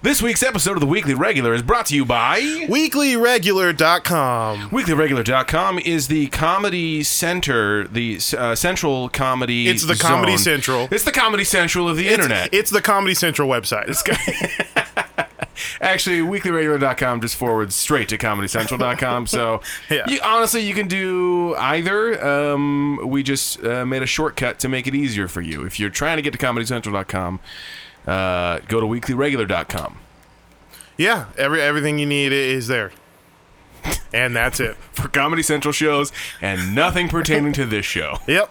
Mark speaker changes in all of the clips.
Speaker 1: This week's episode of the Weekly Regular is brought to you by
Speaker 2: Weeklyregular.com.
Speaker 1: WeeklyRegular.com is the comedy center, the uh, central comedy.
Speaker 2: It's the Comedy
Speaker 1: zone.
Speaker 2: Central.
Speaker 1: It's the comedy central of the internet.
Speaker 2: It's, it's the Comedy Central website. It's got-
Speaker 1: Actually, weeklyregular.com just forwards straight to comedycentral.com. So,
Speaker 2: Yeah.
Speaker 1: you, honestly, you can do either. Um, we just uh, made a shortcut to make it easier for you. If you're trying to get to comedycentral.com, uh, go to weeklyregular.com.
Speaker 2: yeah, every everything you need i- is there. And that's it.
Speaker 1: For Comedy Central shows and nothing pertaining to this show.
Speaker 2: Yep.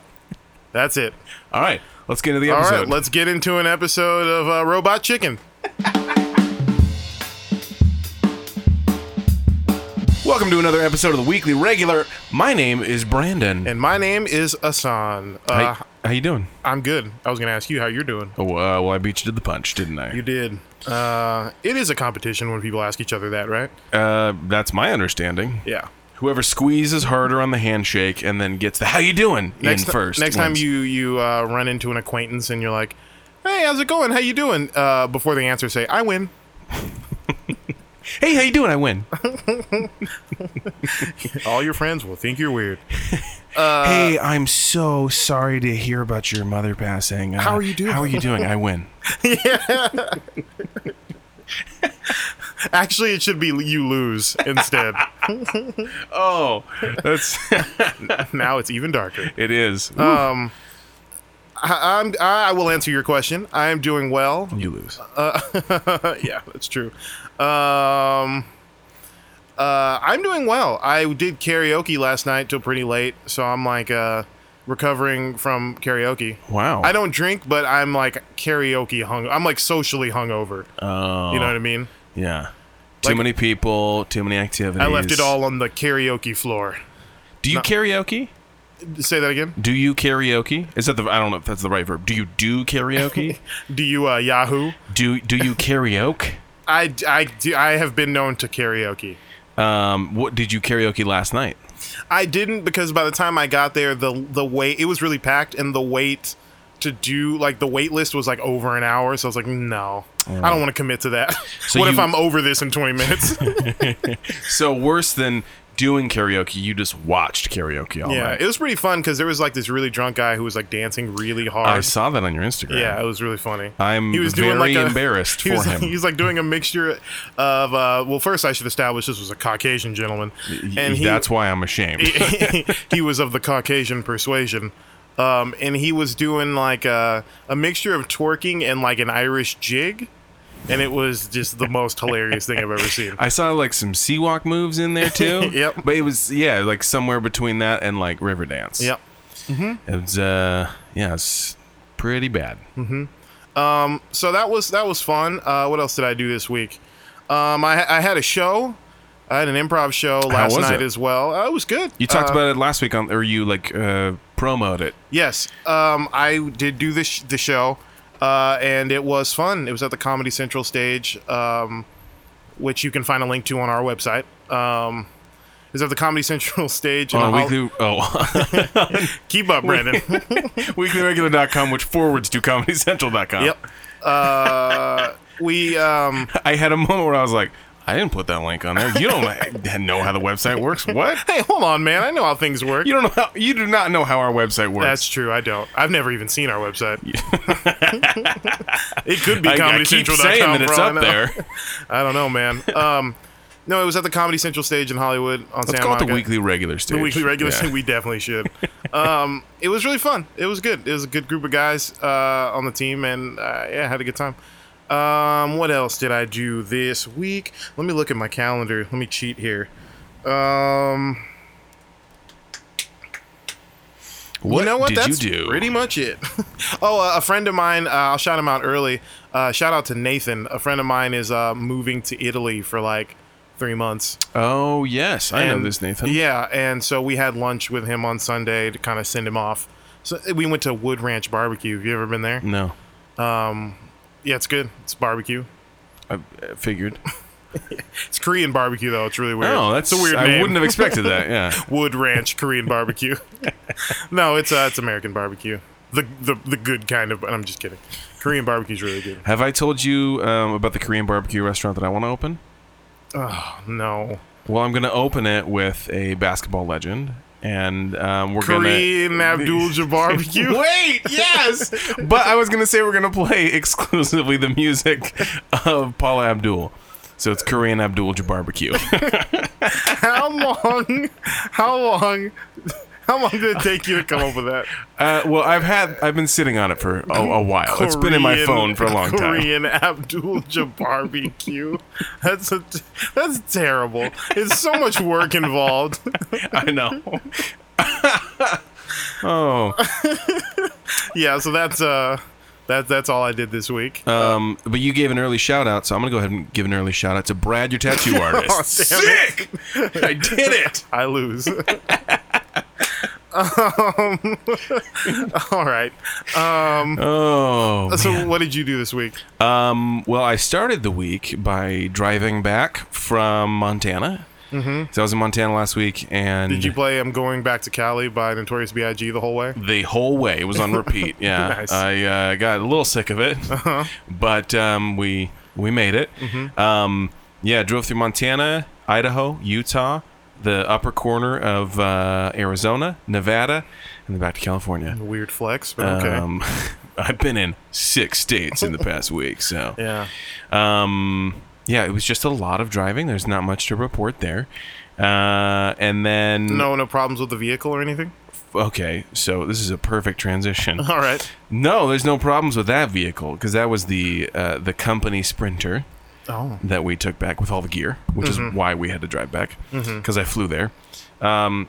Speaker 2: That's it.
Speaker 1: All right, let's get into the
Speaker 2: All
Speaker 1: episode.
Speaker 2: right, let's get into an episode of uh, Robot Chicken.
Speaker 1: Welcome to another episode of the Weekly Regular. My name is Brandon.
Speaker 2: And my name is Asan.
Speaker 1: Hey,
Speaker 2: Uh,
Speaker 1: how you doing?
Speaker 2: I'm good. I was going to ask you how you're doing.
Speaker 1: Oh, uh, well, I beat you to the punch, didn't I?
Speaker 2: You did. Uh, it is a competition when people ask each other that, right?
Speaker 1: Uh, that's my understanding.
Speaker 2: Yeah.
Speaker 1: Whoever squeezes harder on the handshake and then gets the "How you doing?"
Speaker 2: Next
Speaker 1: in
Speaker 2: ti-
Speaker 1: first.
Speaker 2: Next time
Speaker 1: wins.
Speaker 2: you you uh, run into an acquaintance and you're like, "Hey, how's it going? How you doing?" Uh, before the answer, say, "I win."
Speaker 1: hey, how you doing? I win.
Speaker 2: All your friends will think you're weird. Uh,
Speaker 1: hey, I'm so sorry to hear about your mother passing. Uh,
Speaker 2: How are you doing?
Speaker 1: How are you doing? I win.
Speaker 2: Actually, it should be you lose instead.
Speaker 1: Oh, that's
Speaker 2: now it's even darker.
Speaker 1: it is.
Speaker 2: Um, I, I'm I will answer your question. I am doing well.
Speaker 1: you lose.
Speaker 2: yeah, that's true. Um, uh, I'm doing well. I did karaoke last night till pretty late, so I'm like uh, recovering from karaoke.
Speaker 1: Wow.
Speaker 2: I don't drink, but I'm like karaoke hung. I'm like socially hungover.
Speaker 1: Oh,
Speaker 2: You know what I mean?
Speaker 1: yeah. Too
Speaker 2: Like-
Speaker 1: many people. Too many activities.
Speaker 2: I left it all on the karaoke floor.
Speaker 1: Do you karaoke?
Speaker 2: Say that again.
Speaker 1: Do you karaoke? Is that the? I don't know if that's the right verb. Do you do karaoke?
Speaker 2: Do you uh, Yahoo?
Speaker 1: do Do you karaoke?
Speaker 2: I, I, do- I have been known to karaoke.
Speaker 1: Um, what did you karaoke last night?
Speaker 2: I didn't because by the time I got there, the the wait it was really packed, and the wait to do like the wait list was like over an hour. So I was like, no, I don't want to commit to that.
Speaker 1: Oh. So
Speaker 2: what if
Speaker 1: you-
Speaker 2: I'm over this in 20 minutes?
Speaker 1: So worse than doing karaoke, you just watched karaoke all
Speaker 2: yeah,
Speaker 1: night.
Speaker 2: it was pretty fun because there was like this really drunk guy who was like dancing really hard.
Speaker 1: I saw that on your Instagram.
Speaker 2: Yeah, it was really funny.
Speaker 1: I'm very embarrassed
Speaker 2: he
Speaker 1: for
Speaker 2: was,
Speaker 1: him.
Speaker 2: He's like doing a mixture of uh, well, first I should establish this was a Caucasian gentleman, and he,
Speaker 1: that's why I'm ashamed.
Speaker 2: he, was of the Caucasian persuasion. Um, and he was doing like a, a mixture of twerking and like an Irish jig, and it was just the most hilarious thing I've ever seen.
Speaker 1: I saw like some sea walk moves in there too.
Speaker 2: Yep.
Speaker 1: But it was yeah, like somewhere between that and like river dance.
Speaker 2: Yep.
Speaker 1: It was uh yeah, it's pretty bad.
Speaker 2: so that was that was fun. Uh, what else did I do this week? Um, I, I had a show. I had an improv show last
Speaker 1: was
Speaker 2: night
Speaker 1: it?
Speaker 2: as well. Uh, it was good.
Speaker 1: You talked about it last week on or you like uh promoted it.
Speaker 2: Yes, um, I did do this the show, uh, and it was fun. It was at the Comedy Central stage, um, which you can find a link to on our website. Um, is at the Comedy Central stage. and
Speaker 1: on
Speaker 2: I'll-
Speaker 1: weekly oh
Speaker 2: keep up, Brandon.
Speaker 1: weeklyregular.com which forwards to comedycentral.com.
Speaker 2: yep. Uh, we um,
Speaker 1: I had a moment where I was like, I didn't put that link on there. You don't know how the website works. What?
Speaker 2: hey, hold on, man. I know how things work.
Speaker 1: You don't know how, you do not know how our website works.
Speaker 2: That's true. I don't. I've never even seen our website. it could be
Speaker 1: I, I
Speaker 2: Comedy
Speaker 1: keep
Speaker 2: Central.
Speaker 1: saying that it's up
Speaker 2: I know.
Speaker 1: there.
Speaker 2: I don't know, man. Um, no, it was at the Comedy Central stage in Hollywood on
Speaker 1: Let's
Speaker 2: Santa
Speaker 1: call it the
Speaker 2: Monica.
Speaker 1: weekly regular stage.
Speaker 2: The weekly regular
Speaker 1: Yeah.
Speaker 2: thing we definitely should. um, it was really fun. It was good. It was a good group of guys uh, on the team, and uh, yeah, I had a good time. Um, what else did I do this week? Let me look at my calendar. Let me cheat here. Um,
Speaker 1: What
Speaker 2: you know what?
Speaker 1: did
Speaker 2: That's
Speaker 1: you do?
Speaker 2: pretty much it. oh, uh, a friend of mine. Uh, I'll shout him out early. Uh, shout out to Nathan. A friend of mine is uh, moving to Italy for like three months.
Speaker 1: oh yes, I know
Speaker 2: And-
Speaker 1: this, Nathan.
Speaker 2: Yeah, and so we had lunch with him on Sunday to kind of send him off. So we went to Wood Ranch Barbecue. Have you ever been there?
Speaker 1: No,
Speaker 2: Yeah, it's good. It's barbecue.
Speaker 1: I uh, figured.
Speaker 2: It's Korean barbecue though. It's really weird.
Speaker 1: Oh, that's
Speaker 2: it's a weird
Speaker 1: I
Speaker 2: name.
Speaker 1: wouldn't have expected that. Yeah.
Speaker 2: Wood Ranch Korean barbecue. no, it's uh, it's American barbecue. The the the good kind of. I'm just kidding. Korean barbecue's really good.
Speaker 1: Have I told you um, about the Korean barbecue restaurant that I want to open?
Speaker 2: Oh no,
Speaker 1: Well, I'm going to open it with a basketball legend, and um, we're going to.
Speaker 2: Korean Abdul Jabbar barbecue.
Speaker 1: Wait, yes. but I was going to say we're going to play exclusively the music of Paula Abdul. So it's Korean Abdul Barbecue.
Speaker 2: How long? How long? How long did it take you to come up with that?
Speaker 1: Uh, well, I've had I've been sitting on it for a, a while. it's been in my
Speaker 2: Korean-
Speaker 1: phone for a long time.
Speaker 2: Korean Abdul Jabbar BBQ. That's a, that's terrible. It's so much work involved.
Speaker 1: I know. oh,
Speaker 2: Yeah, so that's uh that that's all I did this week.
Speaker 1: um, but you gave an early shout out, so I'm gonna go ahead and give an early shout out to Brad, your tattoo artist.
Speaker 2: damn
Speaker 1: Sick! I did it.
Speaker 2: I lose. um, all right. Um,
Speaker 1: Oh,
Speaker 2: so what did you do this week?
Speaker 1: Um, well, I started the week by driving back from Montana. Mm-hmm. So I was in Montana last week, and
Speaker 2: Did you play "I'm Going Back to Cali" by Notorious B.I.G. the whole way?
Speaker 1: the whole way it was on repeat. Yeah,
Speaker 2: Nice. Uh-huh.
Speaker 1: I uh, got a little sick of it, but um, we we made it.
Speaker 2: Mm-hmm.
Speaker 1: Um, yeah, drove through Montana, Idaho, Utah, the upper corner of uh, Arizona, Nevada, and then back to California.
Speaker 2: Weird flex, but okay.
Speaker 1: Um, I've been in six states in the past week, so
Speaker 2: yeah.
Speaker 1: um, yeah, it was just a lot of driving. There's not much to report there. Uh, and then,
Speaker 2: No, no problems with the vehicle or anything.
Speaker 1: okay, so this is a perfect transition.
Speaker 2: All right.
Speaker 1: no, there's no problems with that vehicle because that was the uh, the company Sprinter
Speaker 2: Oh,
Speaker 1: that we took back with all the gear, which
Speaker 2: Mm-hmm.
Speaker 1: is why we had to drive back because I flew there. Um,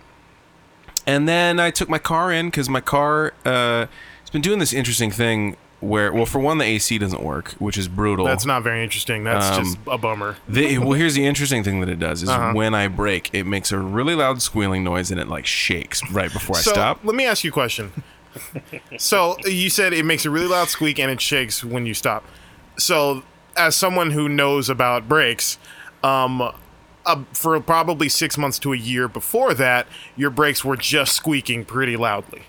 Speaker 1: and then I took my car in because my car uh, it's been doing this interesting thing where, well, for one, the AC doesn't work, which is brutal.
Speaker 2: that's not very interesting. That's
Speaker 1: Um,
Speaker 2: just a bummer.
Speaker 1: The, well, here's the interesting thing that it does is
Speaker 2: Uh-huh.
Speaker 1: when I brake, it makes a really loud squealing noise and it like shakes right before I
Speaker 2: So
Speaker 1: stop.
Speaker 2: let me ask you a question. so you said it makes a really loud squeak and it shakes when you stop. So as someone who knows about brakes, um, uh, for probably six months to a year before that, your brakes were just squeaking pretty loudly.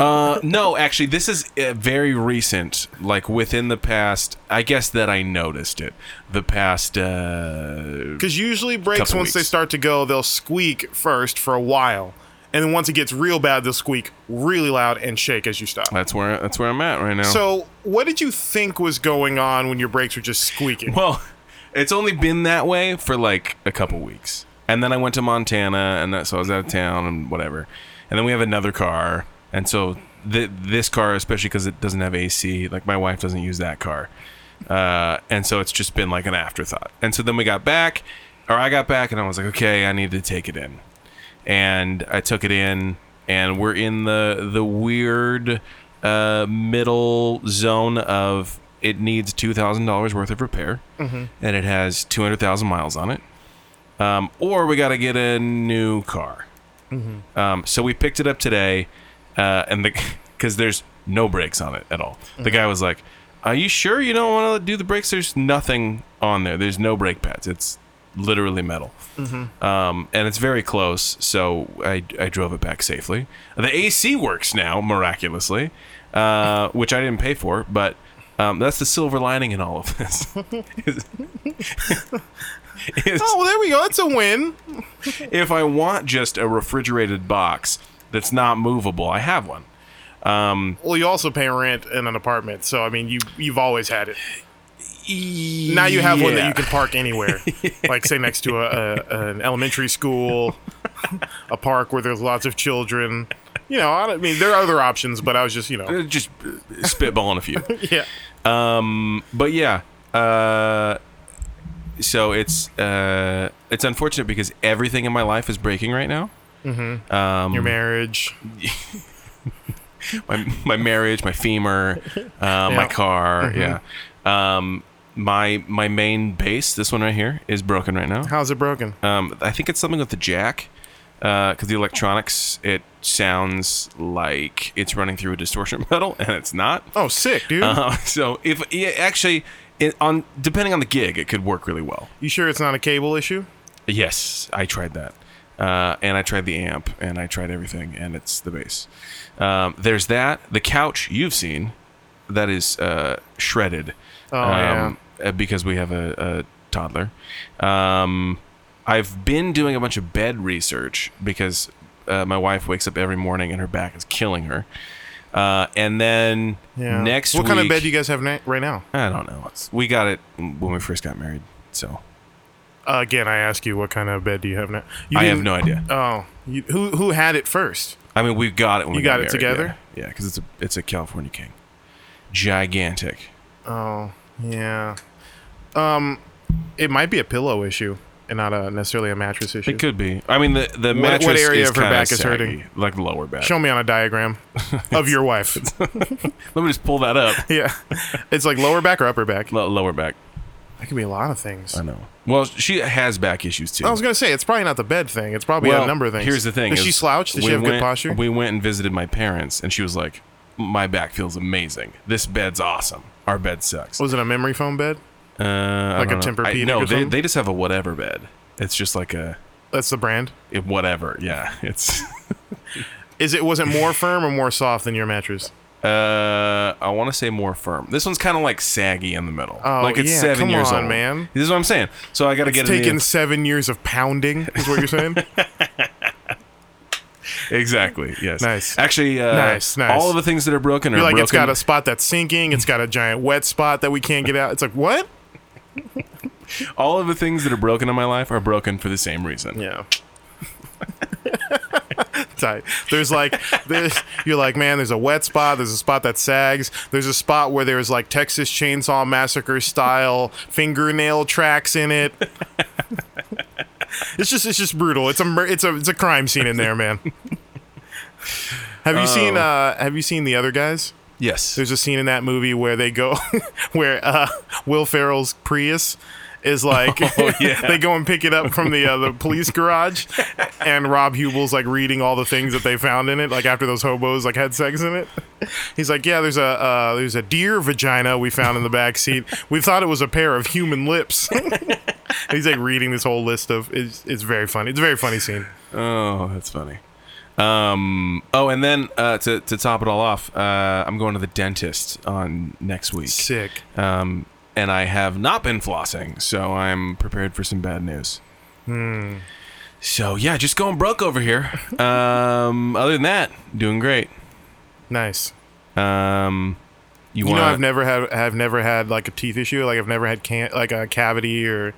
Speaker 1: Uh, no, actually, this is uh, very recent. Like within the past, I guess that I noticed it. The past, uh,
Speaker 2: Because usually brakes,
Speaker 1: Couple
Speaker 2: once they
Speaker 1: weeks.
Speaker 2: start to go, they'll squeak first for a while, and then once it gets real bad, they'll squeak really loud and shake as you stop.
Speaker 1: that's where that's where I'm at right now.
Speaker 2: So what did you think was going on when your brakes were just squeaking?
Speaker 1: well, it's only been that way for like a couple weeks, and then I went to Montana, and that, so I was out of town and whatever. And then we have another car, and so th- this car, especially because it doesn't have AC, like my wife doesn't use that car, uh, and so it's just been like an afterthought. And so then we got back, or I got back, and I was like, okay, I need to take it in, and I took it in, and we're in the the weird uh, middle zone of it needs two thousand dollars worth of repair, and it has two hundred thousand miles on it, um, or we got to get a new car. Um, so we picked it up today, uh, and the because there's no brakes on it at all. The guy was like, "Are you sure you don't want to do the brakes? There's nothing on there. There's no brake pads. It's literally metal, um, and it's very close." So I, I drove it back safely. The AC works now miraculously, uh, which I didn't pay for, but. Um, that's the silver lining in all of this. Is- is-
Speaker 2: Oh, well, there we go. That's a win.
Speaker 1: if I want just a refrigerated box that's not movable, I have one.
Speaker 2: Well, you also pay rent in an apartment, so I mean, you you've always had it. Now you have one that you can park anywhere, like say next to a, a an elementary school, a park where there's lots of children. You know, I, don't, I mean, there are other options, but I was just you know,
Speaker 1: Uh, just uh, spitballing a few.
Speaker 2: yeah.
Speaker 1: but yeah, uh, so it's uh, it's unfortunate because everything in my life is breaking right now. Um,
Speaker 2: Your marriage,
Speaker 1: my my marriage, my femur, uh,
Speaker 2: Yeah.
Speaker 1: my car, yeah. Um, my my main base, this one right here, is broken right now.
Speaker 2: how's it broken?
Speaker 1: Um, I think it's something with the jack, because the electronics it sounds like it's running through a distortion pedal, and it's not.
Speaker 2: Oh, sick, dude.
Speaker 1: Uh, so if yeah, actually, it, on depending on the gig, it could work really well.
Speaker 2: You sure it's not a cable issue?
Speaker 1: Yes, I tried that. Uh, and I tried the amp, and I tried everything, and it's the bass. Um, there's that. The couch you've seen that is uh, shredded.
Speaker 2: Oh, yeah.
Speaker 1: uh, Because we have a, a toddler. Um, I've been doing a bunch of bed research because uh, my wife wakes up every morning and her back is killing her. Uh, and then
Speaker 2: Yeah.
Speaker 1: next
Speaker 2: what kind of
Speaker 1: week-
Speaker 2: bed do you guys have na- right now?
Speaker 1: I don't know. It's- we got it when we first got married, so
Speaker 2: Uh, again, I ask you, what kind of bed do you have now? You
Speaker 1: I have
Speaker 2: didn't-
Speaker 1: no idea.
Speaker 2: Oh, you, who who had it first?
Speaker 1: I mean, we got it when
Speaker 2: You
Speaker 1: we
Speaker 2: got it
Speaker 1: married,
Speaker 2: together?
Speaker 1: Yeah, because it's a it's a California King, gigantic.
Speaker 2: Oh, yeah. Um, it might be a pillow issue and not a necessarily a mattress issue.
Speaker 1: It could be. I mean, the the
Speaker 2: what
Speaker 1: mattress
Speaker 2: area
Speaker 1: is
Speaker 2: of her
Speaker 1: kinda
Speaker 2: back is
Speaker 1: saggy,
Speaker 2: hurting?
Speaker 1: like lower back.
Speaker 2: Show me on a diagram of your wife.
Speaker 1: Let me just pull that up.
Speaker 2: yeah, it's like lower back or upper back.
Speaker 1: L- lower back.
Speaker 2: That could be a lot of things.
Speaker 1: I know. Well, she has back issues too.
Speaker 2: I was gonna say it's probably not the bed thing. It's probably
Speaker 1: well,
Speaker 2: a number of things.
Speaker 1: Here's the thing:
Speaker 2: Does
Speaker 1: is
Speaker 2: she slouch? Does she
Speaker 1: we
Speaker 2: have good
Speaker 1: went-
Speaker 2: posture?
Speaker 1: We went and visited my parents, and she was like, "My back feels amazing. This bed's awesome. Our bed sucks."
Speaker 2: was it a memory foam bed?
Speaker 1: Uh, I
Speaker 2: Like
Speaker 1: don't
Speaker 2: a
Speaker 1: know. I-
Speaker 2: Tempur-Pedic
Speaker 1: No,
Speaker 2: or
Speaker 1: they,
Speaker 2: something?
Speaker 1: they just have a whatever bed. It's just like a
Speaker 2: That's the brand.
Speaker 1: it, whatever. Yeah, it's.
Speaker 2: Is it was it more firm or more soft than your mattress?
Speaker 1: Uh, I want to say more firm. This one's kind of like saggy in the middle.
Speaker 2: Oh,
Speaker 1: like it's
Speaker 2: yeah,
Speaker 1: seven
Speaker 2: come
Speaker 1: years
Speaker 2: on,
Speaker 1: old,
Speaker 2: man.
Speaker 1: This is what I'm saying. So I got to get
Speaker 2: It's
Speaker 1: it in the-
Speaker 2: taken seven years of pounding. Is what you're saying?
Speaker 1: exactly. Yes.
Speaker 2: Nice.
Speaker 1: Actually, uh,
Speaker 2: Nice, nice.
Speaker 1: All of the things that are broken are
Speaker 2: You're like,
Speaker 1: broken.
Speaker 2: it's got a spot that's sinking. It's got a giant wet spot that we can't get out. It's like, what?
Speaker 1: all of the things that are broken in my life are broken for the same reason.
Speaker 2: Yeah. Tight. There's like, there's, you're like, man, there's a wet spot. There's a spot that sags. There's a spot where there's like Texas Chainsaw Massacre style fingernail tracks in it. it's just, it's just brutal. It's a, mur- it's a, it's a crime scene in there, man. Have you seen, uh, have you seen the other guys?
Speaker 1: Yes.
Speaker 2: There's a scene in that movie where they go, where uh, Will Ferrell's Prius is like,
Speaker 1: yeah.
Speaker 2: they go and pick it up from the uh, the police garage, and Rob Hubel's like reading all the things that they found in it, like after those hobos like had sex in it. He's like, yeah, there's a uh, there's a deer vagina we found in the back seat. We thought it was a pair of human lips. He's like reading this whole list of it's, it's very funny. It's a very funny scene.
Speaker 1: Oh, that's funny. Um. Oh, and then uh, to to top it all off, uh, I'm going to the dentist on next week.
Speaker 2: Sick.
Speaker 1: Um, and I have not been flossing, so I'm prepared for some bad news. Hmm. So yeah, just going broke over here. Um, other than that, doing great.
Speaker 2: Nice.
Speaker 1: Um, you,
Speaker 2: You
Speaker 1: want?
Speaker 2: know, I've never had have never had like a teeth issue. Like I've never had can like a cavity or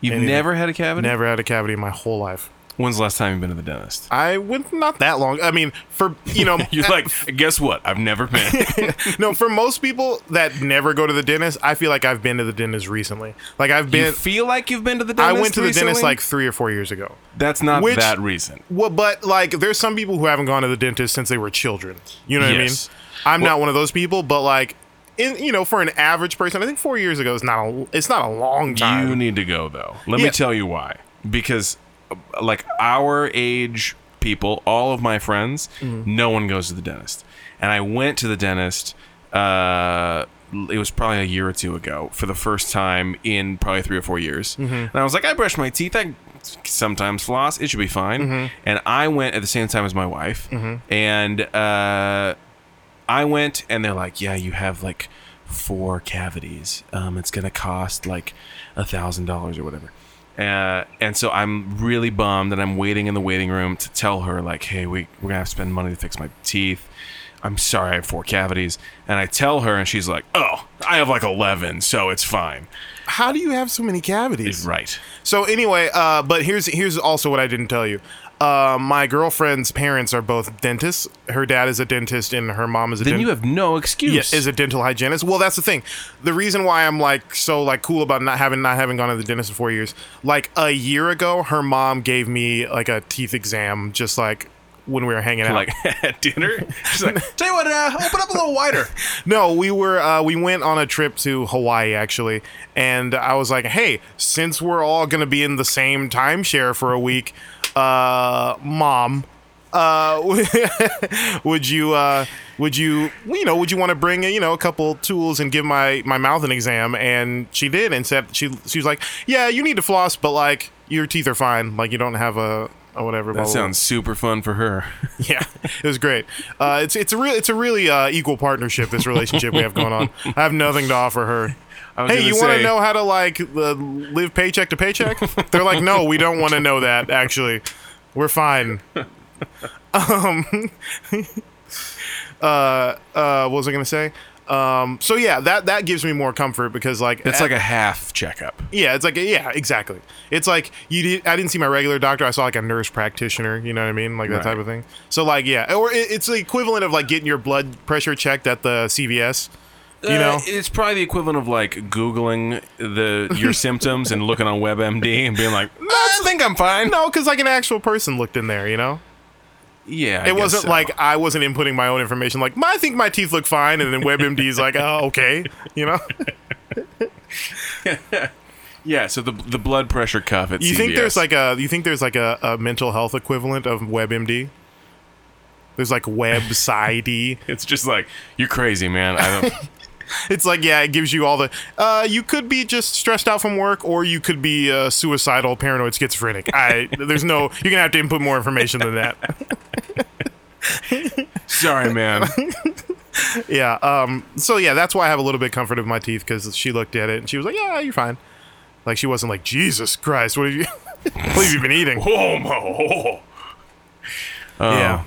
Speaker 1: you've
Speaker 2: anything.
Speaker 1: never had a cavity.
Speaker 2: never had a cavity in my whole life.
Speaker 1: When's the last time you've been to the dentist?
Speaker 2: I went not that long. I mean, for you know,
Speaker 1: You're like, guess what? I've never been.
Speaker 2: no. For most people that never go to the dentist, I feel like I've been to the dentist recently. Like I've
Speaker 1: you
Speaker 2: been.
Speaker 1: feel like you've been to the
Speaker 2: I
Speaker 1: dentist.
Speaker 2: went to the dentist
Speaker 1: recently?
Speaker 2: like three or four years ago.
Speaker 1: that's not
Speaker 2: which-
Speaker 1: that reason.
Speaker 2: Well, but like, there's some people who haven't gone to the dentist since they were children. You know what
Speaker 1: Yes.
Speaker 2: I mean? I'm not one of those people, but like, in you know, for an average person, I think four years ago is not a it's not a long time.
Speaker 1: You need to go though. Let me
Speaker 2: Yeah.
Speaker 1: tell you why. Because uh, like our age people, all of my friends,
Speaker 2: Mm-hmm.
Speaker 1: no one goes to the dentist. And I went to the dentist uh it was probably a year or two ago for the first time in probably three or four years.
Speaker 2: Mm-hmm.
Speaker 1: And I was like, I brush my teeth. I sometimes floss. It should be fine.
Speaker 2: Mm-hmm.
Speaker 1: And I went at the same time as my wife. And uh, I went and they're like, yeah, you have like four cavities. Um, it's gonna cost like a thousand dollars or whatever. Uh, and so I'm really bummed and I'm waiting in the waiting room to tell her like, hey, we we're gonna have to spend money to fix my teeth. I'm sorry, I have four cavities. And I tell her, and she's like, oh, I have like eleven, so it's fine.
Speaker 2: How do you have so many cavities?
Speaker 1: Right.
Speaker 2: So anyway, uh, but here's here's also what I didn't tell you. Uh, my girlfriend's parents are both dentists. Her dad is a dentist, and her mom is a
Speaker 1: Then
Speaker 2: dentist.
Speaker 1: you have no excuse.
Speaker 2: Yeah, is a dental hygienist. Well, that's the thing. The reason why I'm like so like cool about not having not having gone to the dentist in four years. Like a year ago, her mom gave me like a teeth exam, just like when we were hanging out.
Speaker 1: like at dinner. She's like, tell you what, uh, open up a little wider.
Speaker 2: No, we were uh, we went on a trip to Hawaii actually, and I was like, "Hey, since we're all gonna be in the same timeshare for a week, uh, mom, uh, would you uh, would you you know would you want to bring you know a couple tools and give my my mouth an exam?" And she did, and said she she was like, "Yeah, you need to floss, but like your teeth are fine, like you don't have a or whatever. blah,
Speaker 1: That
Speaker 2: blah, blah.
Speaker 1: sounds super fun for her.
Speaker 2: yeah, it was great. Uh, it's it's a real it's a really uh, equal partnership. This relationship we have going on. I have nothing to offer her.
Speaker 1: I was
Speaker 2: Hey,
Speaker 1: gonna
Speaker 2: you want to
Speaker 1: say-
Speaker 2: know how to like uh, live paycheck to paycheck? They're like, no, we don't want to know that. Actually, we're fine. Um, uh, uh, what was I gonna say? Um, so yeah, that that gives me more comfort because like
Speaker 1: It's
Speaker 2: a-
Speaker 1: like a half checkup.
Speaker 2: yeah, it's like yeah, exactly. It's like you did. I didn't see my regular doctor. I saw like a nurse practitioner. You know what I mean, like that
Speaker 1: Right.
Speaker 2: type of thing. So like yeah, or it, it's the equivalent of like getting your blood pressure checked at the CVS. You
Speaker 1: Uh,
Speaker 2: know,
Speaker 1: it's probably the equivalent of like Googling the your symptoms and looking on WebMD and being like, I think I'm fine.
Speaker 2: no, because like an actual person looked in there. You know,
Speaker 1: Yeah, I
Speaker 2: it
Speaker 1: guess
Speaker 2: wasn't
Speaker 1: so.
Speaker 2: like I wasn't inputting my own information. Like my, I think my teeth look fine, and then WebMD is like, oh okay, you know.
Speaker 1: yeah. So the the blood pressure cuff at
Speaker 2: You think
Speaker 1: CVS.
Speaker 2: there's like a you think there's like a, a mental health equivalent of WebMD? There's like WebSide.
Speaker 1: it's just like you're crazy, man. I don't.
Speaker 2: It's like, yeah, it gives you all the. Uh, you could be just stressed out from work, or you could be uh, suicidal, paranoid, schizophrenic. I there's no. You're gonna have to input more information than that.
Speaker 1: sorry, man.
Speaker 2: Yeah. Um. So yeah, that's why I have a little bit of comfort of my teeth because she looked at it and she was like, "Yeah, you're fine." Like she wasn't like, "Jesus Christ, what have you, what have you been eating?"
Speaker 1: Whoa, mo. Oh.
Speaker 2: Yeah.
Speaker 1: All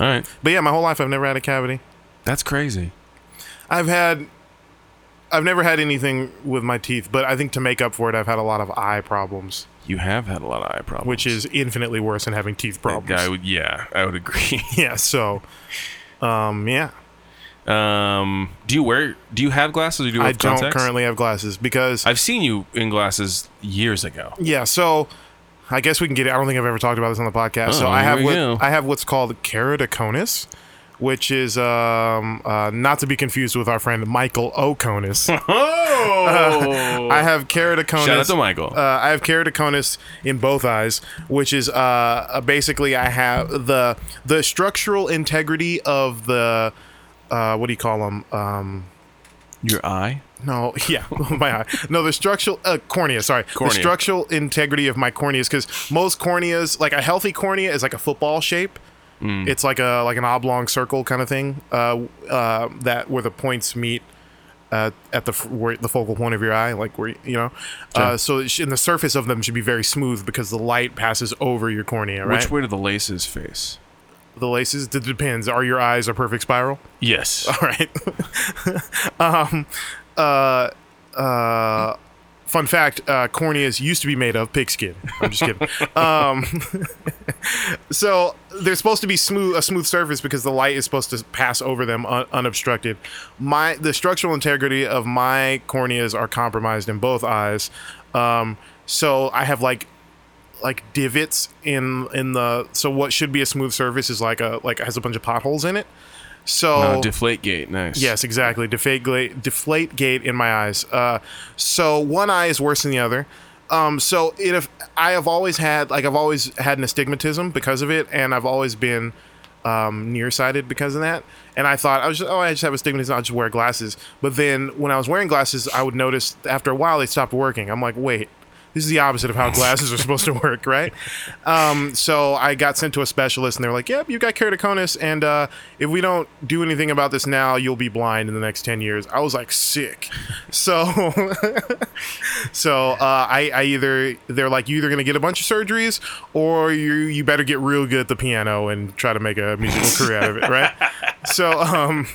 Speaker 1: oh." right.
Speaker 2: But yeah, my whole life I've never had a cavity.
Speaker 1: That's crazy.
Speaker 2: I've had. I've never had anything with my teeth, but I think to make up for it, I've had a lot of eye problems,
Speaker 1: You have had a lot of eye problems.
Speaker 2: which is infinitely worse than having teeth problems.
Speaker 1: I would, yeah, I would agree.
Speaker 2: Yeah. So, um, yeah,
Speaker 1: Um, do you wear? Do you have glasses? Or do you
Speaker 2: I
Speaker 1: have
Speaker 2: don't
Speaker 1: contacts?
Speaker 2: currently have glasses because
Speaker 1: I've seen you in glasses years ago.
Speaker 2: yeah. So, I guess we can get. it. I don't think I've ever talked about this on the podcast. so
Speaker 1: Oh,
Speaker 2: I have
Speaker 1: here we
Speaker 2: what,
Speaker 1: go.
Speaker 2: I have what's called keratoconus, which is um, uh, not to be confused with our friend Michael O'Conus.
Speaker 1: Oh,
Speaker 2: I have keratoconus.
Speaker 1: shout out to Michael.
Speaker 2: uh, I have keratoconus in both eyes, which is uh, uh, basically I have the the structural integrity of the uh, what do you call them? Um,
Speaker 1: Your eye.
Speaker 2: No, yeah, oh my eye. No, the structural uh, cornea. Sorry,
Speaker 1: Cornea.
Speaker 2: the structural integrity of my corneas because most corneas, like a healthy cornea, is like a football shape.
Speaker 1: Mm.
Speaker 2: It's like a like an oblong circle kind of thing. Uh, uh, that where the points meet uh, at the f- where the focal point of your eye, like where you know. Uh, so it sh- and the surface of them should be very smooth because the light passes over your cornea, right?
Speaker 1: Which way do the laces face?
Speaker 2: the laces. It depends. Are your eyes a perfect spiral?
Speaker 1: Yes.
Speaker 2: All right. um, uh, uh, fun fact: uh, corneas used to be made of pigskin. I'm just kidding. um, so they're supposed to be smooth, a smooth surface because the light is supposed to pass over them un- unobstructed. My the structural integrity of my corneas are compromised in both eyes. Um, so I have like like divots in in the so what should be a smooth surface is like a like has a bunch of potholes in it. So
Speaker 1: Oh, deflate gate. Nice.
Speaker 2: Yes, exactly. Deflate gate, deflate gate in my eyes. Uh, so one eye is worse than the other. Um, so it, if I have always had like I've always had an astigmatism because of it, and I've always been um, nearsighted because of that. And I thought I was just, oh I just have astigmatism. I'll just wear glasses. But then when I was wearing glasses, I would notice after a while they stopped working. I'm like, wait. This is the opposite of how glasses are supposed to work, right? Um, so I got sent to a specialist, and they're like, "Yep, you got keratoconus, and uh, if we don't do anything about this now, you'll be blind in the next ten years." I was like, "Sick." So, so uh, I, I either they're like, "You either gonna get a bunch of surgeries, or you you better get real good at the piano and try to make a musical career out of it," right? So, um,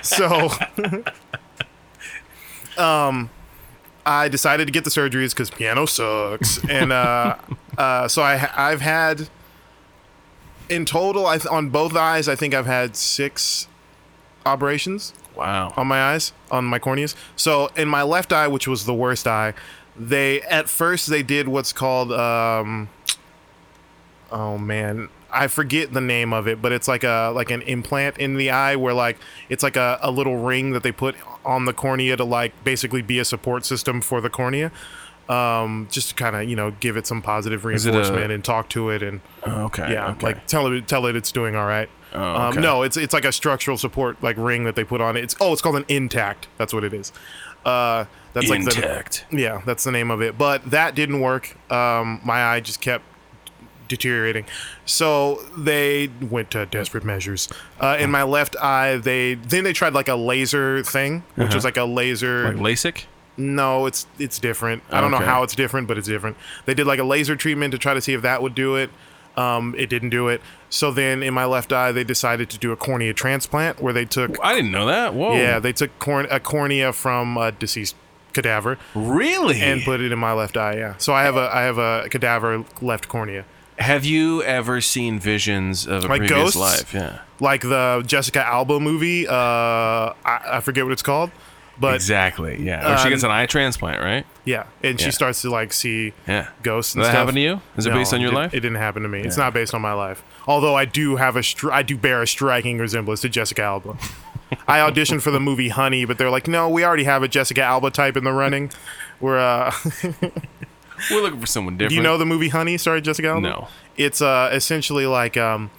Speaker 2: so. um, I decided to get the surgeries because piano sucks, and uh, uh, so I I've had in total I th- on both eyes I think I've had six operations
Speaker 1: Wow.
Speaker 2: on my eyes on my corneas. So in my left eye, which was the worst eye, they at first they did what's called um, oh man. I forget the name of it, but it's like a like an implant in the eye where like it's like a, a little ring that they put on the cornea to like basically be a support system for the cornea. Um, just to kind of you know give it some positive
Speaker 1: it a-
Speaker 2: reinforcement and talk to it and
Speaker 1: okay.
Speaker 2: yeah,
Speaker 1: Okay.
Speaker 2: like tell it tell it it's doing all right.
Speaker 1: Oh, okay.
Speaker 2: um, no, it's it's like a structural support like ring that they put on it. It's oh, it's called an intact. That's what it is. Uh, that's like the
Speaker 1: Intact.
Speaker 2: yeah, that's the name of it. But that didn't work. Um, my eye just kept deteriorating. So they went to desperate measures. Uh,
Speaker 1: Hmm.
Speaker 2: in my left eye, they then they tried like a laser thing, which was like a laser.
Speaker 1: Uh-huh. like LASIK.
Speaker 2: no, it's it's different. I don't
Speaker 1: Okay.
Speaker 2: know how it's different, but it's different. They did like a laser treatment to try to see if that would do it. Um, it didn't do it. So then in my left eye, they decided to do a cornea transplant where they took
Speaker 1: I didn't know that. Whoa.
Speaker 2: yeah they took corn- a cornea from a deceased cadaver
Speaker 1: Really?
Speaker 2: and put it in my left eye. Yeah. So I have a I have a cadaver left cornea,
Speaker 1: Have you ever seen visions of a
Speaker 2: Like
Speaker 1: previous
Speaker 2: ghosts?
Speaker 1: life? Yeah.
Speaker 2: like the Jessica Alba movie. Uh, I, I forget what it's called, but
Speaker 1: Exactly. Yeah. Or she
Speaker 2: Um,
Speaker 1: gets an eye transplant, right?
Speaker 2: yeah, and she
Speaker 1: Yeah.
Speaker 2: starts to like see
Speaker 1: Yeah.
Speaker 2: ghosts. And
Speaker 1: That
Speaker 2: stuff.
Speaker 1: happened to you? Is it based on
Speaker 2: it
Speaker 1: your
Speaker 2: did-
Speaker 1: life?
Speaker 2: It didn't happen to me. It's not based on my life. Although I do have a str- I do bear a striking resemblance to Jessica Alba. I auditioned for the movie Honey, but they're like, no, we already have a Jessica Alba type in the running. We're uh,
Speaker 1: We're looking for someone different.
Speaker 2: Do you know the movie Honey? Sorry, Jessica Alba.
Speaker 1: No.
Speaker 2: It's uh essentially like um,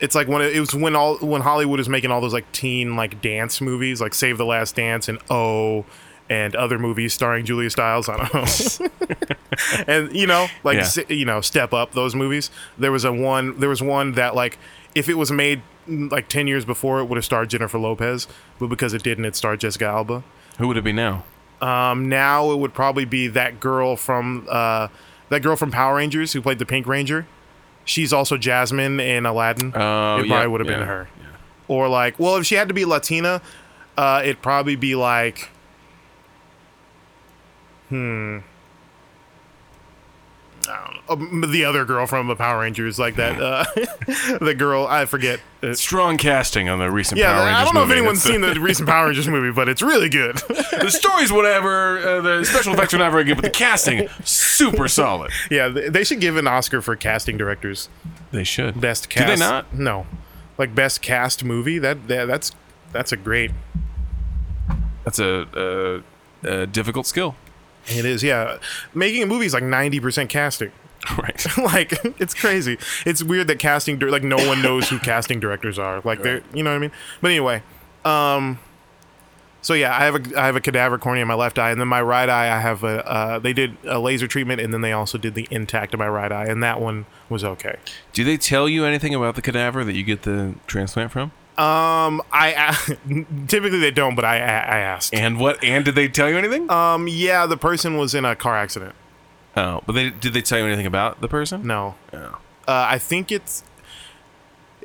Speaker 2: it's like when it, it was when all when Hollywood was making all those like teen like dance movies like Save the Last Dance and Oh, and other movies starring Julia Stiles. I don't know. and you know like
Speaker 1: Yeah.
Speaker 2: s you know Step Up those movies. There was a one. There was one that like if it was made mm, like 10 years before it would have starred jennifer lopez but because it didn't it starred jessica alba
Speaker 1: Who would it be now?
Speaker 2: um, now it would probably be that girl from uh, that girl from Power Rangers who played the Pink Ranger. She's also Jasmine in Aladdin.
Speaker 1: Oh,
Speaker 2: it
Speaker 1: yeah,
Speaker 2: probably would have
Speaker 1: yeah,
Speaker 2: been her. Or like, well, if she had to be Latina, uh, it'd probably be like, hmm, I don't know, Um, the other girl from the Power Rangers, like that, uh, the girl I forget. Uh,
Speaker 1: Strong casting on the recent
Speaker 2: yeah,
Speaker 1: Power Rangers
Speaker 2: I don't know
Speaker 1: movie.
Speaker 2: if anyone's
Speaker 1: That's
Speaker 2: seen the recent Power Rangers movie, but it's really good.
Speaker 1: the, the story's whatever. Uh, the special effects are not very good, but the casting super solid.
Speaker 2: Yeah, th- they should give an Oscar for casting directors.
Speaker 1: They should.
Speaker 2: Best
Speaker 1: Do
Speaker 2: cast.
Speaker 1: they not?
Speaker 2: No. Like best cast movie. That, that that's that's a great.
Speaker 1: That's a, uh a difficult skill.
Speaker 2: It is. Yeah, making a movie is like ninety percent casting.
Speaker 1: Right.
Speaker 2: like it's crazy. It's weird that casting dir- like no one knows who casting directors are. Like they're you know what I mean. But anyway, um, so yeah, I have a I have a cadaver cornea in my left eye, and then my right eye I have a uh, they did a laser treatment, and then they also did the intact of my right eye, and that one was okay.
Speaker 1: Do they tell you anything about the cadaver that you get the transplant from?
Speaker 2: Um, I typically they don't, but I I I asked.
Speaker 1: And what? And did they tell you anything?
Speaker 2: Um, yeah, the person was in a car accident.
Speaker 1: oh, but they did they tell you anything about the person?
Speaker 2: No,
Speaker 1: No.
Speaker 2: uh, I think it's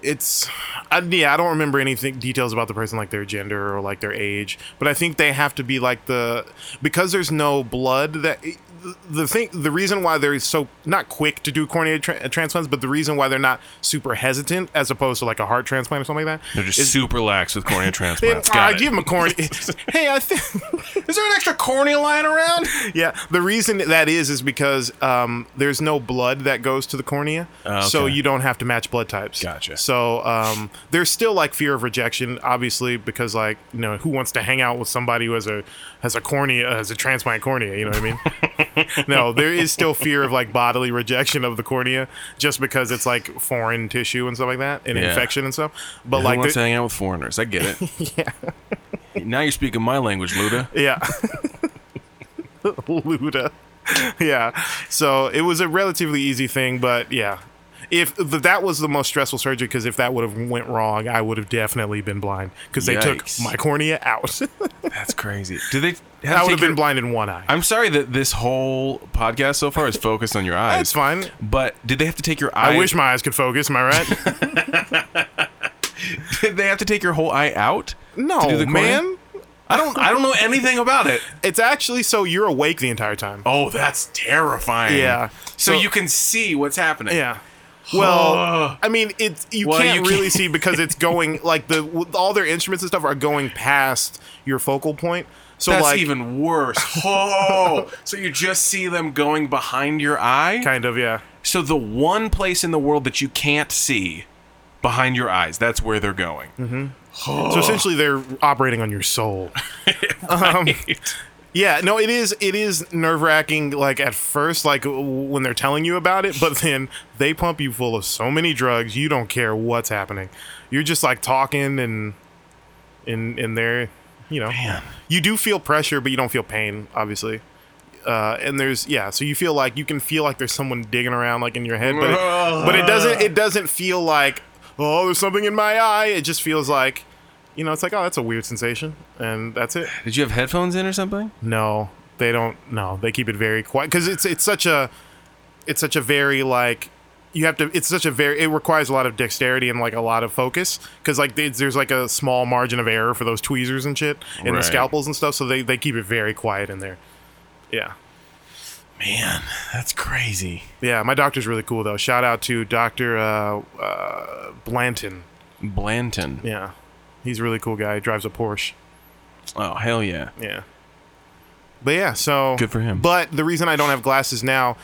Speaker 2: it's I, yeah. I don't remember anything details about the person, like their gender or like their age. But I think they have to be like the because there's no blood that. the- The thing, the reason why they're so not quick to do cornea tra- transplants, but the reason why they're not super hesitant, as opposed to like a heart transplant or something like that,
Speaker 1: They're just super lax with cornea
Speaker 2: They-
Speaker 1: transplants.
Speaker 2: I
Speaker 1: Got
Speaker 2: give
Speaker 1: it.
Speaker 2: him a cornea. hey, I think
Speaker 1: Is there an extra cornea lying around?
Speaker 2: Yeah, the reason that is is because um, there's no blood that goes to the cornea,
Speaker 1: Oh, okay.
Speaker 2: so you don't have to match blood types.
Speaker 1: Gotcha.
Speaker 2: So um, there's still like fear of rejection, obviously, because like you know who wants to hang out with somebody who has a has a cornea has a transplant cornea? You know what I mean? no, there is still fear of like bodily rejection of the cornea, just because it's like foreign tissue and stuff like that, and
Speaker 1: Yeah.
Speaker 2: infection and stuff. But
Speaker 1: Who
Speaker 2: like,
Speaker 1: wants
Speaker 2: the-
Speaker 1: to hang out with foreigners? I get it. yeah. Now you're speaking my language, Luda.
Speaker 2: Yeah. Luda. Yeah. So it was a relatively easy thing, but yeah. If th- that was the most stressful surgery, because if that would have went wrong, I would have definitely been blind. Because they took
Speaker 1: Yikes.
Speaker 2: my cornea out.
Speaker 1: That's crazy. Do they?
Speaker 2: I
Speaker 1: Have to
Speaker 2: would have
Speaker 1: take
Speaker 2: been
Speaker 1: your-
Speaker 2: blind in one eye.
Speaker 1: I'm sorry that this whole podcast so far is focused on your eyes.
Speaker 2: That's fine.
Speaker 1: But did they have to take your eye?
Speaker 2: I wish my eyes could focus. Am I right?
Speaker 1: Did they have to take your whole eye out? To do
Speaker 2: no,
Speaker 1: the cornea?
Speaker 2: man.
Speaker 1: I don't. I don't know anything about it.
Speaker 2: It's actually so you're awake the entire time.
Speaker 1: Oh, that's terrifying.
Speaker 2: Yeah.
Speaker 1: So,
Speaker 2: So-
Speaker 1: you can see what's happening.
Speaker 2: Yeah. Well,
Speaker 1: Huh.
Speaker 2: I mean, it's you
Speaker 1: Well,
Speaker 2: can't
Speaker 1: you
Speaker 2: really
Speaker 1: can't-
Speaker 2: see because it's going like the with all their instruments and stuff are going past your focal point. So
Speaker 1: That's
Speaker 2: like
Speaker 1: even worse. Oh, so you just see them going behind your eye?
Speaker 2: kind of yeah.
Speaker 1: So the one place in the world that you can't see behind your eyes, that's where they're going.
Speaker 2: So essentially, they're operating on your soul. um, yeah, no, it is it is nerve wracking. Like at first, like w- when they're telling you about it, but then they pump you full of so many drugs, you don't care what's happening. You're just like talking and and and they're you know,
Speaker 1: Man.
Speaker 2: you do feel pressure, but you don't feel pain, obviously. Uh, and there's yeah, so you feel like you can feel like there's someone digging around like in your head, but it, but it doesn't it doesn't feel like oh there's something in my eye. It just feels like you know it's like oh that's a weird sensation, and that's it.
Speaker 1: Did you have headphones in or something?
Speaker 2: No, they don't. No, they keep it very quiet because it's it's such a it's such a very like you have to. It's such a very it requires a lot of dexterity and like a lot of focus because like there's, there's like a small margin of error for those tweezers and shit and the
Speaker 1: Right.
Speaker 2: scalpels and stuff. So they they keep it very quiet in there. Yeah.
Speaker 1: Man, that's crazy.
Speaker 2: Yeah, my doctor's really cool though. Shout out to Doctor uh, uh, Blanton.
Speaker 1: Blanton.
Speaker 2: Yeah, he's a really cool guy. He drives a Porsche.
Speaker 1: Oh hell yeah.
Speaker 2: Yeah. But yeah, so
Speaker 1: Good for him.
Speaker 2: But the reason I don't have glasses now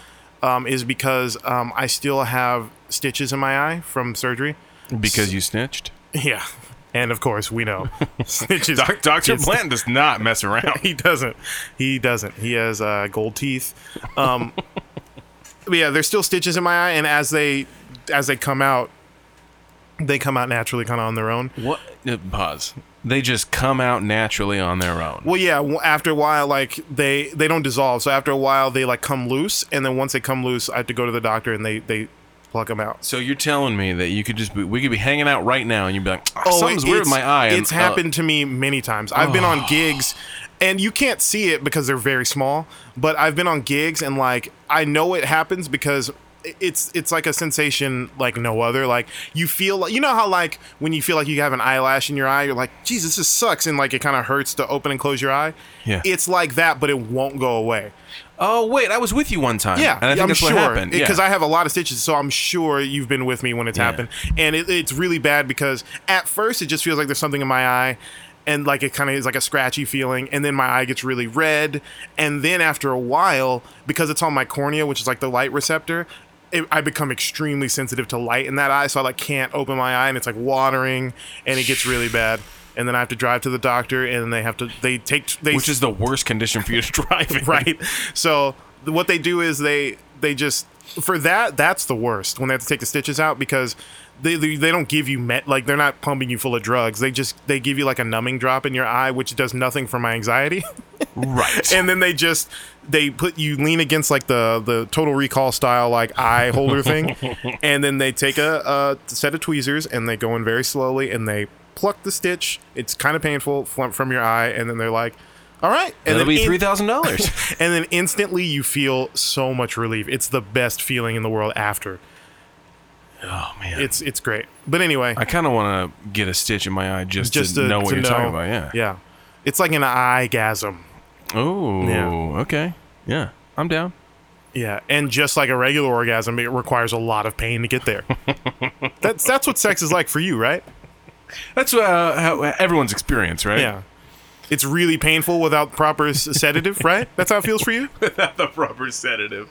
Speaker 2: um, is because um, I still have stitches in my eye from surgery.
Speaker 1: Because you snitched.
Speaker 2: Yeah, and of course we know stitches.
Speaker 1: Doctor
Speaker 2: Yes.
Speaker 1: Blanton does not mess around.
Speaker 2: He doesn't. He doesn't. He has uh, gold teeth. Um, but yeah, there's still stitches in my eye, and as they as they come out, they come out naturally, kind of on their own.
Speaker 1: What? uh, Pause. They just come out naturally on their own.
Speaker 2: Well, yeah. w- After a while, like they they don't dissolve. So after a while, they like come loose, and then once they come loose, I have to go to the doctor, and they they pluck them out.
Speaker 1: So you're telling me that you could just be, we could be hanging out right now and you'd be like, "Ah,
Speaker 2: Oh,
Speaker 1: something's
Speaker 2: it-
Speaker 1: weird with
Speaker 2: it's-
Speaker 1: my eye. and,
Speaker 2: It's
Speaker 1: uh, Oh.
Speaker 2: happened to me many times. I've been on gigs, and you can't see it because they're very small. But I've been on gigs, and like I know it happens because i- it's it's like a sensation like no other. Like you feel like you know how like when you feel like you have an eyelash in your eye, you're like, Jesus, this sucks, and like it kind of hurts to open and close your eye.
Speaker 1: Yeah.
Speaker 2: it's like that, but it won't go away.
Speaker 1: oh wait, I was with you one time.
Speaker 2: Yeah,
Speaker 1: and I think
Speaker 2: I'm
Speaker 1: that's
Speaker 2: sure
Speaker 1: what happened. Yeah.
Speaker 2: because I have a lot of stitches, so I'm sure you've been with me when it's
Speaker 1: Yeah.
Speaker 2: happened, and it, it's really bad because at first it just feels like there's something in my eye, and like it kind of is like a scratchy feeling, and then my eye gets really red, and then after a while, because it's on my cornea, which is like the light receptor. It, I become extremely sensitive to light in that eye, so I like can't open my eye, and it's like watering, and it gets really bad. And then I have to drive to the doctor, and they have to they take they
Speaker 1: which is the worst condition for you to drive in.
Speaker 2: right? So th- what they do is they they just for that that's the worst when they have to take the stitches out because they they, they don't give you met like they're not pumping you full of drugs. They just they give you like a numbing drop in your eye which does nothing for my anxiety.
Speaker 1: Right.
Speaker 2: and then they just they put you lean against like the the total recall style like eye holder thing and then they take a, a set of tweezers and they go in very slowly and they pluck the stitch it's kind of painful fl- from your eye and then they're like all right and
Speaker 1: That'll
Speaker 2: then
Speaker 1: be
Speaker 2: in-
Speaker 1: three thousand dollars.
Speaker 2: and then instantly you feel so much relief. It's the best feeling in the world after.
Speaker 1: Oh man.
Speaker 2: It's it's great. But anyway,
Speaker 1: I kind of want to get a stitch in my eye just,
Speaker 2: just
Speaker 1: to,
Speaker 2: to
Speaker 1: know what
Speaker 2: to
Speaker 1: you're talking about. Yeah.
Speaker 2: Yeah. It's like an eye gasm.
Speaker 1: Oh.
Speaker 2: Yeah.
Speaker 1: Okay. Yeah. I'm down.
Speaker 2: Yeah, and just like a regular orgasm, it requires a lot of pain to get there. that's that's what sex is like for you, right?
Speaker 1: That's uh, how everyone's experience, right?
Speaker 2: Yeah. It's really painful without proper s- sedative, right? That's how it feels for you.
Speaker 1: the proper sedative.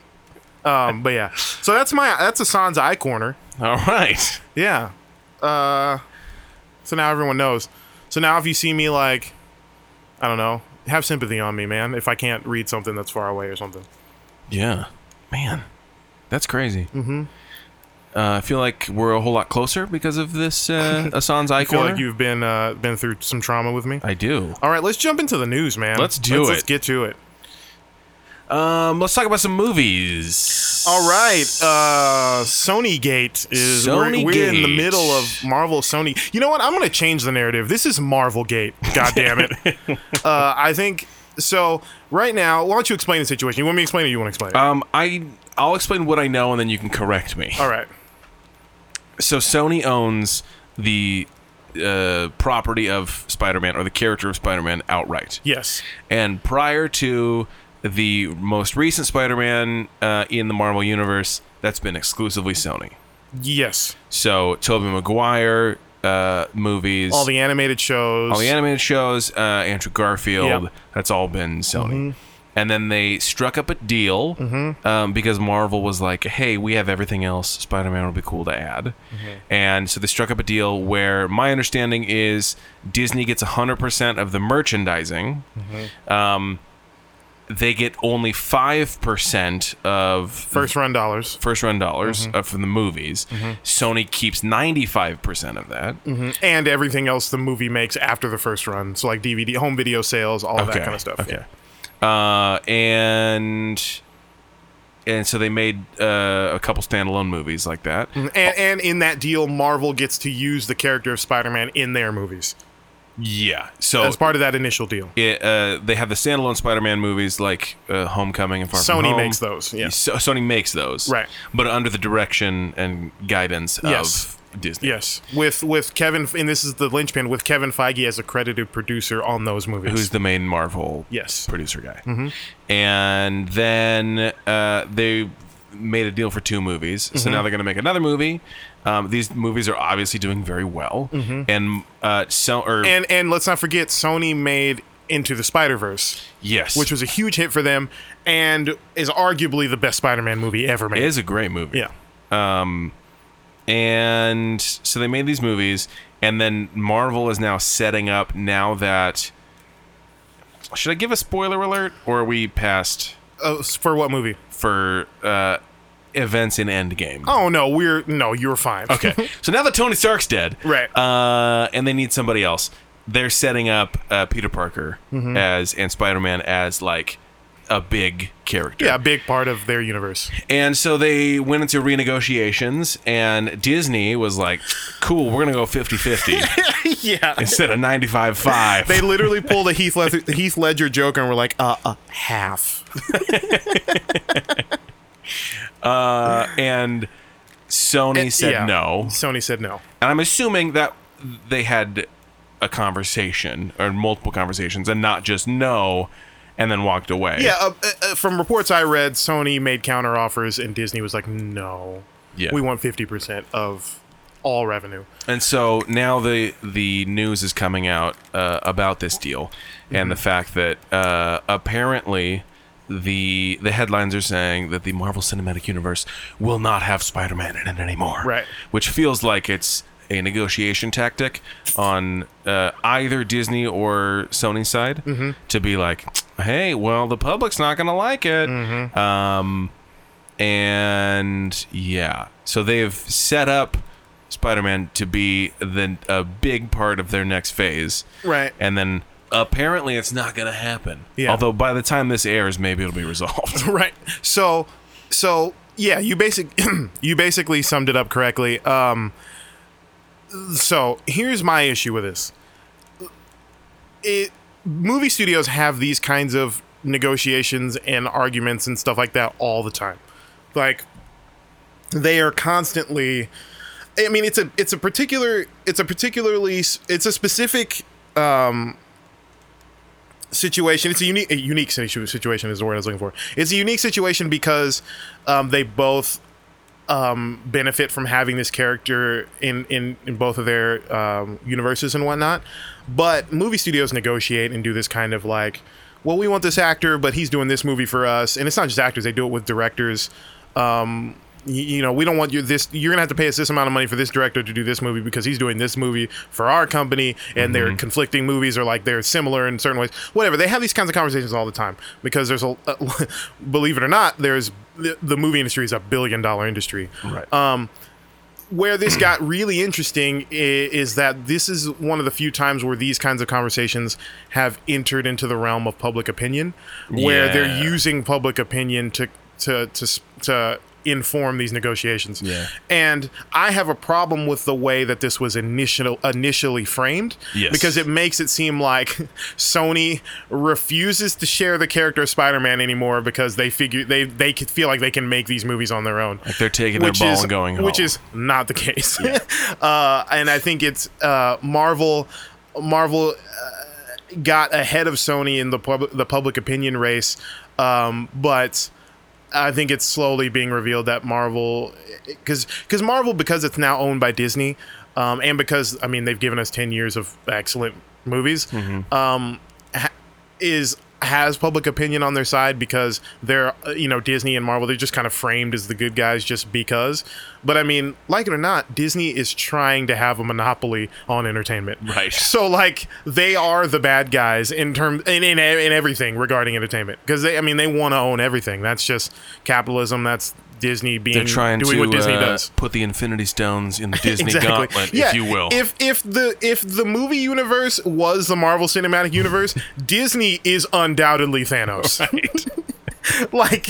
Speaker 2: Um, but yeah, so that's my that's Asan's eye corner.
Speaker 1: All right.
Speaker 2: Yeah. Uh, so now everyone knows. So now if you see me like, I don't know, have sympathy on me, man. If I can't read something that's far away or something.
Speaker 1: Yeah. Man, that's crazy. Mm-hmm. Uh, I feel like we're a whole lot closer because of this uh, Asan's eye
Speaker 2: I feel
Speaker 1: corner.
Speaker 2: like you've been uh, been through some trauma with me.
Speaker 1: I do.
Speaker 2: All right, let's jump into the news, man.
Speaker 1: Let's do
Speaker 2: let's, Let's
Speaker 1: it.
Speaker 2: get to it.
Speaker 1: Um, let's talk about some movies.
Speaker 2: All right, uh, Sony Gate is we're,
Speaker 1: Sony
Speaker 2: we're in the
Speaker 1: Gate.
Speaker 2: middle of Marvel Sony. You know what? I'm gonna change the narrative. This is Marvel Gate. God damn it. uh, I think so. Right now, why don't you explain the situation? You want me to explain it? Or you want to explain it?
Speaker 1: Um, I I'll explain what I know and then you can correct me.
Speaker 2: All right.
Speaker 1: So Sony owns the uh, property of Spider-Man or the character of Spider-Man outright.
Speaker 2: Yes.
Speaker 1: And prior to the most recent Spider-Man uh, in the Marvel universe, that's been exclusively Sony.
Speaker 2: Yes.
Speaker 1: So Tobey Maguire uh, movies,
Speaker 2: All the animated shows.
Speaker 1: all the animated shows, uh, Andrew Garfield,
Speaker 2: Yep. Mm-hmm.
Speaker 1: that's all been Sony. And then they struck up a deal um, because Marvel was like, "Hey, we have everything else. Spider-Man would be cool to add."
Speaker 2: Mm-hmm.
Speaker 1: And so they struck up a deal where my understanding
Speaker 2: Mm-hmm.
Speaker 1: is Disney gets 100% of the merchandising. Um, they get only 5% of
Speaker 2: First run dollars.
Speaker 1: first run dollars
Speaker 2: Mm-hmm.
Speaker 1: uh, from the movies. Sony keeps 95% of that.
Speaker 2: And everything else the movie makes after the first run. So, like DVD, home video sales, all of that kind of stuff.
Speaker 1: Okay. Uh, and and so they made uh, a couple standalone movies like that.
Speaker 2: And, and in that deal, Marvel gets to use the character of Spider Man in their movies
Speaker 1: Yeah. So
Speaker 2: as part of that initial deal.
Speaker 1: it, uh, they have the standalone Spider-Man movies like uh, Homecoming and Far From
Speaker 2: Sony
Speaker 1: Home.
Speaker 2: makes those, yeah.
Speaker 1: So- Sony makes those.
Speaker 2: Right.
Speaker 1: But under the direction and guidance
Speaker 2: Yes.
Speaker 1: of Disney.
Speaker 2: Yes, with with Kevin, and this is the linchpin with Kevin Feige as accredited producer on those movies.
Speaker 1: Who's the main Marvel
Speaker 2: Yes. Mm-hmm.
Speaker 1: producer guy. And then uh, they made a deal for two movies.
Speaker 2: Mm-hmm.
Speaker 1: So now they're going to make another movie. Um, these movies are obviously doing very well. And uh, so, or,
Speaker 2: Mm-hmm. and and let's not forget, Sony made Into the Spider Verse,
Speaker 1: yes,
Speaker 2: which was a huge hit for them, and is arguably the best Spider Man movie ever made.
Speaker 1: it is a great movie.
Speaker 2: yeah,
Speaker 1: and so they made these movies and then marvel is now setting up now that should i give a spoiler alert or are we past
Speaker 2: uh, for what movie?
Speaker 1: for uh, events in endgame
Speaker 2: Oh no, we're no, you're fine.
Speaker 1: okay so now that tony stark's dead
Speaker 2: Right.
Speaker 1: uh, and they need somebody else they're setting up uh, peter parker
Speaker 2: Mm-hmm.
Speaker 1: as and spider-man as like a big character
Speaker 2: yeah, a big part of their universe.
Speaker 1: And so they went into renegotiations, and Disney was like, cool, we're going to go 50 50
Speaker 2: yeah,
Speaker 1: instead of 95 5.
Speaker 2: they literally pulled a Heath Ledger, Heath Ledger joke and were like, uh, uh half.
Speaker 1: Uh, and Sony said
Speaker 2: Yeah.
Speaker 1: no.
Speaker 2: Sony said no.
Speaker 1: And I'm assuming that they had a conversation or multiple conversations and not just no and then walked away.
Speaker 2: Yeah, uh, uh, uh, from reports I read, Sony made counter offers and Disney was like, "No,
Speaker 1: Yeah.
Speaker 2: we want fifty percent of all revenue."
Speaker 1: And so now the the news is coming out uh, about this deal and the fact that uh, apparently the the headlines are saying that the Marvel Cinematic Universe will not have Spider-Man in it anymore.
Speaker 2: Right.
Speaker 1: Which feels like it's a negotiation tactic on uh, either Disney or Sony's side to be like, "Hey, well, the public's not going to like it." Um and yeah, so they've set up Spider-Man to be the a big part of their next phase,
Speaker 2: Right.
Speaker 1: And then apparently it's not going to happen.
Speaker 2: Yeah.
Speaker 1: Although by the time this airs, maybe it'll be resolved.
Speaker 2: Right. So, so yeah, you basic you basically summed it up correctly. Um, so here's my issue with this. It movie studios have these kinds of negotiations and arguments and stuff like that all the time. Like they are constantly I mean it's a it's a particular it's a particularly s- it's a specific situation. It's a unique a unique situ- situation is the word I was looking for. It's a unique situation because um, they both um, benefit from having this character in in, in both of their um, universes and whatnot. But movie studios negotiate and do this kind of like, well, we want this actor, but he's doing this movie for us, and it's not just actors; they do it with directors. Um, y- you know, we don't want you this. You're gonna have to pay us this amount of money for this director to do this movie because he's doing this movie for our company,
Speaker 1: Mm-hmm.
Speaker 2: and their conflicting movies are like they're similar in certain ways. Whatever. They have these kinds of conversations all the time because there's a, believe it or not, there's the, the movie industry is a billion dollar industry Um,
Speaker 1: Right.
Speaker 2: where this got really interesting i- is that this is one of the few times where these kinds of conversations have entered into the realm of public opinion, where they're
Speaker 1: Yeah.
Speaker 2: using public opinion to to to s- to inform these negotiations.
Speaker 1: Yeah.
Speaker 2: And I have a problem with the way that this was initial initially framed
Speaker 1: Yes.
Speaker 2: because it makes it seem like Sony refuses to share the character of Spider-Man anymore because they figure they they could feel like they can make these movies on their own
Speaker 1: They're taking their ball
Speaker 2: is,
Speaker 1: and going home.
Speaker 2: Which is not the case. uh, and I think it's uh, Marvel. Marvel uh, got ahead of Sony in the pub- the public opinion race, um, but I think it's slowly being revealed that Marvel, because because Marvel because it's now owned by Disney, um, and because I
Speaker 1: Mm-hmm.
Speaker 2: mean they've given us ten years of excellent movies, um, ha- is has public opinion on their side because they're uh, you know Disney and Marvel they're just kind of framed as the good guys just because but I mean like it or not Disney is trying to have a monopoly on entertainment
Speaker 1: Right.
Speaker 2: so like they are the bad guys in terms in, in, in everything regarding entertainment because they I mean they want to own everything that's just capitalism that's Disney being
Speaker 1: They're trying
Speaker 2: doing
Speaker 1: to
Speaker 2: what Disney
Speaker 1: uh,
Speaker 2: does
Speaker 1: put the Infinity Stones in the Disney gauntlet,
Speaker 2: yeah.
Speaker 1: if you will.
Speaker 2: If if the if the movie universe was the Marvel Cinematic Universe, Disney is undoubtedly Thanos. like,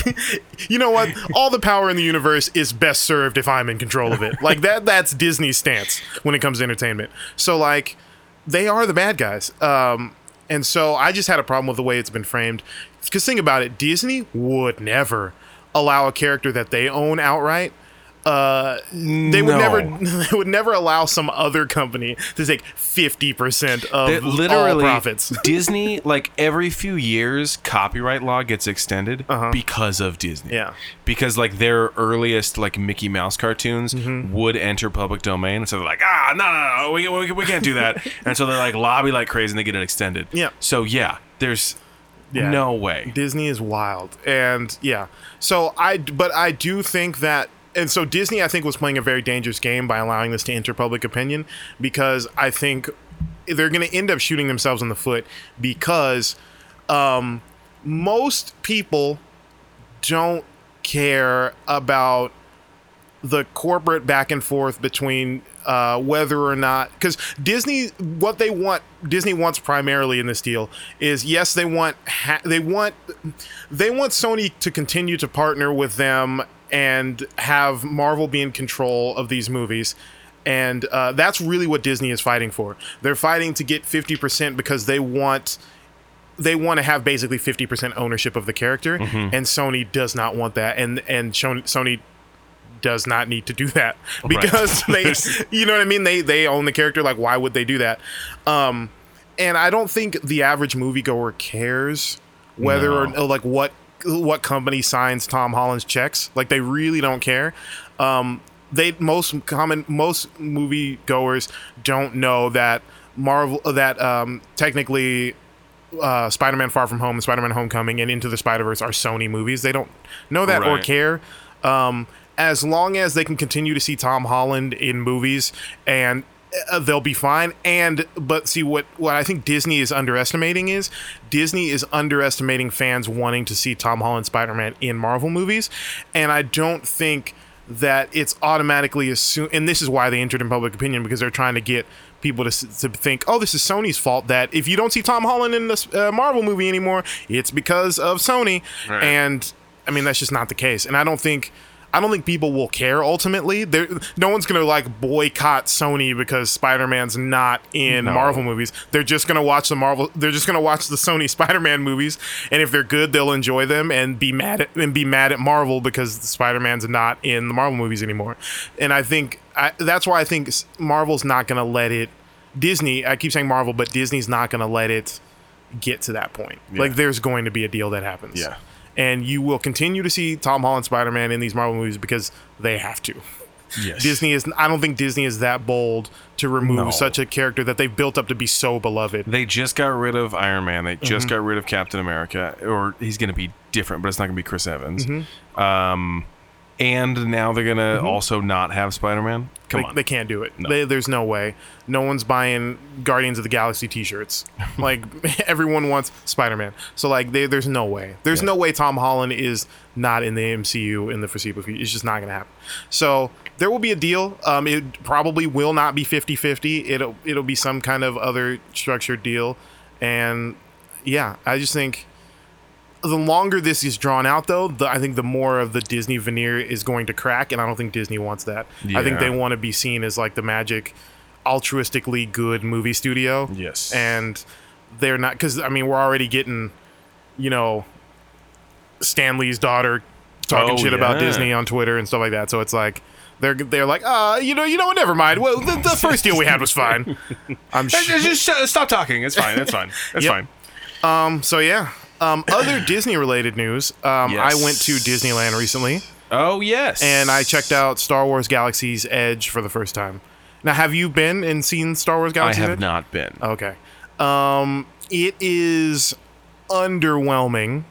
Speaker 2: you know what? All the power in the universe is best served if I'm in control of it. Like that that's Disney's stance when it comes to entertainment. So like they are the bad guys. Um and so I just had a problem with the way it's been framed. Cuz think about it, Disney would never allow a character that they own outright uh they would
Speaker 1: No.
Speaker 2: never they would never allow some other company to take 50% of
Speaker 1: That literally
Speaker 2: all profits
Speaker 1: Disney, like every few years, copyright law gets extended
Speaker 2: Uh-huh.
Speaker 1: because of Disney.
Speaker 2: Yeah.
Speaker 1: because like their earliest like Mickey Mouse cartoons
Speaker 2: Mm-hmm.
Speaker 1: would enter public domain, and so they're like, ah, no, no, no, we, we, we can't do that, and so they like lobby like crazy and they get it extended.
Speaker 2: Yeah.
Speaker 1: So yeah, there's
Speaker 2: Yeah.
Speaker 1: no way.
Speaker 2: Disney is wild, and yeah. So I, but I do think that, and so Disney, I think, was playing a very dangerous game by allowing this to enter public opinion because I think they're going to end up shooting themselves in the foot because um, most people don't care about the corporate back and forth between uh, whether or not because Disney what they want Disney wants primarily in this deal is yes they want ha- they want they want Sony to continue to partner with them and have Marvel be in control of these movies and uh, that's really what Disney is fighting for they're fighting to get 50% because they want they want to have basically 50% ownership of the character and Sony does not want that and and Shon- Sony does not need to do that because they you know what I mean they they own the character like why would they do that um and I don't think the average moviegoer cares whether or like what what company signs Tom Holland's checks like they really don't care um they most common most moviegoers don't know that Marvel that um technically uh, Spider-Man: Far From Home, and Spider-Man: Homecoming, and Into the Spider-Verse are Sony movies. They don't know that or
Speaker 1: Right.
Speaker 2: care. Um, as long as they can continue to see Tom Holland in movies, and uh, they'll be fine. And but see what what I think Disney is underestimating is Disney is underestimating fans wanting to see Tom Holland Spider-Man in Marvel movies, and I don't think that it's automatically assumed and this is why they entered in public opinion because they're trying to get people to, s- to think oh this is sony's fault that if you don't see tom holland in this uh, marvel movie anymore it's because of sony
Speaker 1: Right.
Speaker 2: and i mean that's just not the case and i don't think i don't think people will care ultimately there no one's gonna like boycott sony because spider-man's not in marvel movies they're just gonna watch the marvel they're just gonna watch the sony spider-man movies and if they're good they'll enjoy them and be mad at and be mad at marvel because spider-man's not in the marvel movies anymore and i think I, that's why i think s- marvel's not gonna let it disney i keep saying marvel but disney's not gonna let it get to that point. Like there's going to be a deal that happens.
Speaker 1: Yeah.
Speaker 2: And you will continue to see Tom Holland Spider Man in these Marvel movies because they have to.
Speaker 1: Yes.
Speaker 2: Disney is I don't think Disney is that bold to remove
Speaker 1: No.
Speaker 2: such a character that they've built up to be so beloved.
Speaker 1: They just got rid of Iron Man. They just
Speaker 2: Mm-hmm.
Speaker 1: got rid of Captain America, or he's going to be different, but it's not going to be Chris Evans.
Speaker 2: Mm-hmm.
Speaker 1: Um, and now they're going to also not have Spider Man. Come
Speaker 2: They,
Speaker 1: on,
Speaker 2: they can't do it. They, there's no way. No one's buying Guardians of the Galaxy T-shirts. Like everyone wants Spider-Man. So like, they, there's no way. There's no way Tom Holland is not in the MCU in the foreseeable future. It's just not gonna happen. So there will be a deal. Um, it probably will not be 50-50. It'll it'll be some kind of other structured deal. And yeah, I just think the longer this is drawn out, though, the, I think the more of the Disney veneer is going to crack, and I don't think Disney wants that. I
Speaker 1: Yeah.
Speaker 2: think they want to be seen as like the magic, altruistically good movie studio.
Speaker 1: Yes.
Speaker 2: and they're not because I mean we're already getting, you know, Stanley's daughter talking
Speaker 1: Oh,
Speaker 2: shit about
Speaker 1: yeah.
Speaker 2: Disney on Twitter and stuff like that. So it's like. They're, they're like uh you know you know what never mind well the, the first deal we had was fine I'm sure
Speaker 1: Just- just shut- stop talking. It's fine. It's fine. It's
Speaker 2: Yep.
Speaker 1: fine.
Speaker 2: So yeah, um, other Disney related news. Um, I went to
Speaker 1: Yes.
Speaker 2: Disneyland recently
Speaker 1: Oh yes.
Speaker 2: and I checked out Star Wars Galaxy's Edge for the first time. Now, have you been and seen Star Wars
Speaker 1: I
Speaker 2: Galaxy's
Speaker 1: have
Speaker 2: Edge?
Speaker 1: not been.
Speaker 2: Okay. Um, it is underwhelming,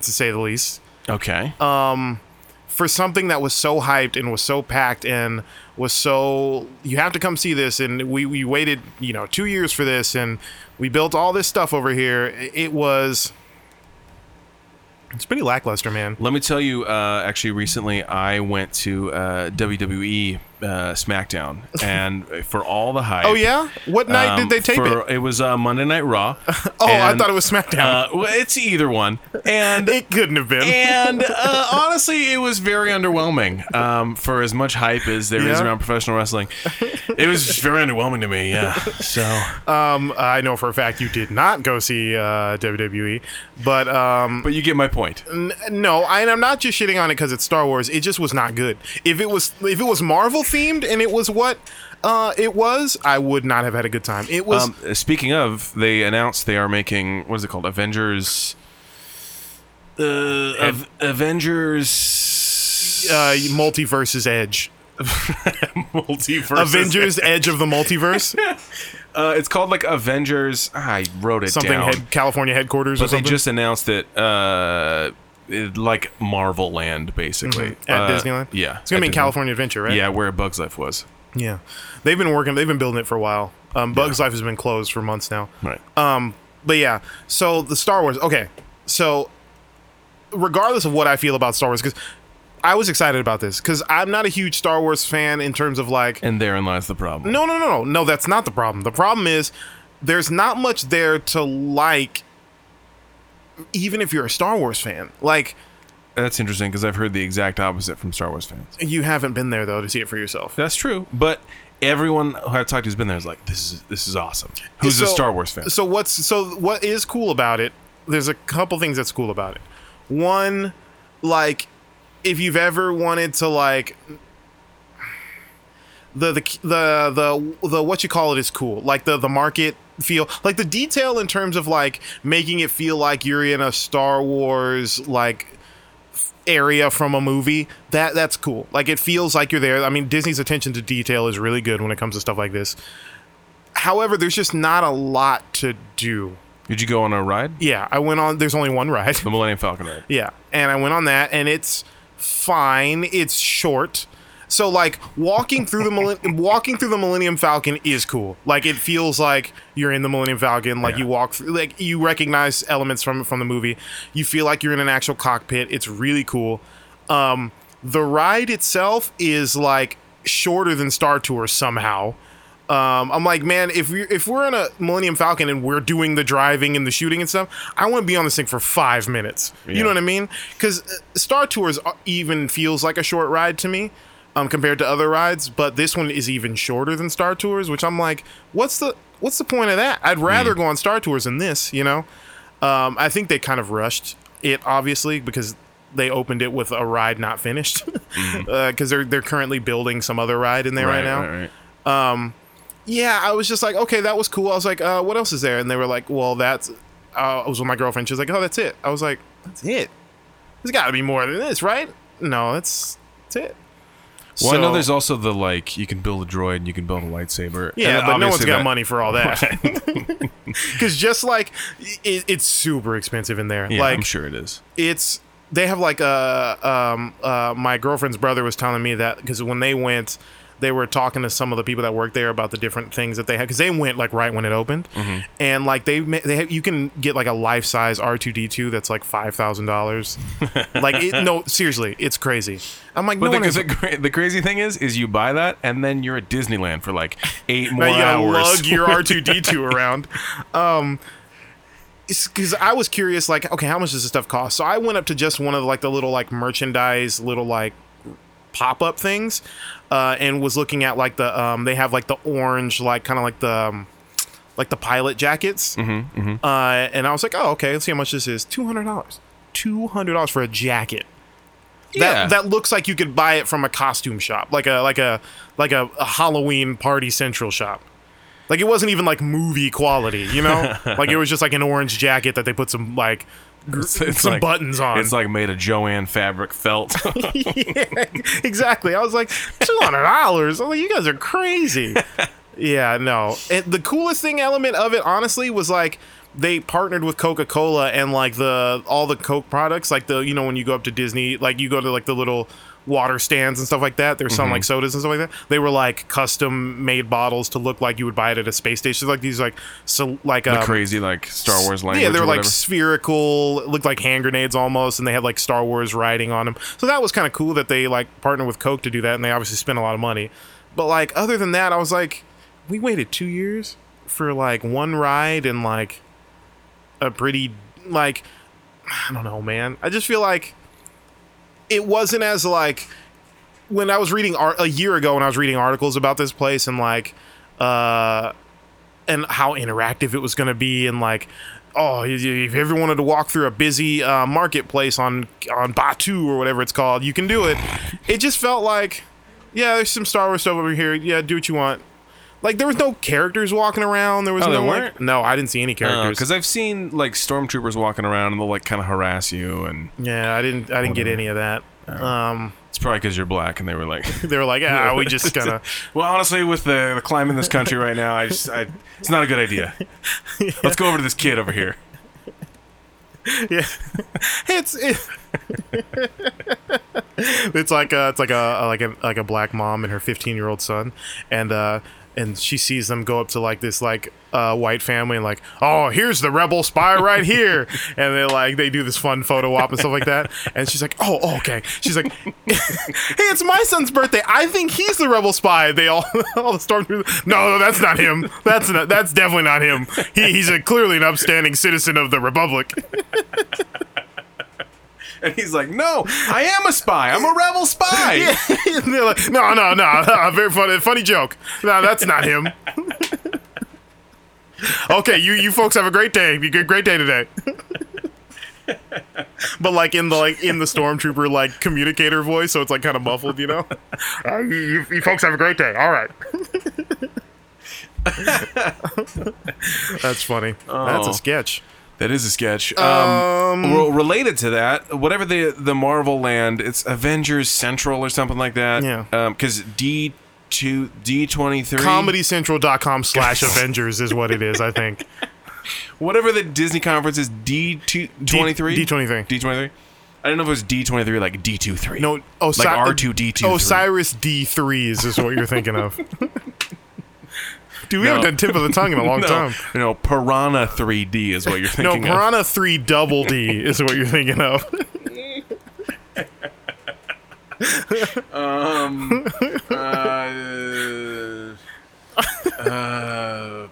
Speaker 2: to say the least,
Speaker 1: Okay.
Speaker 2: Um, for something that was so hyped and was so packed and was so you have to come see this and we we waited you know two years for this and we built all this stuff over here. I- It was. It's pretty lackluster, man.
Speaker 1: Let me tell you, uh, actually, recently I went to uh, WWE uh, SmackDown, and for all the hype.
Speaker 2: Oh yeah, what night
Speaker 1: um,
Speaker 2: did they tape
Speaker 1: for-
Speaker 2: it?
Speaker 1: was uh, Monday Night Raw.
Speaker 2: Oh,
Speaker 1: and,
Speaker 2: I thought it was SmackDown.
Speaker 1: Uh, well, it's either one, and
Speaker 2: it couldn't have been.
Speaker 1: and uh, honestly, it was very underwhelming. Um, for as much hype as there is
Speaker 2: Yeah.
Speaker 1: around professional wrestling, it was just very underwhelming to me. Yeah. So
Speaker 2: Um, I know for a fact you did not go see uh, WWE, but um,
Speaker 1: But you get my point.
Speaker 2: n- no, I, and I'm not just shitting on it because it's Star Wars. It just was not good. If it was if it was Marvel themed and it was what uh, it was, I would not have had a good time. It was
Speaker 1: Um, speaking of, they announced they are making what is it called? Avengers. Uh, Av- Avengers.
Speaker 2: uh, Multiverse's Edge,
Speaker 1: multiverse.
Speaker 2: Avengers Edge of the Multiverse,
Speaker 1: Uh, it's called like Avengers. I wrote it
Speaker 2: something
Speaker 1: down.
Speaker 2: head, California headquarters or
Speaker 1: but they
Speaker 2: something
Speaker 1: just announced that. Uh, it- like Marvel Land, basically
Speaker 2: Mm-hmm.
Speaker 1: Uh,
Speaker 2: at Disneyland.
Speaker 1: Yeah,
Speaker 2: it's gonna
Speaker 1: at
Speaker 2: be in
Speaker 1: Disneyland.
Speaker 2: California Adventure, right?
Speaker 1: Yeah, where Bugs Life was.
Speaker 2: yeah. They've been working. They've been building it for a while. Um, Bugs Life has been closed for months now.
Speaker 1: Right.
Speaker 2: Um, but yeah, so the Star Wars. Okay, so regardless of what I feel about Star Wars, because I was excited about this, because I'm not a huge Star Wars fan in terms of like.
Speaker 1: and therein lies the problem.
Speaker 2: No, no, no, no, no. That's not the problem. The problem is there's not much there to like, even if you're a Star Wars fan. Like
Speaker 1: that's interesting because I've heard the exact opposite from Star Wars fans.
Speaker 2: you haven't been there though to see it for yourself.
Speaker 1: That's true. But everyone who I've talked to who's been there is like, this is this is awesome. Who's a
Speaker 2: So-
Speaker 1: Star Wars fan?
Speaker 2: So what's so what is cool about it? There's a couple things that's cool about it. One, like if you've ever wanted to like the the the the, the what you call it is cool. Like the the market feel like the detail in terms of like making it feel like you're in a Star Wars like area from a movie that that's cool like it feels like you're there i mean disney's attention to detail is really good when it comes to stuff like this however there's just not a lot to do
Speaker 1: Did you go on a ride?
Speaker 2: yeah i went on there's only one ride
Speaker 1: The Millennium Falcon ride.
Speaker 2: yeah and i went on that and it's fine it's short so like walking through the Millen- walking through the millennium falcon is cool like it feels like you're in the millennium falcon like
Speaker 1: Yeah.
Speaker 2: you walk through like you recognize elements from from the movie you feel like you're in an actual cockpit it's really cool um the ride itself is like shorter than star tours somehow um, I'm like, man, if we if we're on a Millennium Falcon and we're doing the driving and the shooting and stuff, I want to be on this thing for five minutes. You
Speaker 1: Yeah.
Speaker 2: know what I mean? Because Star Tours are- even feels like a short ride to me, um, compared to other rides. But this one is even shorter than Star Tours, which I'm like, what's the what's the point of that? I'd rather go on Star Tours than this. You know, um, I think they kind of rushed it, obviously, because they opened it with a ride not finished, because they're they're currently building some other ride in there Mm-hmm. right, now
Speaker 1: right.
Speaker 2: yeah, I was just like, okay, that was cool. I was like, uh, what else is there? And they were like, well, that's. Uh, I was with my girlfriend. She was like, oh, that's it. I was like, that's it. There's got to be more than this, right? No, that's that's it.
Speaker 1: Well, I
Speaker 2: So-
Speaker 1: know there's also the like you can build a droid and you can build a lightsaber.
Speaker 2: Yeah,
Speaker 1: And
Speaker 2: but no one's
Speaker 1: obviously
Speaker 2: got
Speaker 1: that-
Speaker 2: money for all that. Because just like it, it's super expensive in there.
Speaker 1: Yeah,
Speaker 2: like
Speaker 1: I'm sure it is.
Speaker 2: it's they have like a um uh my girlfriend's brother was telling me that because when they went they were talking to some of the people that worked there about the different things that they had because they went like right when it opened and like they ma- they have, you can get like a life size R two D two that's like five thousand dollars like it, no seriously it's crazy I'm like
Speaker 1: But
Speaker 2: no
Speaker 1: the,
Speaker 2: one has,
Speaker 1: 'cause the, cra- the crazy thing is, is you buy that and then you're at Disneyland for like eight more
Speaker 2: Now you gotta
Speaker 1: hours.
Speaker 2: lug your R two D two around. Um, because I was curious, like, okay, how much does this stuff cost? So I went up to just one of like the little like merchandise, little like pop up things, uh, and was looking at like the um, they have like the orange, like kind of like the. Um, like the pilot jackets,
Speaker 1: Mm-hmm,
Speaker 2: Uh, and I was like, "Oh, okay. Let's see how much this is. Two hundred dollars. Two hundred dollars for a jacket.
Speaker 1: Yeah.
Speaker 2: That that looks like you could buy it from a costume shop, like a like a like a, a Halloween party central shop. Like it wasn't even like movie quality, you know? like it was just like an orange jacket that they put some like gr-
Speaker 1: It's- it's
Speaker 2: some
Speaker 1: like-
Speaker 2: buttons on.
Speaker 1: It's like made of Joanne fabric felt.
Speaker 2: yeah, exactly. I was like, two hundred dollars. I'm like, you guys are crazy. yeah, no. And the coolest thing element of it, honestly, was like they partnered with Coca Cola and like the all the Coke products, like the you know when you go up to Disney, like you go to like the little water stands and stuff like that. There's some like sodas and stuff like that. They were like custom made bottles to look like you would buy it at a space station, like these like so like um,
Speaker 1: crazy like Star Wars language.
Speaker 2: yeah, they were
Speaker 1: or
Speaker 2: like
Speaker 1: whatever.
Speaker 2: spherical, looked like hand grenades almost, and they had like Star Wars writing on them. So that was kind of cool that they like partnered with Coke to do that, and they obviously spent a lot of money. But like other than that, I was like, we waited two years for like one ride and like a pretty like I don't know, man. I just feel like it wasn't as like when I was reading art a year ago when I was reading articles about this place and like uh and how interactive it was going to be and like oh if you- if everyone wanted to walk through a busy uh, marketplace on on Batu or whatever it's called you can do it it just felt like yeah there's some Star Wars stuff over here yeah do what you want like there was no characters walking around there was
Speaker 1: Oh,
Speaker 2: no
Speaker 1: there
Speaker 2: like-
Speaker 1: weren't? Oh,
Speaker 2: no I didn't see any characters
Speaker 1: because Uh, I've seen like stormtroopers walking around and they'll like kind of harass you, and
Speaker 2: yeah I didn't I didn't get any of that um
Speaker 1: it's probably because you're black. And they were like,
Speaker 2: they were like ah we just kind of
Speaker 1: "Well, honestly, with the, the climate in this country right now, I just I, it's not a good idea. Let's go over to this kid over here."
Speaker 2: yeah it's it, it's like a, it's like a like a like a black mom and her 15 year old son and uh and she sees them go up to like this like uh, white family and like oh here's the rebel spy right here and they like they do this fun photo op and stuff like that and she's like oh, oh, okay she's like hey it's my son's birthday I think he's the rebel spy they all all the stormtroopers no no that's not him that's not that's definitely not him he, he's a, clearly an upstanding citizen of the republic
Speaker 1: And he's like, "No, I am a spy. I'm a rebel spy."
Speaker 2: Yeah. And they're like, no, no, no. no, Very funny, funny joke. No, that's not him. okay, you you folks have a great day. You good, great day today. but like in the like in the stormtrooper like communicator voice, so it's like kind of muffled, you know. Uh, you, you- you folks have a great day. All right. that's funny. That's
Speaker 1: Oh.
Speaker 2: a sketch.
Speaker 1: That is a sketch. Um, re- related to that, whatever the the Marvel land, it's Avengers Central or something like that.
Speaker 2: Yeah.
Speaker 1: Because D two D twenty three
Speaker 2: ComedyCentral.com slash Avengers is what it is, I think.
Speaker 1: whatever the Disney conference is D two twenty three
Speaker 2: D23.
Speaker 1: D twenty three. I don't know if it was D twenty three or like D two three.
Speaker 2: No, Osi-
Speaker 1: like R two D two.
Speaker 2: Osiris D threes is what you're thinking of. Dude, we
Speaker 1: No.
Speaker 2: haven't done tip of the tongue in a long
Speaker 1: no,
Speaker 2: time.
Speaker 1: No, Piranha three D is what you're
Speaker 2: No,
Speaker 1: thinking. of.
Speaker 2: Piranha three double D is what you're thinking of.
Speaker 1: Um, uh, uh,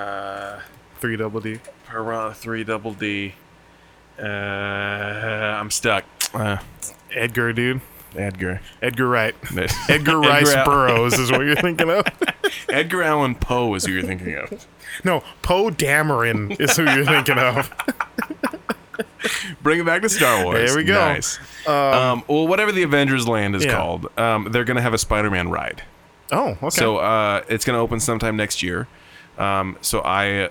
Speaker 1: uh,
Speaker 2: Three double D.
Speaker 1: Piranha 3 Double D. Uh, I'm stuck. Uh,
Speaker 2: Edgar, dude.
Speaker 1: Edgar.
Speaker 2: Edgar Wright.
Speaker 1: Edgar,
Speaker 2: Edgar Rice
Speaker 1: Al-
Speaker 2: Burroughs is what you're thinking of.
Speaker 1: Edgar Allan Poe is who you're thinking of.
Speaker 2: No, Poe Dameron is who you're thinking of.
Speaker 1: Bring it back to Star Wars.
Speaker 2: There we go.
Speaker 1: Nice. Um, well, whatever the Avengers land is
Speaker 2: Yeah.
Speaker 1: called, um, they're going to have a Spider Man ride.
Speaker 2: Oh, okay.
Speaker 1: So uh, it's going to open sometime next year. Um, so I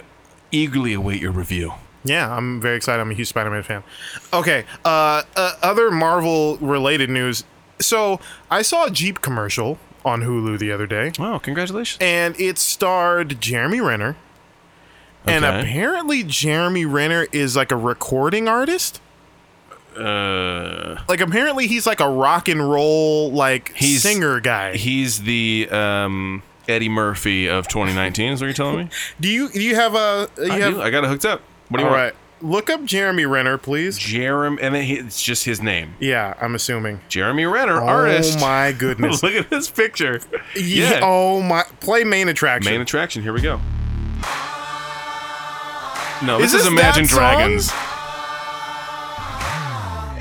Speaker 1: eagerly await your review.
Speaker 2: Yeah, I'm very excited. I'm a huge Spider-Man fan. Okay, uh, uh, other Marvel-related news. So I saw a Jeep commercial on Hulu the other day,
Speaker 1: Wow, congratulations.
Speaker 2: and it starred Jeremy Renner. And
Speaker 1: Okay.
Speaker 2: apparently, Jeremy Renner is like a recording artist.
Speaker 1: Uh,
Speaker 2: Like apparently, he's like a rock and roll like
Speaker 1: He's-
Speaker 2: singer guy.
Speaker 1: he's the um, Eddie Murphy of 2019, is what you're telling me?
Speaker 2: do you do you have a you
Speaker 1: I,
Speaker 2: have
Speaker 1: do. I got it hooked up. What do you
Speaker 2: all
Speaker 1: want?
Speaker 2: right? Look up Jeremy Renner, please.
Speaker 1: Jeremy, and then he, it's just his name.
Speaker 2: Yeah, I'm assuming.
Speaker 1: Jeremy Renner, artist.
Speaker 2: Oh my goodness.
Speaker 1: Look at this picture. Yeah.
Speaker 2: yeah. Oh my. Play main attraction.
Speaker 1: Main attraction. Here we go. No,
Speaker 2: Is
Speaker 1: this is
Speaker 2: this
Speaker 1: Imagine
Speaker 2: that song?
Speaker 1: Dragons.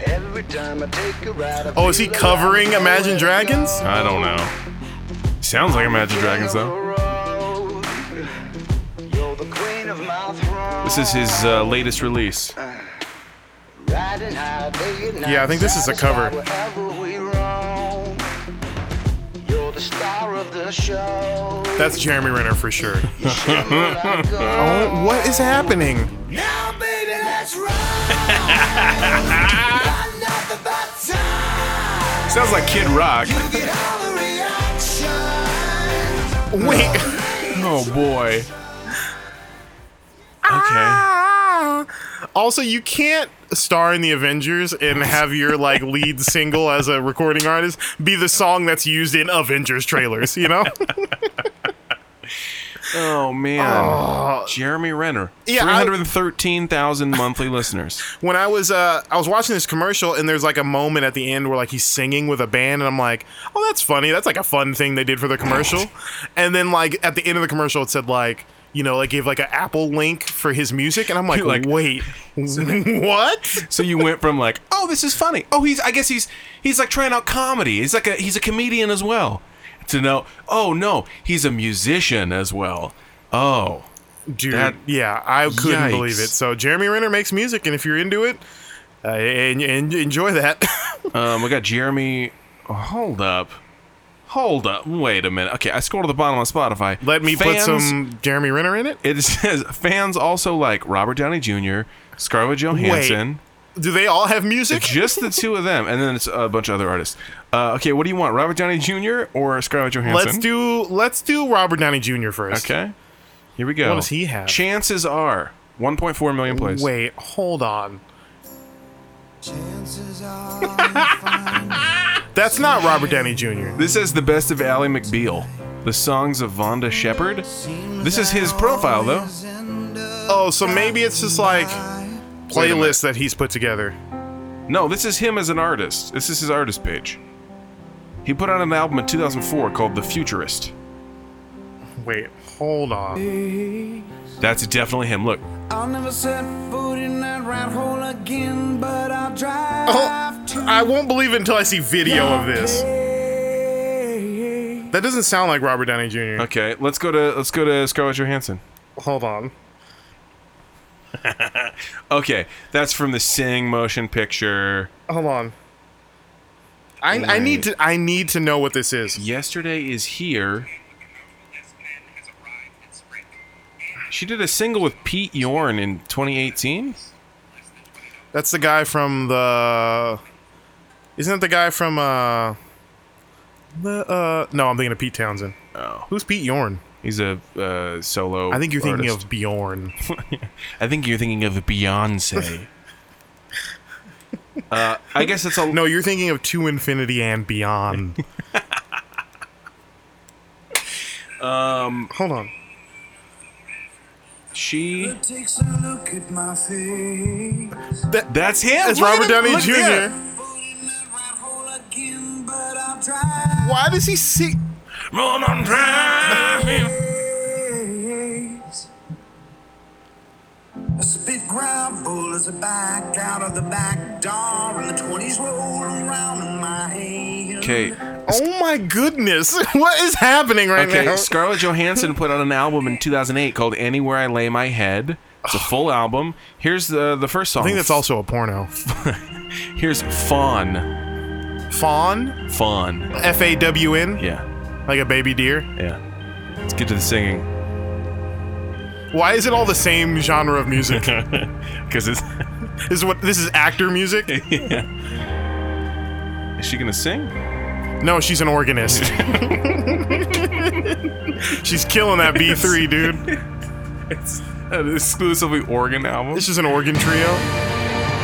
Speaker 3: Every time I take a ride, I
Speaker 2: Oh, is he
Speaker 3: feel like
Speaker 2: covering
Speaker 3: I'm
Speaker 2: Imagine
Speaker 3: going
Speaker 2: Dragons?
Speaker 3: on
Speaker 1: I don't know. Sounds like Imagine Dragons
Speaker 3: a
Speaker 1: though.
Speaker 3: road. You're the queen of my throne.
Speaker 1: This is his uh, latest release.
Speaker 3: Riding high day and night,
Speaker 2: Yeah, I think this is a cover.
Speaker 3: satisfied wherever we roam. You're the star of the show.
Speaker 2: That's Jeremy Renner for sure.
Speaker 3: You shimmer like gold.
Speaker 2: oh, what is happening?
Speaker 3: Now, baby, let's roll. Got nothing but time.
Speaker 1: Sounds like Kid Rock.
Speaker 3: Get all the reaction.
Speaker 2: Wait.
Speaker 1: Oh boy. Okay.
Speaker 2: Ah. Also, you can't star in the Avengers and have your like lead single as a recording artist be the song that's used in Avengers trailers. You know?
Speaker 1: Oh man. Jeremy Renner.
Speaker 2: Oh. Yeah, I-
Speaker 1: 313,000 monthly listeners.
Speaker 2: when I was uh, I was watching this commercial and there's like a moment at the end where like he's singing with a band and I'm like, oh that's funny. That's like a fun thing they did for the commercial. and then like at the end of the commercial it said like you know like gave like an Apple link for his music and I'm like,
Speaker 1: Like-
Speaker 2: wait what?
Speaker 1: So you went from like, "Oh, this is funny. Oh, he's I guess he's he's like trying out comedy. He's like a he's a comedian as well." To know, "Oh no, he's a musician as well." Oh.
Speaker 2: Dude,
Speaker 1: That-
Speaker 2: yeah, I couldn't
Speaker 1: Yikes.
Speaker 2: believe it. So Jeremy Renner makes music and if you're into it, uh, and, and enjoy that.
Speaker 1: Um, we got Jeremy. Hold up. Hold up. Wait a minute. Okay, I scrolled to the bottom on Spotify.
Speaker 2: Let me
Speaker 1: Fans-
Speaker 2: put some Jeremy Renner in it.
Speaker 1: It says fans also like Robert Downey Jr., Scarlett Johansson.
Speaker 2: Do they all have music?
Speaker 1: Just the two of them, and then it's a bunch of other artists. Uh, okay, what do you want, Robert Downey Jr. or Scarlett Johansson?
Speaker 2: Let's do let's do Robert Downey Jr. first.
Speaker 1: Okay, here we go.
Speaker 2: What does he have?
Speaker 1: Chances are 1.4 million plays.
Speaker 2: Wait, hold on.
Speaker 4: Chances are you'll find
Speaker 2: That's not Robert Downey Jr.
Speaker 1: This is the best of Ally McBeal. The songs of Vonda Shepard. This is his profile, though.
Speaker 4: it's end of
Speaker 2: Oh, so maybe it's just like
Speaker 4: life.
Speaker 1: Wait a minute.
Speaker 2: playlist that he's put together.
Speaker 1: No, this is him as an artist. This is his artist page. He put out an album in 2004 called The Futurist.
Speaker 2: Wait, hold on.
Speaker 1: That's definitely him. Look,
Speaker 4: I'll never set foot in that rat hole again, but I'll drive
Speaker 2: Oh,
Speaker 4: to
Speaker 2: I won't believe it until I see video of this.
Speaker 4: this.
Speaker 2: That doesn't sound like Robert Downey Jr.
Speaker 1: okay, let's go to let's go to Scarlett Johansson.
Speaker 2: Hold on.
Speaker 1: Okay, that's from the Sing motion picture.
Speaker 2: Hold on. I, I need to I need to know what this is.
Speaker 1: Yesterday is here. She did a single with Pete Yorn in 2018.
Speaker 2: That's the guy from the Isn't it the guy from uh the uh no, I'm thinking of Pete Townsend.
Speaker 1: Oh,
Speaker 2: Who's Pete Yorn?
Speaker 1: he's a uh, solo.
Speaker 2: I think you're thinking of Bjorn.
Speaker 1: I think you're thinking of Beyonce. uh, I guess it's a
Speaker 2: No, you're thinking of To Infinity and Beyond. um, hold on.
Speaker 1: She.
Speaker 4: Takes a look at my face.
Speaker 1: That's him.
Speaker 2: It's
Speaker 1: Look at
Speaker 2: Robert
Speaker 1: him.
Speaker 2: Downey
Speaker 1: Look
Speaker 2: Jr.
Speaker 1: there.
Speaker 4: Foot in that rat hole again, but I'll drive.
Speaker 2: Why does he sing?
Speaker 1: Run on, drive him.
Speaker 4: I spit gravel as I backed out of the back door, and the 20s rolled around in my hand.
Speaker 1: Okay.
Speaker 2: Oh my goodness! What is happening right now?
Speaker 1: Okay. Scarlett Johansson put out an album in 2008 called "Anywhere I Lay My Head." It's a full album. Here's the the first song.
Speaker 2: I think that's also a porno.
Speaker 1: Here's "Fawn."
Speaker 2: Fawn,
Speaker 1: Fawn.
Speaker 2: F A W N,
Speaker 1: Yeah.
Speaker 2: like a baby deer.
Speaker 1: Yeah. Let's get to the singing
Speaker 2: Why is it all the same genre of music? this
Speaker 1: because it's.
Speaker 2: is what this is actor music.
Speaker 1: Is she gonna sing?
Speaker 2: No, she's an organist. she's killing that B three, dude.
Speaker 1: It's an exclusively organ album.
Speaker 2: This is an organ trio.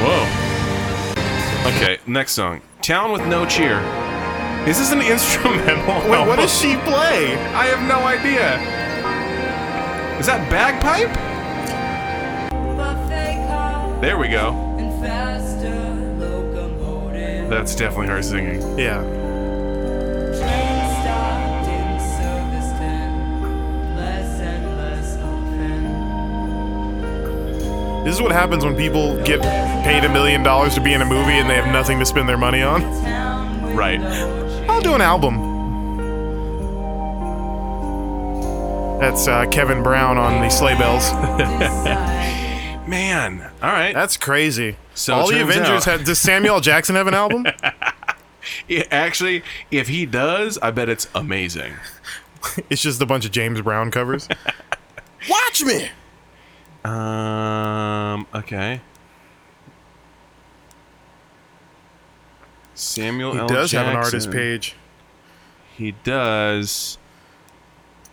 Speaker 1: Whoa. Okay. Next song. "Town with No Cheer." Is this an instrumental?
Speaker 2: Wait, what
Speaker 1: album?
Speaker 2: does she play?
Speaker 1: I have no idea. Is that bagpipe? There we go. That's definitely her singing.
Speaker 2: Yeah. This is what happens when people get paid a million dollars to be in a movie and they have nothing to spend their money on.
Speaker 1: Right.
Speaker 2: I'll do an album. That's uh, Kevin Brown on the sleigh bells.
Speaker 1: Man. All right.
Speaker 2: That's crazy.
Speaker 1: So
Speaker 2: All
Speaker 1: it
Speaker 2: the
Speaker 1: turns
Speaker 2: Avengers
Speaker 1: out-
Speaker 2: had. Does Samuel L. Jackson have an album?
Speaker 1: I- actually, if he does, I bet it's amazing.
Speaker 2: it's just a bunch of James Brown covers. Watch me.
Speaker 1: Um. Okay. Samuel
Speaker 2: He
Speaker 1: L.
Speaker 2: does
Speaker 1: Jackson.
Speaker 2: have an artist page.
Speaker 1: He does.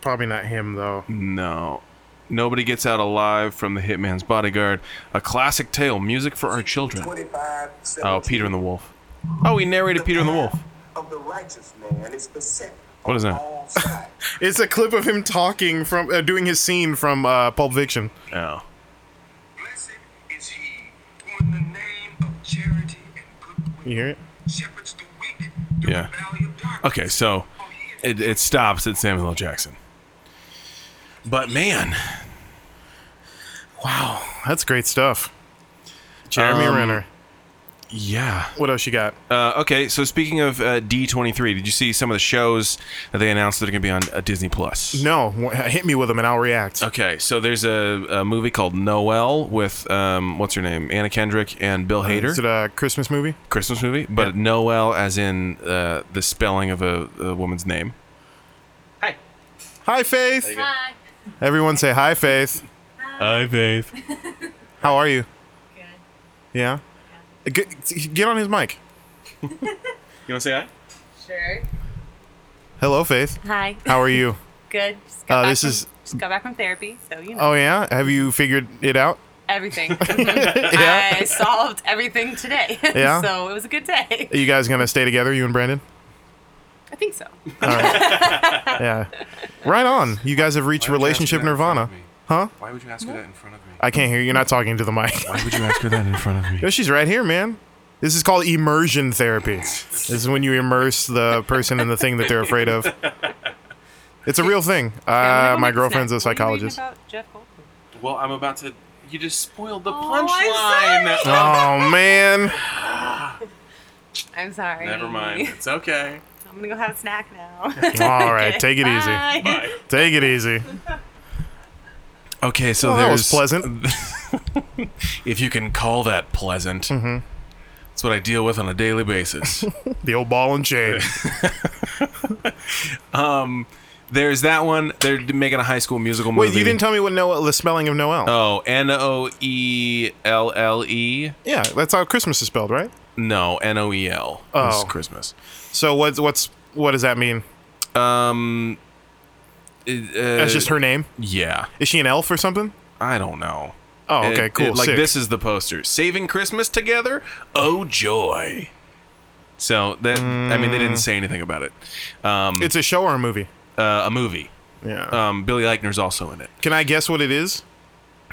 Speaker 2: Probably not him though.
Speaker 1: No. Nobody Gets Out Alive from The Hitman's Bodyguard, a classic tale, music for our children.
Speaker 5: 25,
Speaker 1: Oh, Peter and the Wolf. Oh, he narrated Peter and the Wolf.
Speaker 5: Of the righteous man is beset
Speaker 1: What is
Speaker 5: on
Speaker 1: that?
Speaker 5: all sides.
Speaker 2: It's a clip of him talking from uh, doing his scene from uh, Pulp Fiction.
Speaker 1: Oh.
Speaker 5: Blessed is he who in the name of charity and goodwill
Speaker 2: You hear it?
Speaker 5: shepherds the wicked through
Speaker 1: Yeah.
Speaker 5: the valley of darkness.
Speaker 1: Okay, so
Speaker 5: For he is
Speaker 1: it, it stops at Samuel L. Jackson. But man,
Speaker 2: That's great stuff. Jeremy
Speaker 1: Um,
Speaker 2: Renner.
Speaker 1: yeah.
Speaker 2: What else you got?
Speaker 1: Uh, okay, so speaking of uh, D23, did you see some of the shows that they announced that are going to be on uh, Disney Plus?
Speaker 2: No, wh- hit me with them and I'll react.
Speaker 1: Okay, so there's a, a movie called Noel with um, what's her name, Anna Kendrick and Bill
Speaker 2: Is it
Speaker 1: Hader,
Speaker 2: a Christmas movie?
Speaker 1: Christmas movie, but Noel as in uh, the spelling of a, a woman's name.
Speaker 6: Hi.
Speaker 2: Hi, Faith.
Speaker 7: Hi.
Speaker 2: Everyone say hi, Faith.
Speaker 1: Hi, Faith.
Speaker 2: How are you?
Speaker 7: Good.
Speaker 2: Yeah. Get, get on his mic.
Speaker 1: You want to say hi?
Speaker 7: Sure.
Speaker 2: Hello, Faith.
Speaker 7: Hi.
Speaker 2: How are you?
Speaker 7: Good. Just
Speaker 2: Uh,
Speaker 7: got back
Speaker 2: this
Speaker 7: from-
Speaker 2: is-
Speaker 7: just got back from therapy, so you know
Speaker 2: Oh yeah. Have you figured it out?
Speaker 7: everything.
Speaker 2: Yeah.
Speaker 7: I solved everything today.
Speaker 2: Yeah?
Speaker 7: so it was a good day.
Speaker 2: Are you guys gonna stay together, you and Brandon?
Speaker 7: I think so.
Speaker 2: Yeah. Right on. You guys have reached relationship nirvana. Huh?
Speaker 1: Why would you ask her that in front of me?
Speaker 2: I can't hear you. You're not talking to the mic.
Speaker 1: Why would you ask her that in front of me?
Speaker 2: Yo, she's right here, man. This is called immersion therapy. This is when you immerse the person in the thing that they're afraid of. It's a real thing.
Speaker 7: Yeah,
Speaker 2: Uh,
Speaker 7: we
Speaker 2: my
Speaker 7: don't have
Speaker 2: girlfriend's a
Speaker 7: snacks. What are you reading
Speaker 2: psychologist.
Speaker 7: about Jeff Goldblum?
Speaker 1: Well, I'm about to. You just spoiled the
Speaker 7: Oh, I'm
Speaker 1: punchline.
Speaker 7: sorry.
Speaker 1: That-
Speaker 2: Oh man.
Speaker 7: I'm sorry.
Speaker 2: Oh.
Speaker 1: Never mind. It's okay.
Speaker 7: I'm gonna go have a snack now.
Speaker 2: All right, take it easy.
Speaker 7: Bye.
Speaker 2: Take it easy.
Speaker 1: Okay, so
Speaker 2: Well, Oh, that
Speaker 1: there's
Speaker 2: was pleasant.
Speaker 1: if you can call that pleasant. Mm-hmm. That's what I deal with on a daily basis.
Speaker 2: The old ball and chain.
Speaker 1: there's that one. They're making a high school musical movie.
Speaker 2: Wait, you didn't tell me what Noel the spelling of Noel.
Speaker 1: Oh, N O E L L E.
Speaker 2: yeah, that's how Christmas is spelled, right?
Speaker 1: No, N O E L.
Speaker 2: Oh.
Speaker 1: It's Christmas.
Speaker 2: So what's what's what does that mean?
Speaker 1: It,
Speaker 2: That's
Speaker 1: uh,
Speaker 2: just her name.
Speaker 1: Yeah,
Speaker 2: Is she an elf or something?
Speaker 1: I don't know.
Speaker 2: Oh,
Speaker 1: It-
Speaker 2: okay,
Speaker 1: it-
Speaker 2: cool.
Speaker 1: like
Speaker 2: sick.
Speaker 1: this is the poster. Saving Christmas together. Oh joy. So that I mean they
Speaker 2: Mm.
Speaker 1: didn't say anything about it. Um,
Speaker 2: It's a show or a movie.
Speaker 1: uh, a movie.
Speaker 2: Yeah.
Speaker 1: Um, Billy Eichner's also in it.
Speaker 2: Can I guess what it is?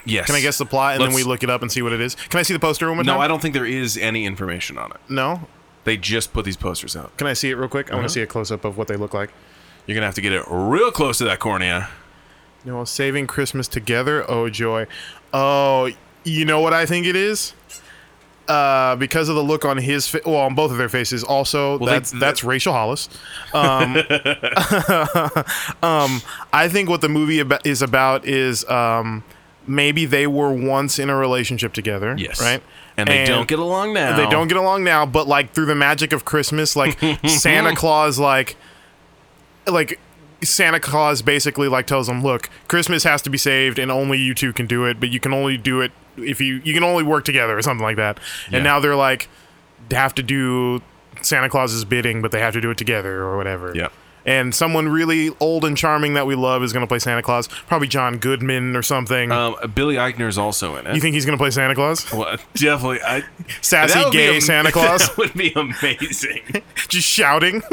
Speaker 1: Yes.
Speaker 2: Can I guess the plot and then we
Speaker 1: Let's-
Speaker 2: look it up and see what it is? Can I see the poster one more
Speaker 1: No,
Speaker 2: time?
Speaker 1: I don't think there is any information on it.
Speaker 2: No.
Speaker 1: They just put these posters out.
Speaker 2: Can I see it real quick? I
Speaker 1: Uh-huh.
Speaker 2: want to see a close up of what they look like.
Speaker 1: You're gonna have to get it real close to that cornea.
Speaker 2: You know, saving Christmas together. Oh joy. Oh, you know what I think it is. Uh, because of the look on his, fa- well, on both of their faces. Also,
Speaker 1: Well, they-
Speaker 2: that's that's Rachel Hollis. Um, um, I think what the movie ab- is about is um, maybe they were once in a relationship together. Right.
Speaker 1: And they don't get along now.
Speaker 2: They don't get along now, but like through the magic of Christmas, like Santa Claus, like, like Santa Claus basically like tells them, look, Christmas has to be saved, and only you two can do it. But you can only do it if you you can only work together or something like that.
Speaker 1: Yeah.
Speaker 2: And now they're like, have to do Santa Claus's bidding, but they have to do it together or whatever.
Speaker 1: Yep.
Speaker 2: And someone really old and charming that we love is going to play Santa Claus, probably John Goodman or something.
Speaker 1: Um, Billy Eichner's also in it.
Speaker 2: you think he's going to play Santa Claus?
Speaker 1: Well, definitely. I,
Speaker 2: Sassy
Speaker 1: that would be
Speaker 2: gay
Speaker 1: am-
Speaker 2: Santa Claus?
Speaker 1: That would be amazing.
Speaker 2: just shouting.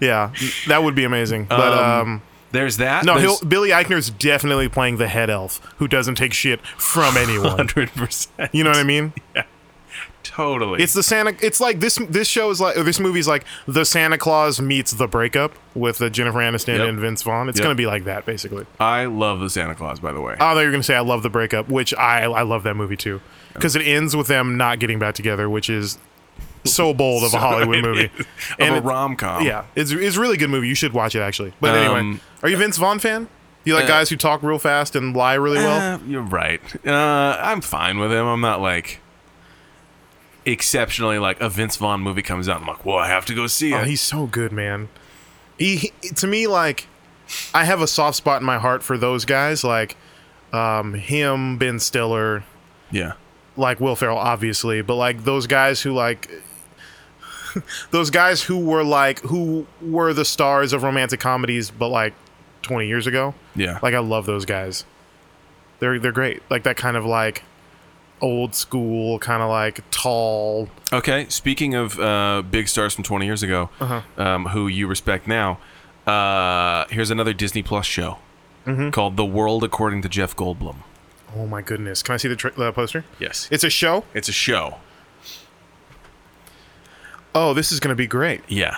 Speaker 2: yeah, that would be amazing. But um,
Speaker 1: There's that.
Speaker 2: no, he'll,
Speaker 1: There's
Speaker 2: Billy Eichner's definitely playing the head elf who doesn't take shit from anyone.
Speaker 1: 100%.
Speaker 2: You know what I mean?
Speaker 1: Totally.
Speaker 2: It's the Santa. It's like this. This show is like, or this movie's like the Santa Claus meets the breakup with the Jennifer Aniston
Speaker 1: Yep.
Speaker 2: and Vince Vaughn. It's
Speaker 1: Yep.
Speaker 2: gonna be like that, basically.
Speaker 1: I love the Santa Claus, by the way.
Speaker 2: Oh, they were gonna say I love the breakup, which I I love that movie too, because it ends with them not getting back together, which is so bold of a Hollywood movie,
Speaker 1: Of
Speaker 2: And
Speaker 1: a
Speaker 2: it-
Speaker 1: rom com.
Speaker 2: Yeah, it's it's a really good movie. You should watch it actually. But anyway,
Speaker 1: Oh. Um,
Speaker 2: are you a Vince Vaughn fan? Do you like
Speaker 1: uh,
Speaker 2: guys who talk real fast and lie really well?
Speaker 1: Uh, you're right. Uh, I'm fine with him. I'm not like exceptionally like a Vince Vaughn movie comes out. I'm like, well, I have to go see
Speaker 2: Oh,
Speaker 1: it.
Speaker 2: he's so good, man. He, he to me like I have a soft spot in my heart for those guys like um, him, Ben Stiller,
Speaker 1: yeah.
Speaker 2: like Will Ferrell, obviously, but like those guys who like those guys who were like who were the stars of romantic comedies, but like 20 years ago.
Speaker 1: Yeah.
Speaker 2: Like I love those guys. They're they're great. Like that kind of like old school kind of like tall.
Speaker 1: Okay. Speaking of uh, big stars from 20 years ago,
Speaker 2: Uh-huh.
Speaker 1: um, who you respect now, uh, here's another Disney Plus show
Speaker 2: Mm-hmm.
Speaker 1: called The World According to Jeff Goldblum.
Speaker 2: Oh my goodness. Can I see the, tr the poster?
Speaker 1: Yes.
Speaker 2: It's a show?
Speaker 1: It's a show.
Speaker 2: Oh, this is going to be great.
Speaker 1: Yeah.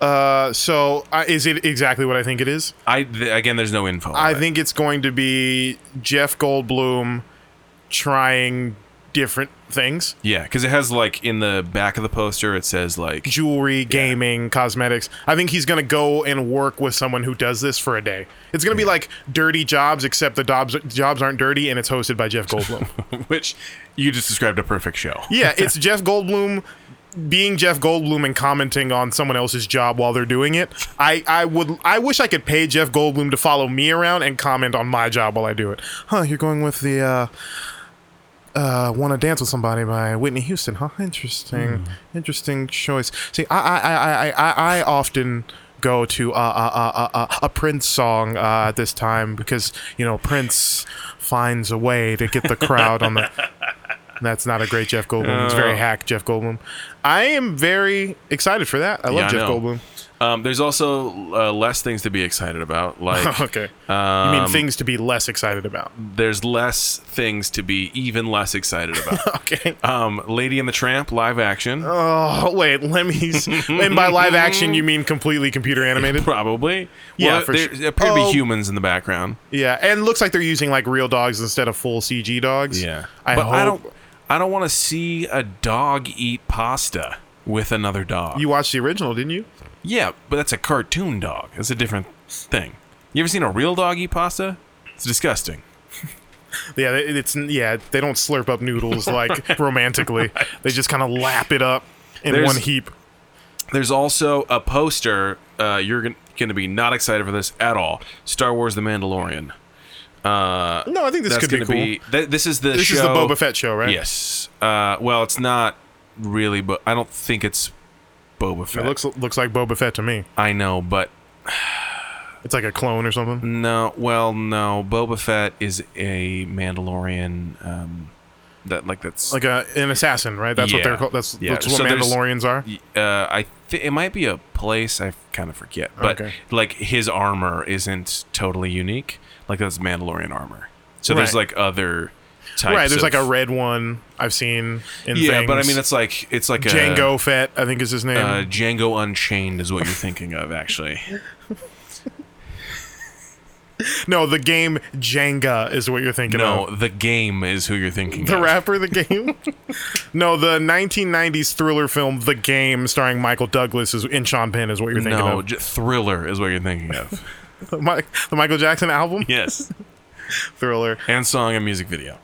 Speaker 2: Uh so I is it exactly what I think it is?
Speaker 1: I th- again, there's no info. on
Speaker 2: I
Speaker 1: it.
Speaker 2: think it's going to be Jeff Goldblum trying different things.
Speaker 1: Yeah, because it has like in the back of the poster, it says like
Speaker 2: jewelry, gaming, cosmetics. I think he's gonna go and work with someone who does this for a day. It's gonna be like dirty jobs, except the jobs jobs aren't dirty, and it's hosted by Jeff Goldblum.
Speaker 1: which you just described a perfect show.
Speaker 2: yeah, it's Jeff Goldblum being Jeff Goldblum and commenting on someone else's job while they're doing it. I, I would I wish I could pay Jeff Goldblum to follow me around and comment on my job while I do it. Huh, you're going with the uh uh, want to dance with somebody by Whitney Houston. Huh? Interesting,
Speaker 1: Hmm.
Speaker 2: interesting choice. See, I, I, I, I, I, I often go to uh, uh, uh, uh, uh, a Prince song uh, at this time because you know Prince finds a way to get the crowd on the. That's not a great Jeff Goldblum. It's
Speaker 1: Oh.
Speaker 2: very hack Jeff Goldblum. I am very excited for that. I love
Speaker 1: Yeah, I
Speaker 2: Jeff
Speaker 1: know.
Speaker 2: Goldblum.
Speaker 1: Um, there's also uh, less things to be excited about. Like
Speaker 2: okay, you
Speaker 1: Um,
Speaker 2: mean things to be less excited about?
Speaker 1: there's less things to be even less excited about.
Speaker 2: Okay.
Speaker 1: um, Lady and the Tramp live action,
Speaker 2: Oh wait, Lemmy's. and by live action, you mean completely computer animated?
Speaker 1: probably.
Speaker 2: Yeah,
Speaker 1: well,
Speaker 2: for
Speaker 1: there
Speaker 2: sure.
Speaker 1: there appear to
Speaker 2: Oh.
Speaker 1: be humans in the background.
Speaker 2: Yeah, and it looks like they're using like real dogs instead of full CG dogs. I
Speaker 1: but
Speaker 2: hope
Speaker 1: I don't. I don't want to see a dog eat pasta with another dog.
Speaker 2: you watched the original, didn't you?
Speaker 1: yeah, but that's a cartoon dog. That's a different thing. You ever seen a real dog eat pasta? It's disgusting.
Speaker 2: Yeah, they- it's yeah, they don't slurp up noodles like romantically. They just kind of lap it up in
Speaker 1: There's-
Speaker 2: one heap.
Speaker 1: There's also a poster. Uh, you're going to be not excited for this at all. Star Wars: The Mandalorian.
Speaker 2: Uh, No, I think this
Speaker 1: That's
Speaker 2: could be
Speaker 1: gonna
Speaker 2: cool.
Speaker 1: th- this is the
Speaker 2: this is the Boba Fett show, right?
Speaker 1: Yes. Uh, well, it's not really, but I don't think it's Boba
Speaker 2: It
Speaker 1: Fett.
Speaker 2: looks looks like Boba Fett to me.
Speaker 1: I know, but
Speaker 2: It's like a clone or something.
Speaker 1: no. Well, no. Boba Fett is a Mandalorian. Um, that like that's
Speaker 2: Like a an assassin, right? That's what
Speaker 1: Yeah.
Speaker 2: they're called. That's
Speaker 1: Yeah,
Speaker 2: that's what
Speaker 1: so there's-
Speaker 2: Mandalorians are.
Speaker 1: uh, I th- it might be a place I kind of forget, but
Speaker 2: Okay.
Speaker 1: like his armor isn't totally unique. Like that's Mandalorian armor. So there's
Speaker 2: Right.
Speaker 1: like other types.
Speaker 2: Right, there's like a
Speaker 1: of-
Speaker 2: red one I've seen in
Speaker 1: yeah, but I
Speaker 2: things.
Speaker 1: mean it's like it's like a,
Speaker 2: Django Fett, I think is his name.
Speaker 1: Uh, Django Unchained is what you're thinking of, actually.
Speaker 2: no, the game Jenga is what you're thinking of.
Speaker 1: No, the game is who you're thinking
Speaker 2: The
Speaker 1: of.
Speaker 2: rapper, the game. no, the 1990s thriller film, The Game, starring Michael Douglas is, and Sean Penn is what you're thinking
Speaker 1: No,
Speaker 2: of.
Speaker 1: j- Thriller is what you're thinking of.
Speaker 2: The, Mi- the Michael Jackson album,
Speaker 1: yes.
Speaker 2: Thriller.
Speaker 1: And song and music video.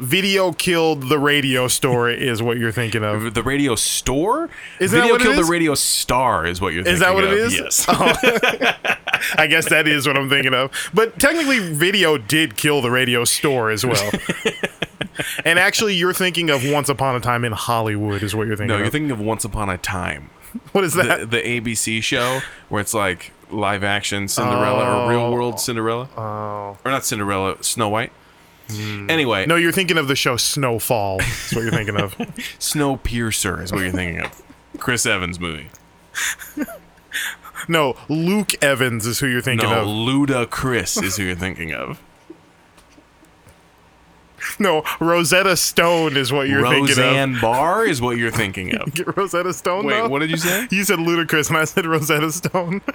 Speaker 2: Video killed the radio store is what you're thinking of.
Speaker 1: The radio store?
Speaker 2: Isn't that
Speaker 1: video
Speaker 2: what it
Speaker 1: Kill the
Speaker 2: is?
Speaker 1: Radio Star is what you're thinking
Speaker 2: Is that what it
Speaker 1: of.
Speaker 2: is?
Speaker 1: Yes.
Speaker 2: Oh. I guess that is what I'm thinking of. But technically, video did kill the radio store as well. and actually, you're thinking of Once Upon a Time in Hollywood is what you're thinking
Speaker 1: No,
Speaker 2: of.
Speaker 1: you're thinking of Once Upon a Time,
Speaker 2: what is that?
Speaker 1: the, the ABC show where it's like live action Cinderella or real world Cinderella. Oh. Or not Cinderella, Snow White. Anyway,
Speaker 2: Hmm. no,
Speaker 1: no.
Speaker 2: you're thinking of the show Snowfall is what you're thinking of.
Speaker 1: Snowpiercer is what you're thinking of. Chris Evans movie.
Speaker 2: No, Luke Evans is who you're thinking
Speaker 1: No,
Speaker 2: of.
Speaker 1: Luda Chris is who you're thinking of.
Speaker 2: No, Rosetta Stone is what you're
Speaker 1: Roseanne Barr is what you're thinking of.
Speaker 2: thinking of. Rosetta Stone.
Speaker 1: Wait,
Speaker 2: though?
Speaker 1: what did you say?
Speaker 2: You said ludicrous, and I said Rosetta Stone.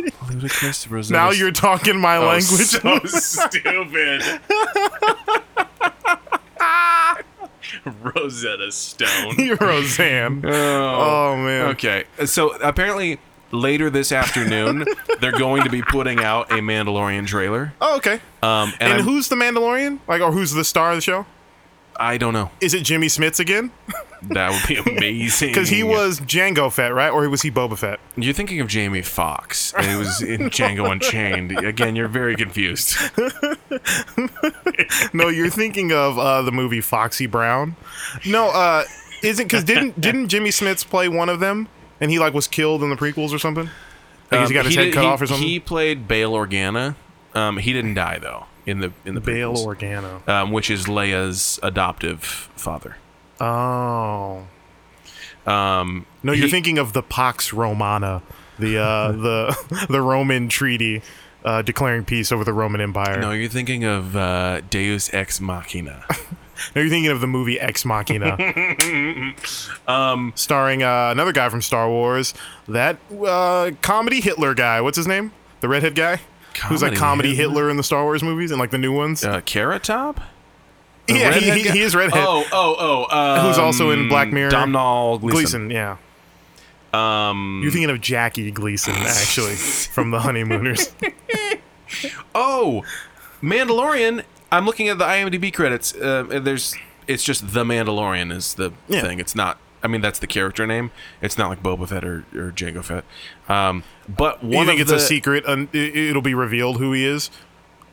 Speaker 1: Ludacris, Roseanne.
Speaker 2: now you're talking my
Speaker 1: Oh,
Speaker 2: language.
Speaker 1: So stupid. Rosetta Stone.
Speaker 2: You're Roseanne. oh man.
Speaker 1: Okay, so apparently later this afternoon they're going to be putting out a Mandalorian trailer.
Speaker 2: Oh, okay.
Speaker 1: Um, and
Speaker 2: and
Speaker 1: I'm-
Speaker 2: who's the Mandalorian? Like, or who's the star of the show?
Speaker 1: I don't know.
Speaker 2: Is it Jimmy Smits again?
Speaker 1: That would be amazing.
Speaker 2: Because he was Django Fett, right? Or was he Boba Fett?
Speaker 1: You're thinking of Jamie Foxx. and It was in Django Unchained. Again, you're very confused.
Speaker 2: No, you're thinking of uh, the movie Foxy Brown. No, uh, isn't because didn't didn't Jimmy Smits play one of them, and he like was killed in the prequels or something? I guess he got his head
Speaker 1: did-
Speaker 2: cut
Speaker 1: Um, he-
Speaker 2: off or something?
Speaker 1: He played Bail Organa. Um, he didn't die though in the in the
Speaker 2: Bail
Speaker 1: prequels,
Speaker 2: Organa.
Speaker 1: um, which is Leia's adoptive father.
Speaker 2: Oh.
Speaker 1: Um,
Speaker 2: No, you're
Speaker 1: he-
Speaker 2: thinking of the Pax Romana, the uh, the the Roman treaty uh, declaring peace over the Roman Empire.
Speaker 1: No,
Speaker 2: No,
Speaker 1: you're thinking of uh, Deus Ex Machina.
Speaker 2: you're thinking of the movie Ex Machina, um, starring uh, another guy from Star Wars, that uh, comedy Hitler guy. What's his name? The redhead guy. Who's like
Speaker 1: Comedy
Speaker 2: comedy
Speaker 1: Hitler?
Speaker 2: Hitler? in the Star Wars movies and like the new ones?
Speaker 1: Uh, Carrot Top. The
Speaker 2: yeah, he,
Speaker 1: redhead
Speaker 2: he,
Speaker 1: guy?
Speaker 2: he is redhead.
Speaker 1: Oh, oh, oh. Um,
Speaker 2: Who's also in Black Mirror.
Speaker 1: Domhnall Gleeson.
Speaker 2: Gleason, yeah. Um, You're thinking of Jackie Gleason, actually, from The Honeymooners.
Speaker 1: Oh, Mandalorian. I'm looking at the IMDb credits. Uh, and there's. It's just the Mandalorian is the
Speaker 2: Yeah.
Speaker 1: thing. It's not. I mean, that's the character name. It's not like Boba Fett or, or Jango Fett. Um, but
Speaker 2: Do you
Speaker 1: one
Speaker 2: think
Speaker 1: of
Speaker 2: it's
Speaker 1: the,
Speaker 2: a secret and it, it'll be revealed who he is?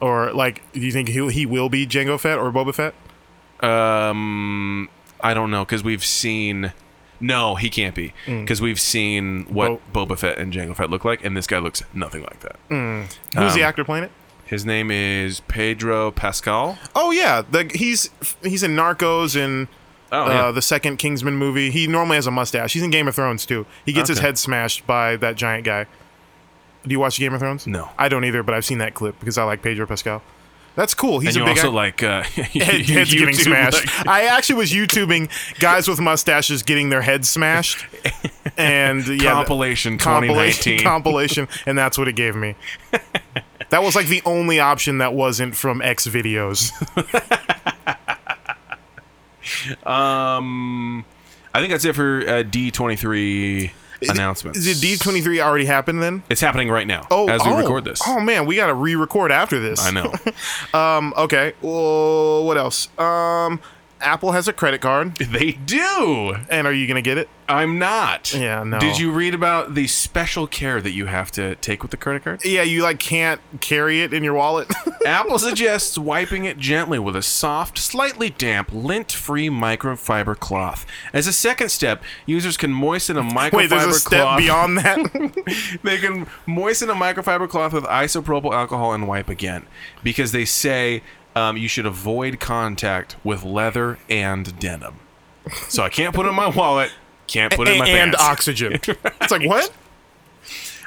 Speaker 2: Or, like, do you think he, he will be Jango Fett or Boba Fett?
Speaker 1: Um, I don't know because we've seen. No, he can't be
Speaker 2: Mm.
Speaker 1: because we've seen what Boba Fett and Jango Fett look like, and this guy looks nothing like that.
Speaker 2: Mm. Who's the
Speaker 1: Um,
Speaker 2: actor playing it?
Speaker 1: His name is Pedro Pascal.
Speaker 2: Oh, yeah. The, he's he's in Narcos and
Speaker 1: Oh,
Speaker 2: uh,
Speaker 1: yeah.
Speaker 2: the second Kingsman movie. He normally has a mustache. He's in Game of Thrones, too. He gets his
Speaker 1: Okay.
Speaker 2: head smashed by that giant guy. Do you watch Game of Thrones?
Speaker 1: No.
Speaker 2: I don't either, but I've seen that clip because I like Pedro Pascal. That's cool. He's
Speaker 1: and
Speaker 2: a
Speaker 1: you're
Speaker 2: big
Speaker 1: also
Speaker 2: act-
Speaker 1: like uh,
Speaker 2: head, heads
Speaker 1: YouTube,
Speaker 2: getting smashed.
Speaker 1: like-
Speaker 2: I actually was YouTubing guys with mustaches getting their heads smashed, and yeah,
Speaker 1: compilation
Speaker 2: the- compilation,
Speaker 1: 2019.
Speaker 2: compilation, and that's what it gave me. That was like the only option that wasn't from X videos.
Speaker 1: I think that's it for uh, D23 announcements.
Speaker 2: Did D twenty three already happen then?
Speaker 1: It's happening right now
Speaker 2: Oh,
Speaker 1: as we
Speaker 2: oh,
Speaker 1: record this.
Speaker 2: Oh man, we gotta re-record after this.
Speaker 1: I know.
Speaker 2: Um, okay. Well, what else? Um, Apple has a credit card,
Speaker 1: they do.
Speaker 2: and are you gonna get it?
Speaker 1: I'm not.
Speaker 2: Yeah, no.
Speaker 1: Did you read about the special care that you have to take with the credit card?
Speaker 2: Yeah, you like can't carry it in your wallet.
Speaker 1: Apple suggests wiping it gently with a soft, slightly damp, lint free microfiber cloth. As a second step, users can moisten a microfiber
Speaker 2: Wait, there's a step
Speaker 1: cloth.
Speaker 2: beyond that.
Speaker 1: they can moisten a microfiber cloth with isopropyl alcohol and wipe again because they say um, you should avoid contact with leather and denim. So I can't put it in my wallet, can't put it in my
Speaker 2: and
Speaker 1: pants.
Speaker 2: oxygen. It's like what?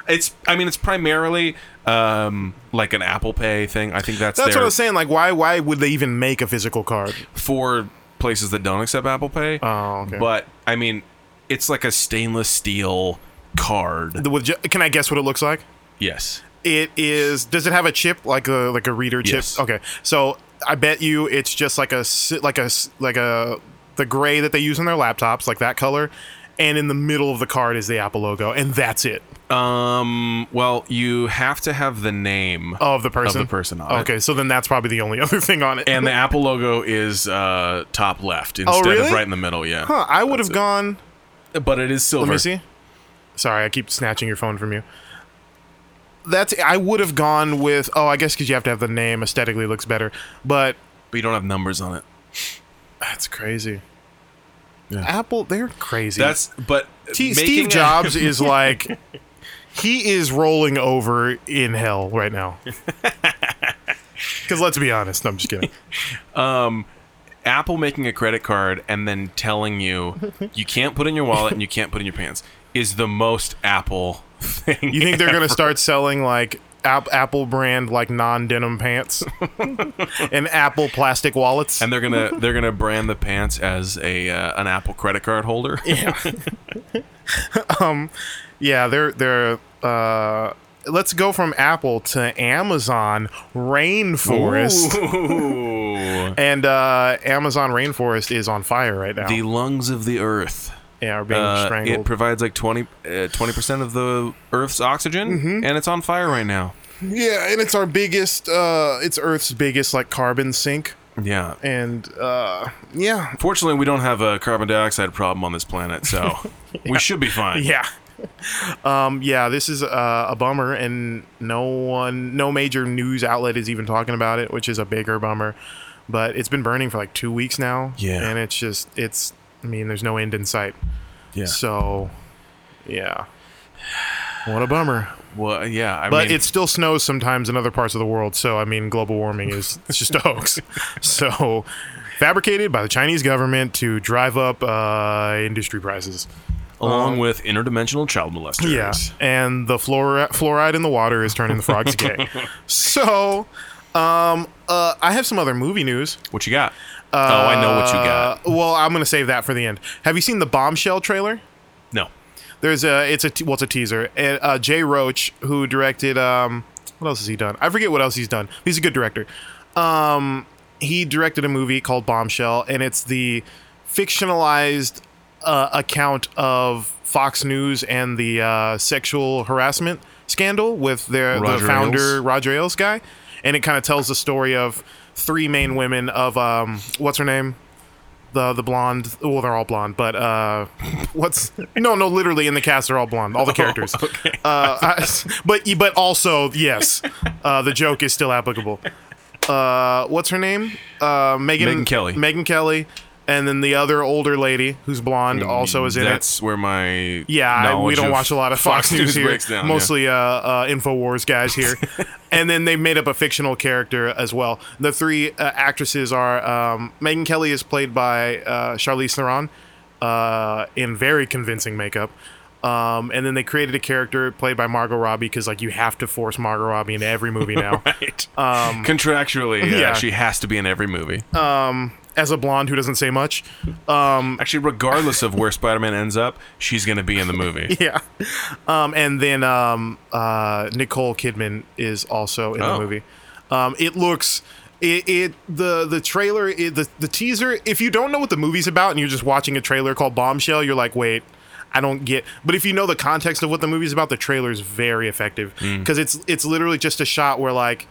Speaker 1: It's I mean it's primarily um, like an Apple Pay thing. I think that's
Speaker 2: That's
Speaker 1: their,
Speaker 2: what I was saying. Like, why? Why would they even make a physical card?
Speaker 1: for places that don't accept Apple Pay.
Speaker 2: Oh, okay.
Speaker 1: But I mean, it's like a stainless steel card.
Speaker 2: The- with ju- can I guess what it looks like?
Speaker 1: yes.
Speaker 2: It is. Does it have a chip like a like a reader chip?
Speaker 1: Yes.
Speaker 2: Okay, so I bet you it's just like a s- like a s- like a the gray that they use on their laptops, like that color. And in the middle of the card is the Apple logo, and that's it
Speaker 1: Um. Well, you have to have the name
Speaker 2: of the person.
Speaker 1: of the person on it.
Speaker 2: okay, so then that's probably the only other thing on it.
Speaker 1: And the Apple logo is uh, top left instead
Speaker 2: Oh, really?
Speaker 1: of right in the middle. Yeah.
Speaker 2: huh, I would have
Speaker 1: it.
Speaker 2: gone.
Speaker 1: But it is silver.
Speaker 2: Let me see. Sorry, I keep snatching your phone from you. That's I would have gone with oh I guess because you have to have the name aesthetically looks better, but
Speaker 1: But you don't have numbers on it.
Speaker 2: that's crazy.
Speaker 1: Yeah.
Speaker 2: Apple, they're crazy.
Speaker 1: That's but
Speaker 2: T-
Speaker 1: making
Speaker 2: Steve
Speaker 1: a-
Speaker 2: Jobs is like he is rolling over in hell right now. Because let's be honest, no, I'm just kidding.
Speaker 1: Apple making a credit card and then telling you you can't put in your wallet and you can't put in your pants is the most Apple thing.
Speaker 2: You think they're gonna start selling like App- Apple brand like non denim pants and Apple plastic wallets?
Speaker 1: and they're gonna they're gonna brand the pants as a uh, an Apple credit card holder.
Speaker 2: Yeah, they're they're. Uh, let's go from Apple to Amazon Rainforest,
Speaker 1: Ooh.
Speaker 2: and uh, Amazon Rainforest is on fire right now.
Speaker 1: the lungs of the earth.
Speaker 2: yeah, are being
Speaker 1: Uh, it
Speaker 2: strangled.
Speaker 1: provides like 20 percent of the Earth's oxygen,
Speaker 2: Mm-hmm.
Speaker 1: and it's on fire right now.
Speaker 2: yeah, and it's our biggest. Uh, it's Earth's biggest like carbon sink,
Speaker 1: Yeah.
Speaker 2: and uh, yeah,
Speaker 1: Fortunately, we don't have a carbon dioxide problem on this planet, so we should be fine.
Speaker 2: yeah. Um, yeah, this is uh, a bummer, and no one, no major news outlet is even talking about it, which is a bigger bummer. But it's been burning for like two weeks now,
Speaker 1: Yeah.
Speaker 2: and it's just, it's, I mean, there's no end in sight.
Speaker 1: Yeah.
Speaker 2: So, yeah. What a bummer.
Speaker 1: Well, uh, yeah, I
Speaker 2: But
Speaker 1: mean,
Speaker 2: it still snows sometimes in other parts of the world, so I mean, global warming is it's just a hoax. So, fabricated by the Chinese government to drive up uh, industry prices.
Speaker 1: along with interdimensional child molesters.
Speaker 2: um, Yeah, and the fluor- fluoride in the water is turning the frogs gay. So, um, uh, I have some other movie news.
Speaker 1: What you got? oh, I know what you got.
Speaker 2: Uh, well, I'm gonna save that for the end. Have you seen the Bombshell trailer?
Speaker 1: No.
Speaker 2: There's a it's a t- well it's a teaser. And uh, Jay Roach, who directed um, what else has he done? I forget what else he's done. He's a good director. Um, he directed a movie called Bombshell, and it's the fictionalized uh, account of Fox News and the uh, sexual harassment scandal with their
Speaker 1: Roger
Speaker 2: the founder
Speaker 1: Ailes.
Speaker 2: Roger Ailes guy, and it kind of tells the story of three main women of um, what's her name the the blonde. Well, they're all blonde, but uh, what's no, no, literally in the cast they're all blonde,
Speaker 1: Oh,
Speaker 2: all the characters. uh, I- but but also yes, uh, the joke is still applicable. Uh, what's her name? Uh, Megan
Speaker 1: Megyn Kelly.
Speaker 2: Megan Kelly, and then the other older lady who's blonde also is in it.
Speaker 1: Mm, That's where my
Speaker 2: Yeah, I- we
Speaker 1: knowledge
Speaker 2: don't watch a lot of Fox, News, here.
Speaker 1: breaks down, yeah.
Speaker 2: Mostly uh, uh, Infowars guys here, and then they made up a fictional character as well. The three uh, actresses are um, Megan Kelly is played by uh, Charlize Theron uh, in very convincing makeup. Um, and then they created a character played by Margot Robbie because like you have to force Margot Robbie into every movie now Uh,
Speaker 1: Right. Contractually, yeah,
Speaker 2: yeah. Um,
Speaker 1: she has to be in every movie.
Speaker 2: as a blonde who doesn't say much.
Speaker 1: Actually, regardless of where Spider-Man ends up, she's going to be in the movie.
Speaker 2: yeah. Um, and then um, uh, Nicole Kidman is also in
Speaker 1: Oh.
Speaker 2: the movie. Um, it looks it, it the the trailer it, the the teaser. If you don't know what the movie's about and you're just watching a trailer called Bombshell, you're like, wait. I don't get, but if you know the context of what the movie's about, the trailer is very effective because it's it's literally just a shot where like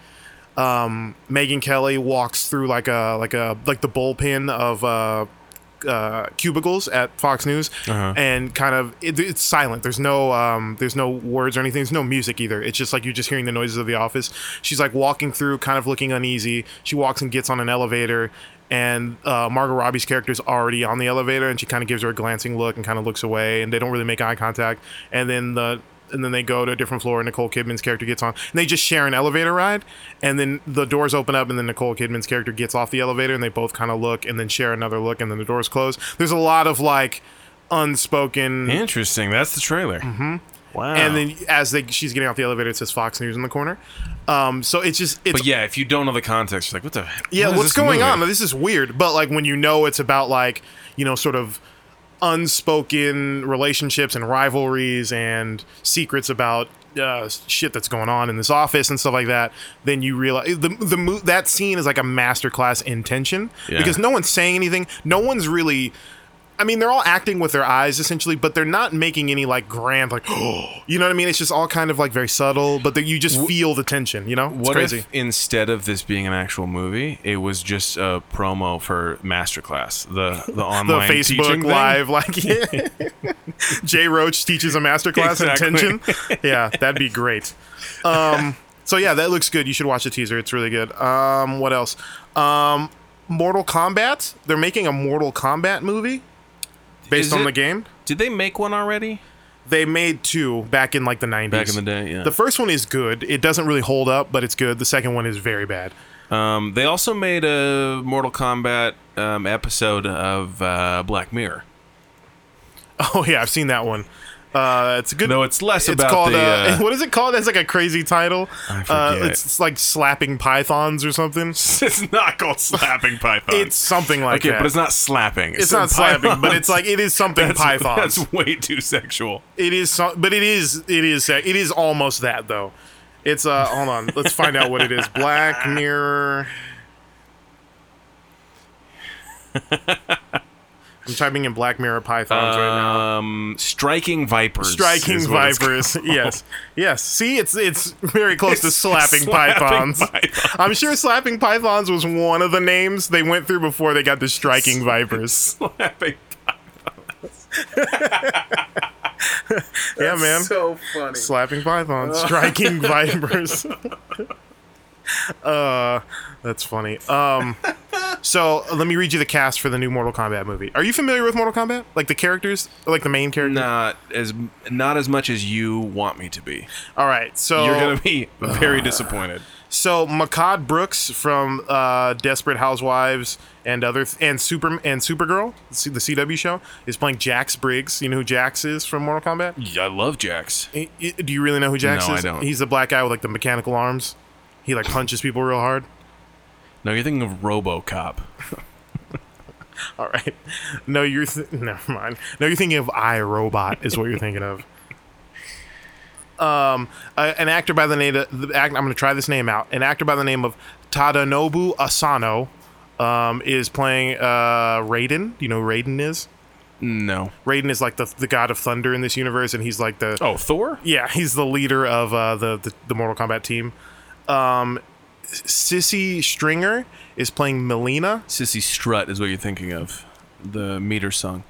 Speaker 2: um, Megan Kelly walks through like a like a like the bullpen of uh, uh, cubicles at Fox News, and kind of it, it's silent. There's no um, there's no words or anything. There's no music either. It's just like you're just hearing the noises of the office. She's like walking through, kind of looking uneasy. She walks and gets on an elevator. And uh, Margot Robbie's character is already on the elevator, and she kind of gives her a glancing look and kind of looks away, and they don't really make eye contact. And then the and then they go to a different floor and Nicole Kidman's character gets on and they just share an elevator ride and then the doors open up and then Nicole Kidman's character gets off the elevator and they both kind of look and then share another look and then the doors close. There's a lot of like unspoken
Speaker 1: Interesting. That's the trailer. Mm-hmm. Wow.
Speaker 2: and then as they she's getting off the elevator it says Fox News in the corner. Um so it's just it's
Speaker 1: but yeah, if you don't know the context, you're like, what the?
Speaker 2: yeah,
Speaker 1: what is
Speaker 2: what's
Speaker 1: this
Speaker 2: going
Speaker 1: movie?
Speaker 2: on? This is weird. But like when you know it's about like, you know, sort of unspoken relationships and rivalries and secrets about uh, shit that's going on in this office and stuff like that, then you realize the the mo- that scene is like a masterclass in tension
Speaker 1: Yeah.
Speaker 2: because no one's saying anything, no one's really I mean, they're all acting with their eyes essentially, but they're not making any like grand, like, you know what I mean? It's just all kind of like very subtle, but that you just feel the tension, you know? It's
Speaker 1: What
Speaker 2: crazy.
Speaker 1: if instead of this being an actual movie, it was just a promo for MasterClass, the the
Speaker 2: the
Speaker 1: online teaching
Speaker 2: Facebook
Speaker 1: thing?
Speaker 2: Live, like yeah. Jay Roach teaches a masterclass in
Speaker 1: Exactly.
Speaker 2: tension. Yeah, that'd be great. Um, so yeah, that looks good. You should watch the teaser. It's really good. Um, what else? Um, Mortal Kombat. They're making a Mortal Kombat movie based
Speaker 1: Is
Speaker 2: on
Speaker 1: it-
Speaker 2: the game.
Speaker 1: Did they make one already?
Speaker 2: They made two back in like the nineties.
Speaker 1: Back in the day, yeah.
Speaker 2: The first one is good. It doesn't really hold up, but it's good. The second one is very bad.
Speaker 1: Um, they also made a Mortal Kombat um, episode of uh, Black Mirror.
Speaker 2: Oh yeah, I've seen that one. Uh, it's a good.
Speaker 1: No, it's less about
Speaker 2: called,
Speaker 1: the,
Speaker 2: uh,
Speaker 1: uh,
Speaker 2: what is it called? That's like a crazy title.
Speaker 1: I
Speaker 2: Uh,
Speaker 1: forget.
Speaker 2: it's, it's like slapping pythons or something.
Speaker 1: it's not called slapping python.
Speaker 2: It's something like
Speaker 1: okay,
Speaker 2: that.
Speaker 1: but it's not slapping.
Speaker 2: It's not slapping, but it's like it is something
Speaker 1: that's,
Speaker 2: pythons.
Speaker 1: That's way too sexual.
Speaker 2: It is some, but it is it is that- it is almost that though. It's uh hold on, let's find out what it is. Black Mirror. I'm typing in Black Mirror pythons right now.
Speaker 1: Um, striking vipers.
Speaker 2: Striking
Speaker 1: is what it's
Speaker 2: vipers.
Speaker 1: called.
Speaker 2: Yes. Yes. See, it's it's very close to
Speaker 1: It's
Speaker 2: slapping,
Speaker 1: slapping
Speaker 2: pythons.
Speaker 1: pythons.
Speaker 2: I'm sure slapping pythons was one of the names they went through before they got the striking vipers.
Speaker 1: Slapping.
Speaker 2: yeah, man.
Speaker 5: So funny.
Speaker 2: slapping pythons, striking vipers. Uh, that's funny. Um, so let me read you the cast for the new Mortal Kombat movie. Are you familiar with Mortal Kombat? Like the characters, like the main character.
Speaker 1: Not as not as much as you want me to be.
Speaker 2: All right, so
Speaker 1: You're gonna be very disappointed.
Speaker 2: So Makad Brooks from uh, Desperate Housewives and other and Super and Supergirl, the C- the CW show, is playing Jax Briggs. You know who Jax is from Mortal Kombat?
Speaker 1: Yeah, I love Jax.
Speaker 2: I- I- Do you really know who Jax
Speaker 1: No, I
Speaker 2: is?
Speaker 1: don't.
Speaker 2: He's the black guy with like the mechanical arms. He like punches people real hard.
Speaker 1: No, you're thinking of RoboCop.
Speaker 2: All right. No, you're th- never mind. No, you're thinking of I Robot is what you're thinking of. Um, a- an actor by the name of, the act, I'm going to try this name out. An actor by the name of Tadanobu Asano um, is playing uh, Raiden. Do you know who Raiden is?
Speaker 1: No.
Speaker 2: Raiden is like the the god of thunder in this universe, and he's like the
Speaker 1: Oh, Thor.
Speaker 2: yeah, he's the leader of uh, the, the the Mortal Kombat team. Um, Sissy Stringer is playing Melina.
Speaker 1: Sissy Strut is what you're thinking of. The meter song.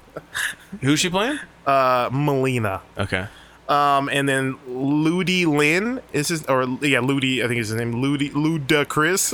Speaker 1: Who's she playing?
Speaker 2: Uh, Melina.
Speaker 1: Okay.
Speaker 2: Um, and then Ludi Lin is his, or yeah, Ludi, I think is his name. Ludi Luda Chris.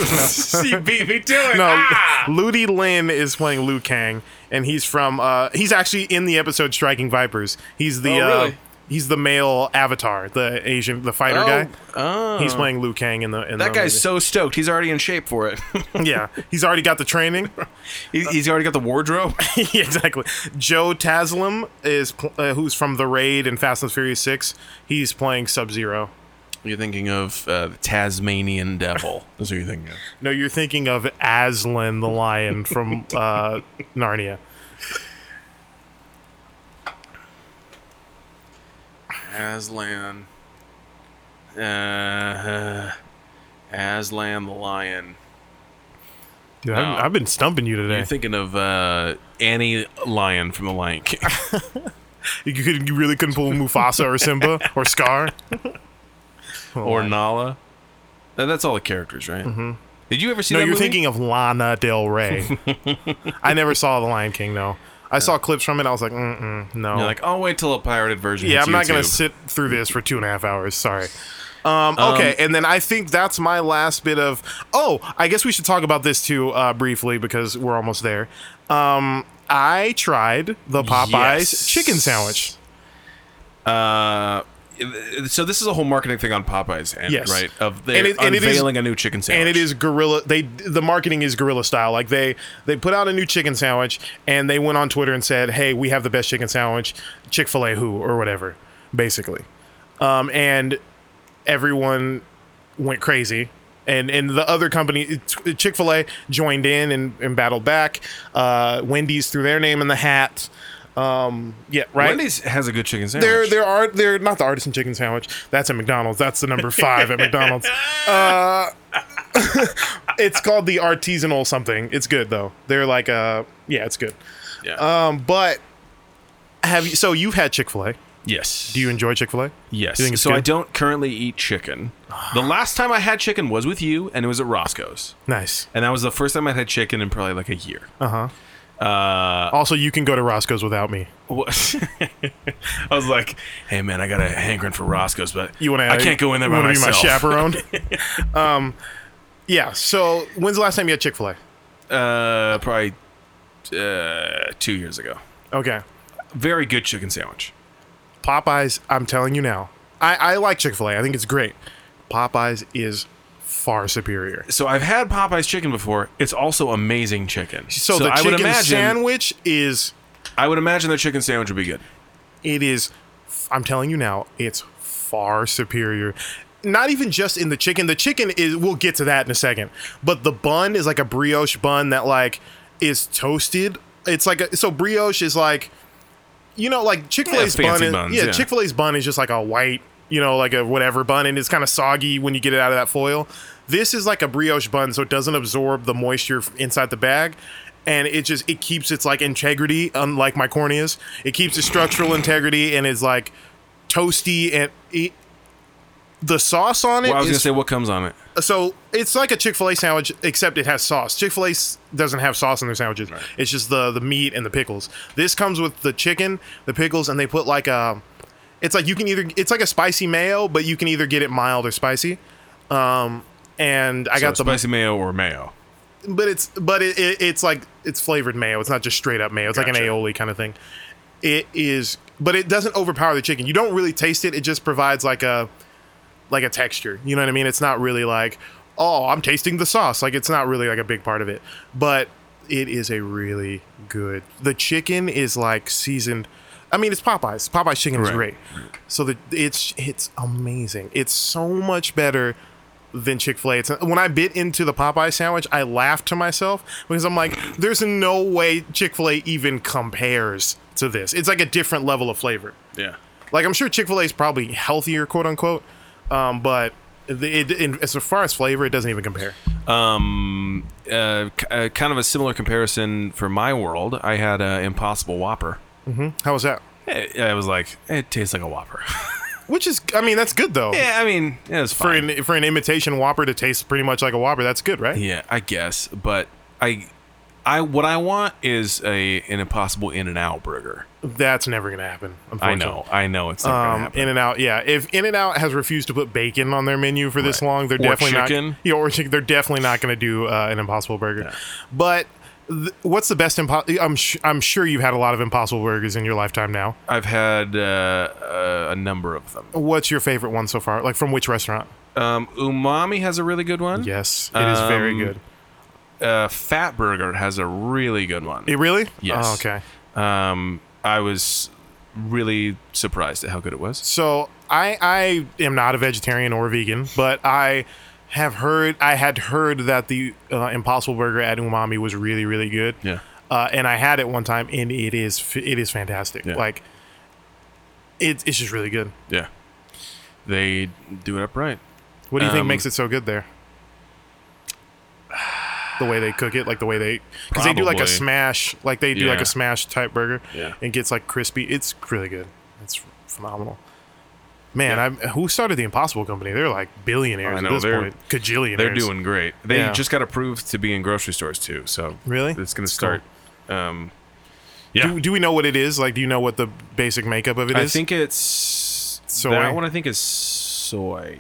Speaker 1: she beat me to it.
Speaker 2: No,
Speaker 1: Ah!
Speaker 2: Ludi Lin is playing Liu Kang, and he's from. Uh, he's actually in the episode Striking Vipers. He's the.
Speaker 1: Oh,
Speaker 2: Uh,
Speaker 1: really?
Speaker 2: he's the male avatar, the Asian, the fighter guy.
Speaker 1: Oh.
Speaker 2: He's playing Liu Kang in the. In
Speaker 1: That
Speaker 2: the
Speaker 1: guy's so stoked. He's already in shape for it.
Speaker 2: movie. yeah, he's already got the training.
Speaker 1: he's, he's already got the wardrobe.
Speaker 2: yeah, exactly. Joe Taslim is pl- uh, who's from The Raid and Fast and Furious Six. He's playing Sub Zero.
Speaker 1: You're thinking of uh, the Tasmanian Devil. That's what you're thinking of.
Speaker 2: No, you're thinking of Aslan the lion from uh, Narnia.
Speaker 1: Aslan. Uh, Aslan the Lion.
Speaker 2: Dude,
Speaker 1: No.
Speaker 2: I've, I've been stumping you today.
Speaker 1: You're thinking of uh, Annie Lion from The Lion King.
Speaker 2: You, could, you really couldn't pull Mufasa or Simba or Scar.
Speaker 1: or Nala. Uh, That's all the characters, right? Mm-hmm. Did you ever see
Speaker 2: No,
Speaker 1: that
Speaker 2: you're
Speaker 1: movie?
Speaker 2: thinking of Lana Del Rey. I never saw The Lion King though. I saw clips from it. I was like, mm no.
Speaker 1: You're like, I'll wait till a pirated version.
Speaker 2: yeah,
Speaker 1: hits
Speaker 2: I'm not gonna
Speaker 1: YouTube."
Speaker 2: sit through this for two and a half hours. Sorry. Um, okay, and then I think that's my last bit of. Oh, I guess we should talk about this too uh, briefly because we're almost there. Um, I tried the Popeyes
Speaker 1: Yes.
Speaker 2: chicken sandwich.
Speaker 1: Uh, so this is a whole marketing thing on Popeyes, end,
Speaker 2: Yes.
Speaker 1: right? Of
Speaker 2: And
Speaker 1: they're
Speaker 2: it- and it is-
Speaker 1: unveiling a new chicken sandwich,
Speaker 2: and it is gorilla they the marketing is gorilla style like they they put out a new chicken sandwich and they went on twitter and said hey we have the best chicken sandwich chick-fil-a who or whatever basically um, and everyone went crazy and and the other company chick-fil-a joined in and, and battled back uh, wendy's threw their name in the hat um, yeah right
Speaker 1: Wendy's has a good chicken sandwich.
Speaker 2: there, there are they're not the artisan chicken sandwich. That's at McDonald's. That's the number five at McDonald's. Uh, it's called the artisanal something. It's good though. They're like uh yeah, it's good.
Speaker 1: Yeah.
Speaker 2: Um, but have you? So you've had Chick Fil A.
Speaker 1: yes.
Speaker 2: Do you enjoy Chick Fil A?
Speaker 1: Yes.
Speaker 2: you think it's
Speaker 1: so I
Speaker 2: good?
Speaker 1: don't currently eat chicken. The last time I had chicken was with you, and it was at Roscoe's,
Speaker 2: Nice.
Speaker 1: and that was the first time I had chicken in probably like a year.
Speaker 2: Uh
Speaker 1: Uh,
Speaker 2: huh. Also, you can go to Roscoe's without me.
Speaker 1: Wha- I was like, "Hey man, I got a hankering for Roscoe's, but
Speaker 2: You want to?
Speaker 1: I can't go in there by
Speaker 2: wanna
Speaker 1: myself."
Speaker 2: Be my chaperone. um, yeah. So when's the last time you had Chick Fil A?
Speaker 1: uh, probably uh, two years ago.
Speaker 2: Okay.
Speaker 1: Very good chicken sandwich.
Speaker 2: Popeyes, I'm telling you now. I, I like Chick fil A. I think it's great. Popeyes is far superior.
Speaker 1: So I've had Popeye's chicken before. It's also amazing chicken.
Speaker 2: So, the
Speaker 1: I
Speaker 2: chicken
Speaker 1: would imagine
Speaker 2: sandwich is
Speaker 1: I would imagine the chicken sandwich would be good.
Speaker 2: it is I'm telling you now, it's far superior. Not even just in the chicken. The chicken is we'll get to that in a second. But the bun is like a brioche bun that like is toasted. It's like a, so brioche is like you know like Chick-fil-A's
Speaker 1: Yeah,
Speaker 2: bun
Speaker 1: fancy
Speaker 2: is,
Speaker 1: buns,
Speaker 2: yeah,
Speaker 1: yeah.
Speaker 2: Chick-fil-A's bun is just like a white, you know, like a whatever bun and it's kind of soggy when you get it out of that foil. This is like a brioche bun so it doesn't absorb the moisture f- inside the bag and it just it keeps its like integrity unlike my corneas. It keeps its structural integrity and is like toasty and it, the sauce on it
Speaker 1: Well, I was gonna
Speaker 2: is-
Speaker 1: say what comes on it.
Speaker 2: so it's like a Chick-fil-A sandwich except it has sauce. Chick-fil-A s- doesn't have sauce in their sandwiches. It's just the the meat and the pickles. This comes with the chicken, the pickles and they put like a it's like you can either it's like a spicy mayo, but you can either get it mild or spicy. Um and I
Speaker 1: So
Speaker 2: got the
Speaker 1: spicy mayo or mayo.
Speaker 2: but it's but it, it, it's like it's flavored mayo. It's not just straight up mayo. It's like
Speaker 1: Gotcha.
Speaker 2: an aioli kind of thing. It is, but it doesn't overpower the chicken. You don't really taste it. It just provides like a like a texture. You know what I mean? It's not really like oh, I'm tasting the sauce. Like it's not really like a big part of it. But it is a really good. The chicken is like seasoned. I mean, it's Popeyes. Popeyes chicken is
Speaker 1: Right.
Speaker 2: great. So the it's it's amazing. It's so much better than Chick Fil A. When I bit into the Popeye sandwich, I laughed to myself because I'm like, "There's no way Chick Fil A even compares to this. It's like a different level of flavor.
Speaker 1: Yeah.
Speaker 2: Like I'm sure Chick Fil A is probably healthier, quote unquote, um, but the- it, in, as far as flavor, it doesn't even compare.
Speaker 1: Um, uh, k- uh, kind of a similar comparison for my world. I had an Impossible Whopper.
Speaker 2: How was that?
Speaker 1: It, I was like, it tastes like a Whopper.
Speaker 2: Which is, I mean, that's good though.
Speaker 1: yeah, I mean, it was
Speaker 2: For
Speaker 1: fine.
Speaker 2: an for an imitation Whopper to taste pretty much like a Whopper, that's good, right?
Speaker 1: yeah, I guess, but I, I what I want is a an Impossible In and Out burger.
Speaker 2: That's never gonna happen.
Speaker 1: I
Speaker 2: Unfortunately.
Speaker 1: know, I know, it's not gonna
Speaker 2: Um,
Speaker 1: happen.
Speaker 2: In and Out, yeah. If In and Out has refused to put bacon on their menu for this
Speaker 1: Right.
Speaker 2: long, they're
Speaker 1: Or
Speaker 2: definitely
Speaker 1: chicken.
Speaker 2: not. Yeah, or chicken. They're definitely not going to do uh, an Impossible Burger. But th- what's the best impossible? I'm sh- I'm sure you've had a lot of Impossible Burgers in your lifetime now.
Speaker 1: I've had uh, uh, a number of them.
Speaker 2: What's your favorite one so far? Like from which restaurant?
Speaker 1: Um, Umami has a really good one.
Speaker 2: Yes, it is very
Speaker 1: Um,
Speaker 2: good.
Speaker 1: Uh, Fat Burger has a really good one.
Speaker 2: It really?
Speaker 1: yes.
Speaker 2: Oh, okay.
Speaker 1: Um, I was really surprised at how good it was.
Speaker 2: So I I am not a vegetarian or vegan, but I have heard I had heard that the uh, Impossible Burger at Umami was really really good.
Speaker 1: Yeah.
Speaker 2: uh, and I had it one time, and it is f- it is fantastic.
Speaker 1: Yeah.
Speaker 2: Like, it, it's just really good.
Speaker 1: Yeah. They do it upright.
Speaker 2: What do you think
Speaker 1: Um,
Speaker 2: makes it so good there? The way they cook it, like the way they, because they do like a
Speaker 1: Probably.
Speaker 2: smash, like they do like
Speaker 1: Yeah.
Speaker 2: a smash type burger,
Speaker 1: Yeah.
Speaker 2: and gets like crispy. It's really good. It's phenomenal. Man, I'm, who started the Impossible Company? They're like billionaires
Speaker 1: I know,
Speaker 2: at this
Speaker 1: they're-
Speaker 2: point, cajillionaires.
Speaker 1: They're doing great. They
Speaker 2: Yeah.
Speaker 1: just got approved to be in grocery stores too. So
Speaker 2: Really?
Speaker 1: it's going to
Speaker 2: That's
Speaker 1: start. Um, yeah,
Speaker 2: Do, do we know what it is? Like, do you know what the basic makeup of it
Speaker 1: I
Speaker 2: is?
Speaker 1: think it's
Speaker 2: Soy? Uh-huh.
Speaker 1: That one I think is soy.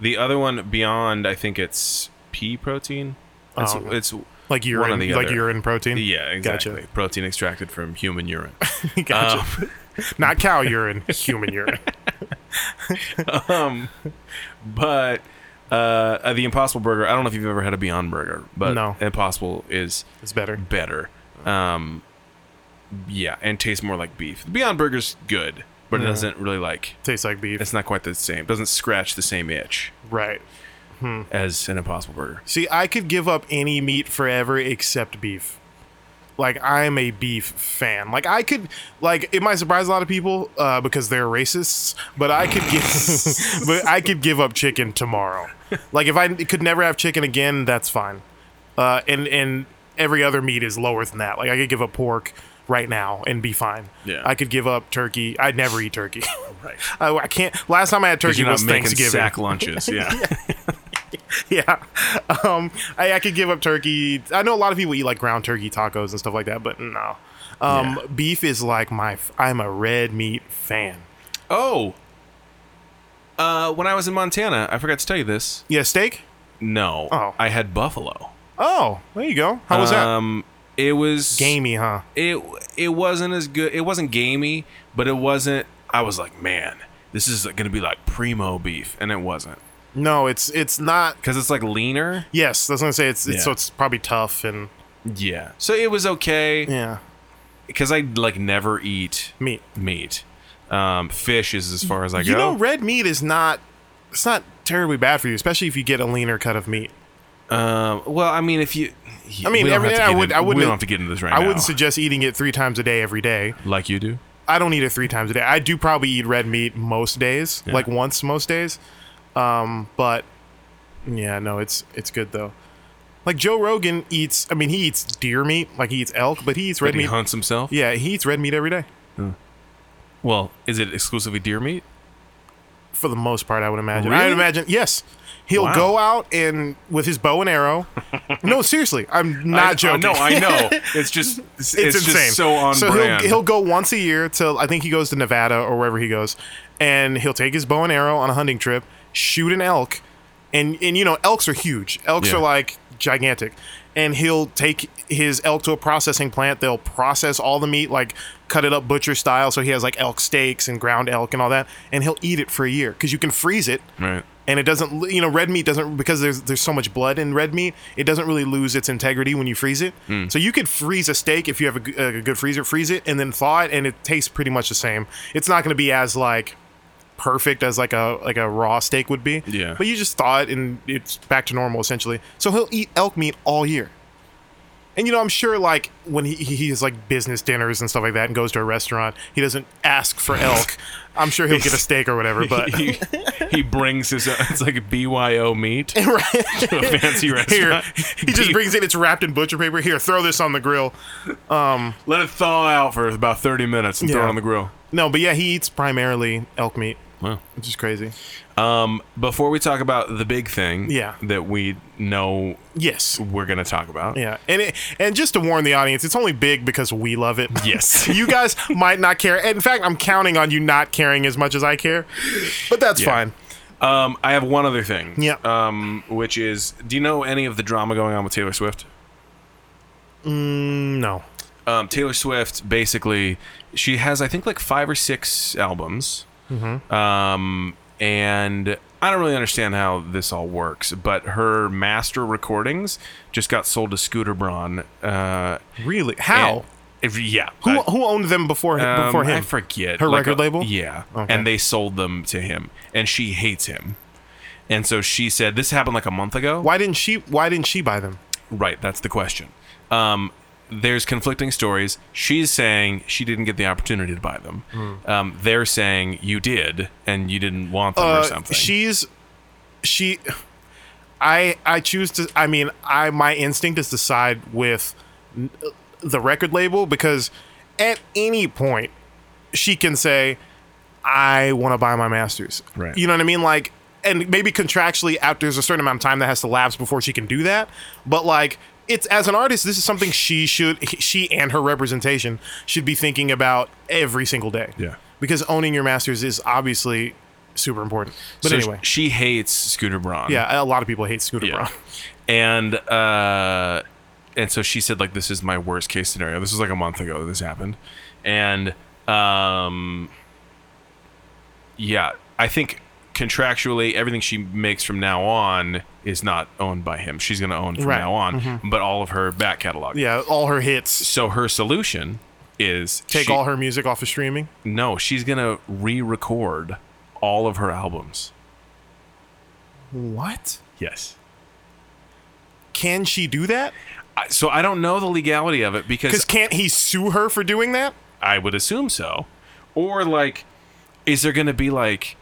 Speaker 1: The other one beyond, I think it's pea protein. It's,
Speaker 2: Oh, okay.
Speaker 1: it's
Speaker 2: like
Speaker 1: or
Speaker 2: urine,
Speaker 1: the
Speaker 2: like
Speaker 1: other.
Speaker 2: urine protein.
Speaker 1: yeah, exactly.
Speaker 2: Gotcha.
Speaker 1: Protein extracted from human urine.
Speaker 2: Gotcha.
Speaker 1: Um,
Speaker 2: Not cow urine, human urine.
Speaker 1: but uh, uh, the Impossible Burger. I don't know if you've ever had a Beyond Burger, but
Speaker 2: No.
Speaker 1: Impossible is
Speaker 2: It's better.
Speaker 1: better. Um, yeah, and tastes more like beef. The Beyond Burger's good, but it doesn't really like.
Speaker 2: Tastes like beef.
Speaker 1: It's not quite the same. Doesn't scratch the same itch
Speaker 2: right.
Speaker 1: as an Impossible Burger.
Speaker 2: See, I could give up any meat forever except beef. Like I'm a beef fan. Like I could, like it might surprise a lot of people uh, because they're racists, but I could give, but I could give up chicken tomorrow. Like if I could never have chicken again, that's fine. Uh, and and every other meat is lower than that. Like I could give up pork right now and be fine.
Speaker 1: Yeah.
Speaker 2: I could give up turkey. I'd never eat turkey.
Speaker 1: Right.
Speaker 2: I, I can't. Last time I had turkey
Speaker 1: You're not
Speaker 2: was
Speaker 1: making
Speaker 2: Thanksgiving.
Speaker 1: sack lunches. Yeah.
Speaker 2: yeah, um, I, I could give up turkey. I know a lot of people eat like ground turkey tacos and stuff like that, but no. Um,
Speaker 1: Yeah.
Speaker 2: Beef is like my. f- I'm a red meat fan.
Speaker 1: Oh. Uh, when I was in Montana, I forgot to tell you this.
Speaker 2: Yeah, steak.
Speaker 1: No,
Speaker 2: Oh.
Speaker 1: I had buffalo.
Speaker 2: Oh, there you go. How was that?
Speaker 1: Um, it was
Speaker 2: Gamey, huh?
Speaker 1: it it wasn't as good. It wasn't gamey, but it wasn't. I was like, man, this is gonna be like primo beef, and it wasn't
Speaker 2: No, it's it's not.
Speaker 1: because it's like leaner.
Speaker 2: Yes, that's what I'm saying. It's, it's
Speaker 1: Yeah.
Speaker 2: so it's probably tough and
Speaker 1: Yeah. So it was okay
Speaker 2: yeah,
Speaker 1: because I like never eat
Speaker 2: meat.
Speaker 1: meat. Um, fish is as far as I
Speaker 2: You
Speaker 1: go.
Speaker 2: know, red meat is not. It's not terribly bad for you, especially if you get a leaner cut of meat.
Speaker 1: um, well, I mean, if you,
Speaker 2: I mean,
Speaker 1: we don't
Speaker 2: every,
Speaker 1: have to
Speaker 2: I
Speaker 1: get
Speaker 2: would.
Speaker 1: in-
Speaker 2: I wouldn't.
Speaker 1: we don't have to get into this right
Speaker 2: I
Speaker 1: now.
Speaker 2: wouldn't suggest eating it three times a day every day.
Speaker 1: like you do.
Speaker 2: I don't eat it three times a day. I do probably eat red meat most days, like once most days. Um, but yeah, no, it's it's good though. Like Joe Rogan eats. I mean, he eats deer meat. Like he eats elk, but he eats red
Speaker 1: That he
Speaker 2: meat.
Speaker 1: hunts himself.
Speaker 2: Yeah, he eats red meat every day
Speaker 1: Well, is it exclusively deer meat?
Speaker 2: for the most part. I would imagine. I
Speaker 1: Really?
Speaker 2: would imagine yes. He'll
Speaker 1: Wow.
Speaker 2: go out and with his bow and arrow. no, seriously, I'm
Speaker 1: I-
Speaker 2: not
Speaker 1: I,
Speaker 2: joking.
Speaker 1: no, I know. It's just it's,
Speaker 2: it's, insane.
Speaker 1: Just so on brand.
Speaker 2: He'll, he'll go once a year to I think he goes to Nevada or wherever he goes, and he'll take his bow and arrow on a hunting trip, shoot an elk, and and you know elks are huge. Elks
Speaker 1: Yeah.
Speaker 2: are like gigantic, and he'll take his elk to a processing plant. They'll process all the meat, like cut it up butcher style, so he has like elk steaks and ground elk and all that, and he'll eat it for a year because you can freeze it.
Speaker 1: Right.
Speaker 2: And it doesn't, you know, red meat doesn't because there's there's so much blood in red meat. It doesn't really lose its integrity when you freeze it. So you could freeze a steak if you have a, g- a good freezer, freeze it and then thaw it, and it tastes pretty much the same. It's not going to be as like perfect as like a like a raw steak would be.
Speaker 1: Yeah.
Speaker 2: But you just thaw it and it's back to normal essentially. So he'll eat elk meat all year. And you know, I'm sure like when he he he has like business dinners and stuff like that and goes to a restaurant, he doesn't ask for elk. I'm sure he'll get a steak or whatever, but
Speaker 1: he, he brings his it's like a BYO meat
Speaker 2: right
Speaker 1: to a fancy
Speaker 2: here
Speaker 1: restaurant.
Speaker 2: he just brings it, it's wrapped in butcher paper. Here, throw this on the grill.
Speaker 1: let it thaw out for about 30 minutes and throw it
Speaker 2: Yeah.
Speaker 1: on the grill.
Speaker 2: No, but yeah, he eats primarily elk meat,
Speaker 1: Wow.
Speaker 2: which is crazy.
Speaker 1: Before we talk about the big thing
Speaker 2: Yeah.
Speaker 1: that we know
Speaker 2: Yes.
Speaker 1: we're going to talk about.
Speaker 2: Yeah. And it, and just to warn the audience, it's only big because we love it.
Speaker 1: Yes.
Speaker 2: you guys might not care. In fact, I'm counting on you not caring as much as I care. But that's
Speaker 1: Yeah.
Speaker 2: fine.
Speaker 1: Um, I have one other thing.
Speaker 2: Yeah.
Speaker 1: Um, which is, do you know any of the drama going on with Taylor Swift?
Speaker 2: No.
Speaker 1: Um, Taylor Swift basically, she has I think like five or six albums,
Speaker 2: Mm-hmm.
Speaker 1: um, and I don't really understand how this all works. But her master recordings just got sold to Scooter Braun. Uh,
Speaker 2: Really? How?
Speaker 1: and- if, yeah.
Speaker 2: who,
Speaker 1: I-
Speaker 2: who owned them before
Speaker 1: um,
Speaker 2: before him?
Speaker 1: I forget.
Speaker 2: Her
Speaker 1: Like
Speaker 2: record
Speaker 1: a-
Speaker 2: label?
Speaker 1: Yeah.
Speaker 2: Okay.
Speaker 1: And they sold them to him, and she hates him. And so she said, "This happened like a month ago."
Speaker 2: Why didn't she why didn't she buy them?
Speaker 1: Right, that's the question. Um, there's conflicting stories. She's saying she didn't get the opportunity to buy them.
Speaker 2: Hmm.
Speaker 1: Um, they're saying you did and you didn't want them or
Speaker 2: Uh,
Speaker 1: something.
Speaker 2: She's she I I choose to I mean, I my instinct is to side with n- the record label because at any point she can say I want to buy my masters.
Speaker 1: Right.
Speaker 2: You know what I mean like and maybe contractually after there's a certain amount of time that has to lapse before she can do that, but like it's as an artist this is something she should she and her representation should be thinking about every single day.
Speaker 1: Yeah.
Speaker 2: Because owning your masters is obviously super important. But
Speaker 1: So
Speaker 2: anyway,
Speaker 1: she hates Scooter Braun.
Speaker 2: yeah, a lot of people hate Scooter
Speaker 1: Yeah.
Speaker 2: Braun.
Speaker 1: And uh, and so she said like this is my worst case scenario. This was like a month ago that this happened. And um, yeah, I think contractually everything she makes from now on is not owned by him. She's going to own from
Speaker 2: Right. Mm-hmm.
Speaker 1: now on, but all of her back catalog.
Speaker 2: Yeah, all her hits.
Speaker 1: So her solution is
Speaker 2: Take
Speaker 1: she-
Speaker 2: all her music off of streaming.
Speaker 1: No, she's gonna re-record all of her albums.
Speaker 2: What?
Speaker 1: Yes.
Speaker 2: Can she do that?
Speaker 1: I, so I don't know the legality of it
Speaker 2: Because
Speaker 1: because
Speaker 2: can't he sue her for doing that?
Speaker 1: I would assume so. Or like, is there gonna be like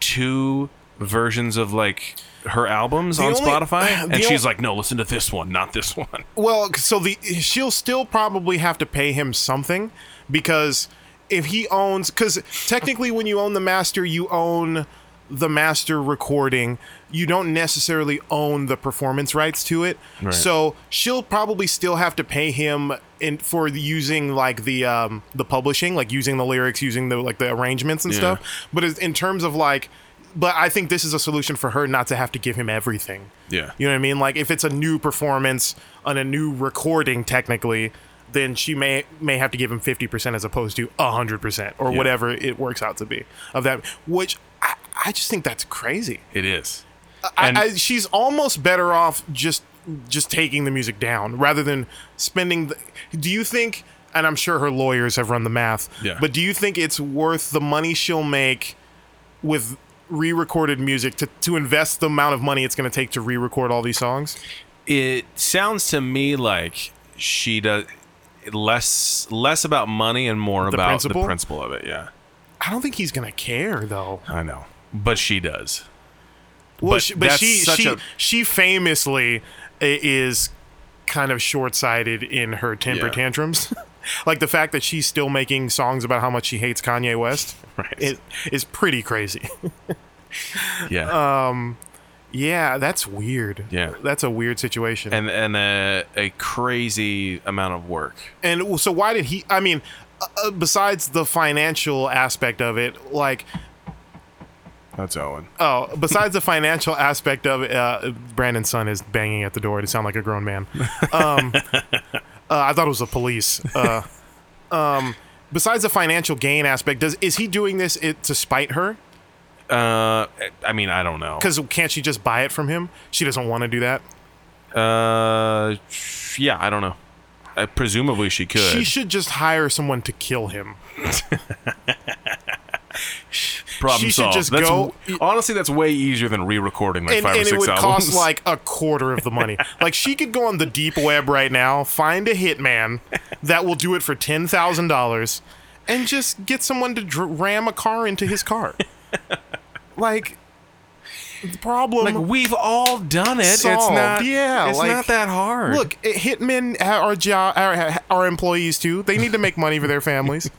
Speaker 1: two versions of like her albums on
Speaker 2: only-
Speaker 1: Spotify?
Speaker 2: the
Speaker 1: And
Speaker 2: only-
Speaker 1: she's like, no, listen to this one, not this one.
Speaker 2: Well, so the she'll still probably have to pay him something because if he owns cuz technically when you own the master you own the master recording. You don't necessarily own the performance rights to it.
Speaker 1: Right.
Speaker 2: So she'll probably still have to pay him in for using like the um the publishing, like using the lyrics, using the like the arrangements and
Speaker 1: Yeah.
Speaker 2: stuff. But it's- in terms of like but I think this is a solution for her not to have to give him everything.
Speaker 1: Yeah.
Speaker 2: You know what I mean? Like if it's a new performance on a new recording technically, then she may may have to give him 50% as opposed to 100% or
Speaker 1: Yeah.
Speaker 2: whatever it works out to be of that, which I, I just think that's crazy.
Speaker 1: It is.
Speaker 2: I,
Speaker 1: And-
Speaker 2: I, she's almost better off just just taking the music down rather than spending the, do you think and I'm sure her lawyers have run the math,
Speaker 1: Yeah.
Speaker 2: but do you think it's worth the money she'll make with re-recorded music to, to invest the amount of money it's going to take to re-record all these songs?
Speaker 1: it sounds to me like she does less less about money and more
Speaker 2: The
Speaker 1: about
Speaker 2: principle?
Speaker 1: the principle of it. Yeah,
Speaker 2: I don't think he's gonna care though.
Speaker 1: I know, but she does.
Speaker 2: Well,
Speaker 1: But
Speaker 2: she, but
Speaker 1: that's
Speaker 2: she
Speaker 1: such
Speaker 2: she,
Speaker 1: a-
Speaker 2: she famously i- is kind of short-sighted in her temper
Speaker 1: Yeah.
Speaker 2: tantrums. like the fact that she's still making songs about how much she hates Kanye West
Speaker 1: Right.
Speaker 2: is, is pretty crazy.
Speaker 1: Yeah,
Speaker 2: yeah, that's weird.
Speaker 1: Yeah.
Speaker 2: that's a weird situation.
Speaker 1: and and a, a crazy amount of work.
Speaker 2: And w- so, why did he? I mean, uh, uh, besides the financial aspect of it, like,
Speaker 1: That's Owen.
Speaker 2: Oh, besides the financial aspect of it, uh, Brandon's son is banging at the door to sound like a grown man. Um, uh, I thought it was the police. Uh, um, besides the financial gain aspect, does is he doing this it, to spite her?
Speaker 1: Uh, I mean, I don't know.
Speaker 2: Because can't she just buy it from him? She doesn't want to do that.
Speaker 1: Uh, sh- yeah, I don't know. I, presumably she could.
Speaker 2: She should just hire someone to kill him.
Speaker 1: Problem
Speaker 2: she should
Speaker 1: solved.
Speaker 2: just
Speaker 1: That's
Speaker 2: go- e-,
Speaker 1: w- honestly, that's way easier than re-recording like
Speaker 2: and,
Speaker 1: five or
Speaker 2: and
Speaker 1: six
Speaker 2: it would
Speaker 1: albums.
Speaker 2: cost like a quarter of the money. like she could go on the deep web right now, find a hitman that will do it for ten thousand dollars, and just get someone to dr- ram a car into his car. like the problem.
Speaker 1: Like, we've all done it. It's
Speaker 2: Solved.
Speaker 1: not.
Speaker 2: Yeah,
Speaker 1: it's
Speaker 2: like-
Speaker 1: not that hard.
Speaker 2: Look, eh, hitmen ha- are, jo- are are employees too. They need to make money for their families.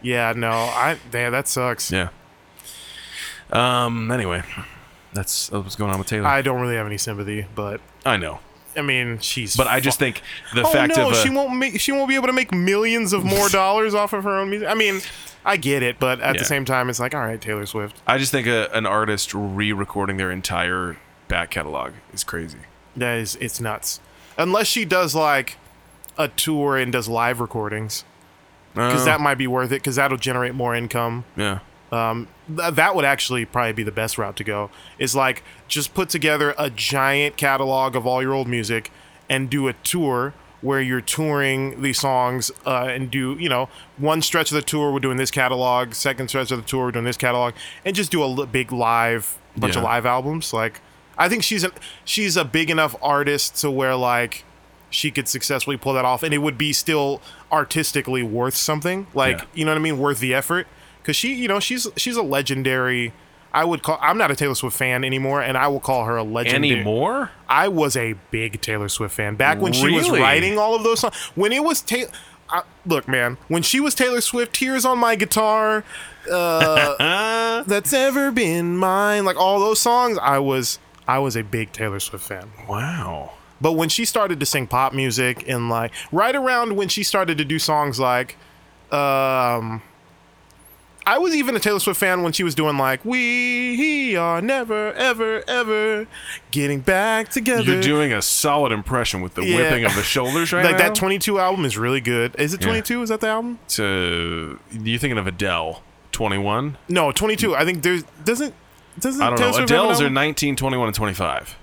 Speaker 2: yeah, no, I yeah, that sucks.
Speaker 1: Yeah. Um. Anyway, that's that's what's going on with Taylor. I,
Speaker 2: I don't really have any sympathy, but
Speaker 1: know,
Speaker 2: I mean, she's.
Speaker 1: but I just think the
Speaker 2: oh
Speaker 1: fact
Speaker 2: no,
Speaker 1: of uh, a,
Speaker 2: she won't make she won't be able to make millions of more dollars off of her own music. I mean, I get it, but at
Speaker 1: Yeah.
Speaker 2: the same time, it's like, all right, Taylor Swift.
Speaker 1: I just think a, an artist re-recording their entire back catalog is crazy.
Speaker 2: That is, it's nuts. Unless she does like a tour and does live recordings, because
Speaker 1: Oh,
Speaker 2: that might be worth it, because that'll generate more income.
Speaker 1: yeah.
Speaker 2: Um, th- that would actually probably be the best route to go. Is like just put together a giant catalog of all your old music and do a tour where you're touring these songs uh, and do you know one stretch of the tour we're doing this catalog, second stretch of the tour we're doing this catalog, and just do a li- big live bunch of
Speaker 1: Yeah.
Speaker 2: live albums. Like I think she's an she's a big enough artist to where like she could successfully pull that off and it would be still artistically worth something like
Speaker 1: Yeah.
Speaker 2: you know what i mean worth the effort because she you know she's she's a legendary i would call i'm not a taylor swift fan anymore and i will call her a legendary
Speaker 1: Anymore?
Speaker 2: i was a big taylor swift fan back when she was
Speaker 1: Really?
Speaker 2: writing all of those songs when it was taylor look man when she was taylor swift tears on my guitar uh, that's ever been mine like all those songs i was i was a big taylor swift fan
Speaker 1: Wow.
Speaker 2: but when she started to sing pop music and like right around when she started to do songs like um I was even a Taylor Swift fan when she was doing like we are never ever ever getting back together.
Speaker 1: You're doing a solid impression with the
Speaker 2: Yeah.
Speaker 1: whipping of the shoulders right
Speaker 2: like
Speaker 1: now.
Speaker 2: that 22 album is really good. Is it
Speaker 1: Yeah.
Speaker 2: 22? Is that the album?
Speaker 1: To you're thinking of Adele, 21.
Speaker 2: No, 22. I think there's doesn't doesn't
Speaker 1: I don't
Speaker 2: Taylor
Speaker 1: know.
Speaker 2: Swift have an
Speaker 1: Adele's are
Speaker 2: album?
Speaker 1: 19, 21, and 25.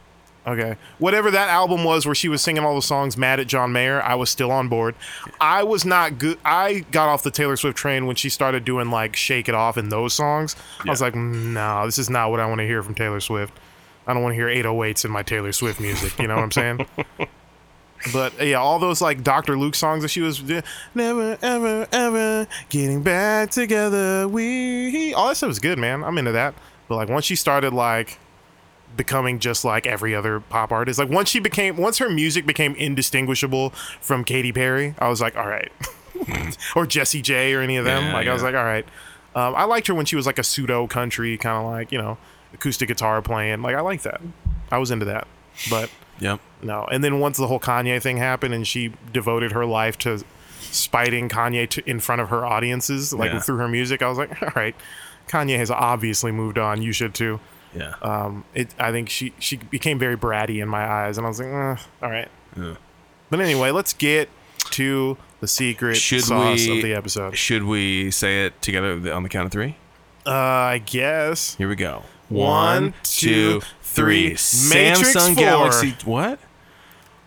Speaker 2: Okay. Whatever that album was where she was singing all the songs mad at John Mayer, I was still on board. I was not good. I got off the Taylor Swift train when she started doing like Shake It Off and those songs. I was
Speaker 1: Yeah.
Speaker 2: like, no, this is not what I want to hear from Taylor Swift. I don't want to hear 808s in my Taylor Swift music. You know what I'm saying? But uh, yeah, all those like Dr. Luke songs that she was doing, never, ever, ever getting back together. We all that stuff was good, man. I'm into that. But like once she started like becoming just like every other pop artist, like once she became, once her music became indistinguishable from Katy Perry, I was like, all right, or Jesse J or any of them.
Speaker 1: Yeah,
Speaker 2: like I was
Speaker 1: yeah.
Speaker 2: like, all right. Um, I liked her when she was like a pseudo country kind of like you know acoustic guitar playing. Like I like that. I was into that. But
Speaker 1: Yep.
Speaker 2: no. And then once the whole Kanye thing happened and she devoted her life to spiting Kanye to, in front of her audiences, like
Speaker 1: Yeah.
Speaker 2: through her music, I was like, all right, Kanye has obviously moved on. You should too.
Speaker 1: Yeah.
Speaker 2: Um, it, I think she, she became very bratty in my eyes. And I was like, eh, all right.
Speaker 1: Yeah.
Speaker 2: But anyway, let's get to the secret
Speaker 1: Should
Speaker 2: sauce
Speaker 1: we-
Speaker 2: of the episode.
Speaker 1: Should we say it together on the count of three?
Speaker 2: Uh, I guess.
Speaker 1: Here we go.
Speaker 2: One, two, three. Matrix
Speaker 1: Samsung
Speaker 2: four.
Speaker 1: Galaxy. What?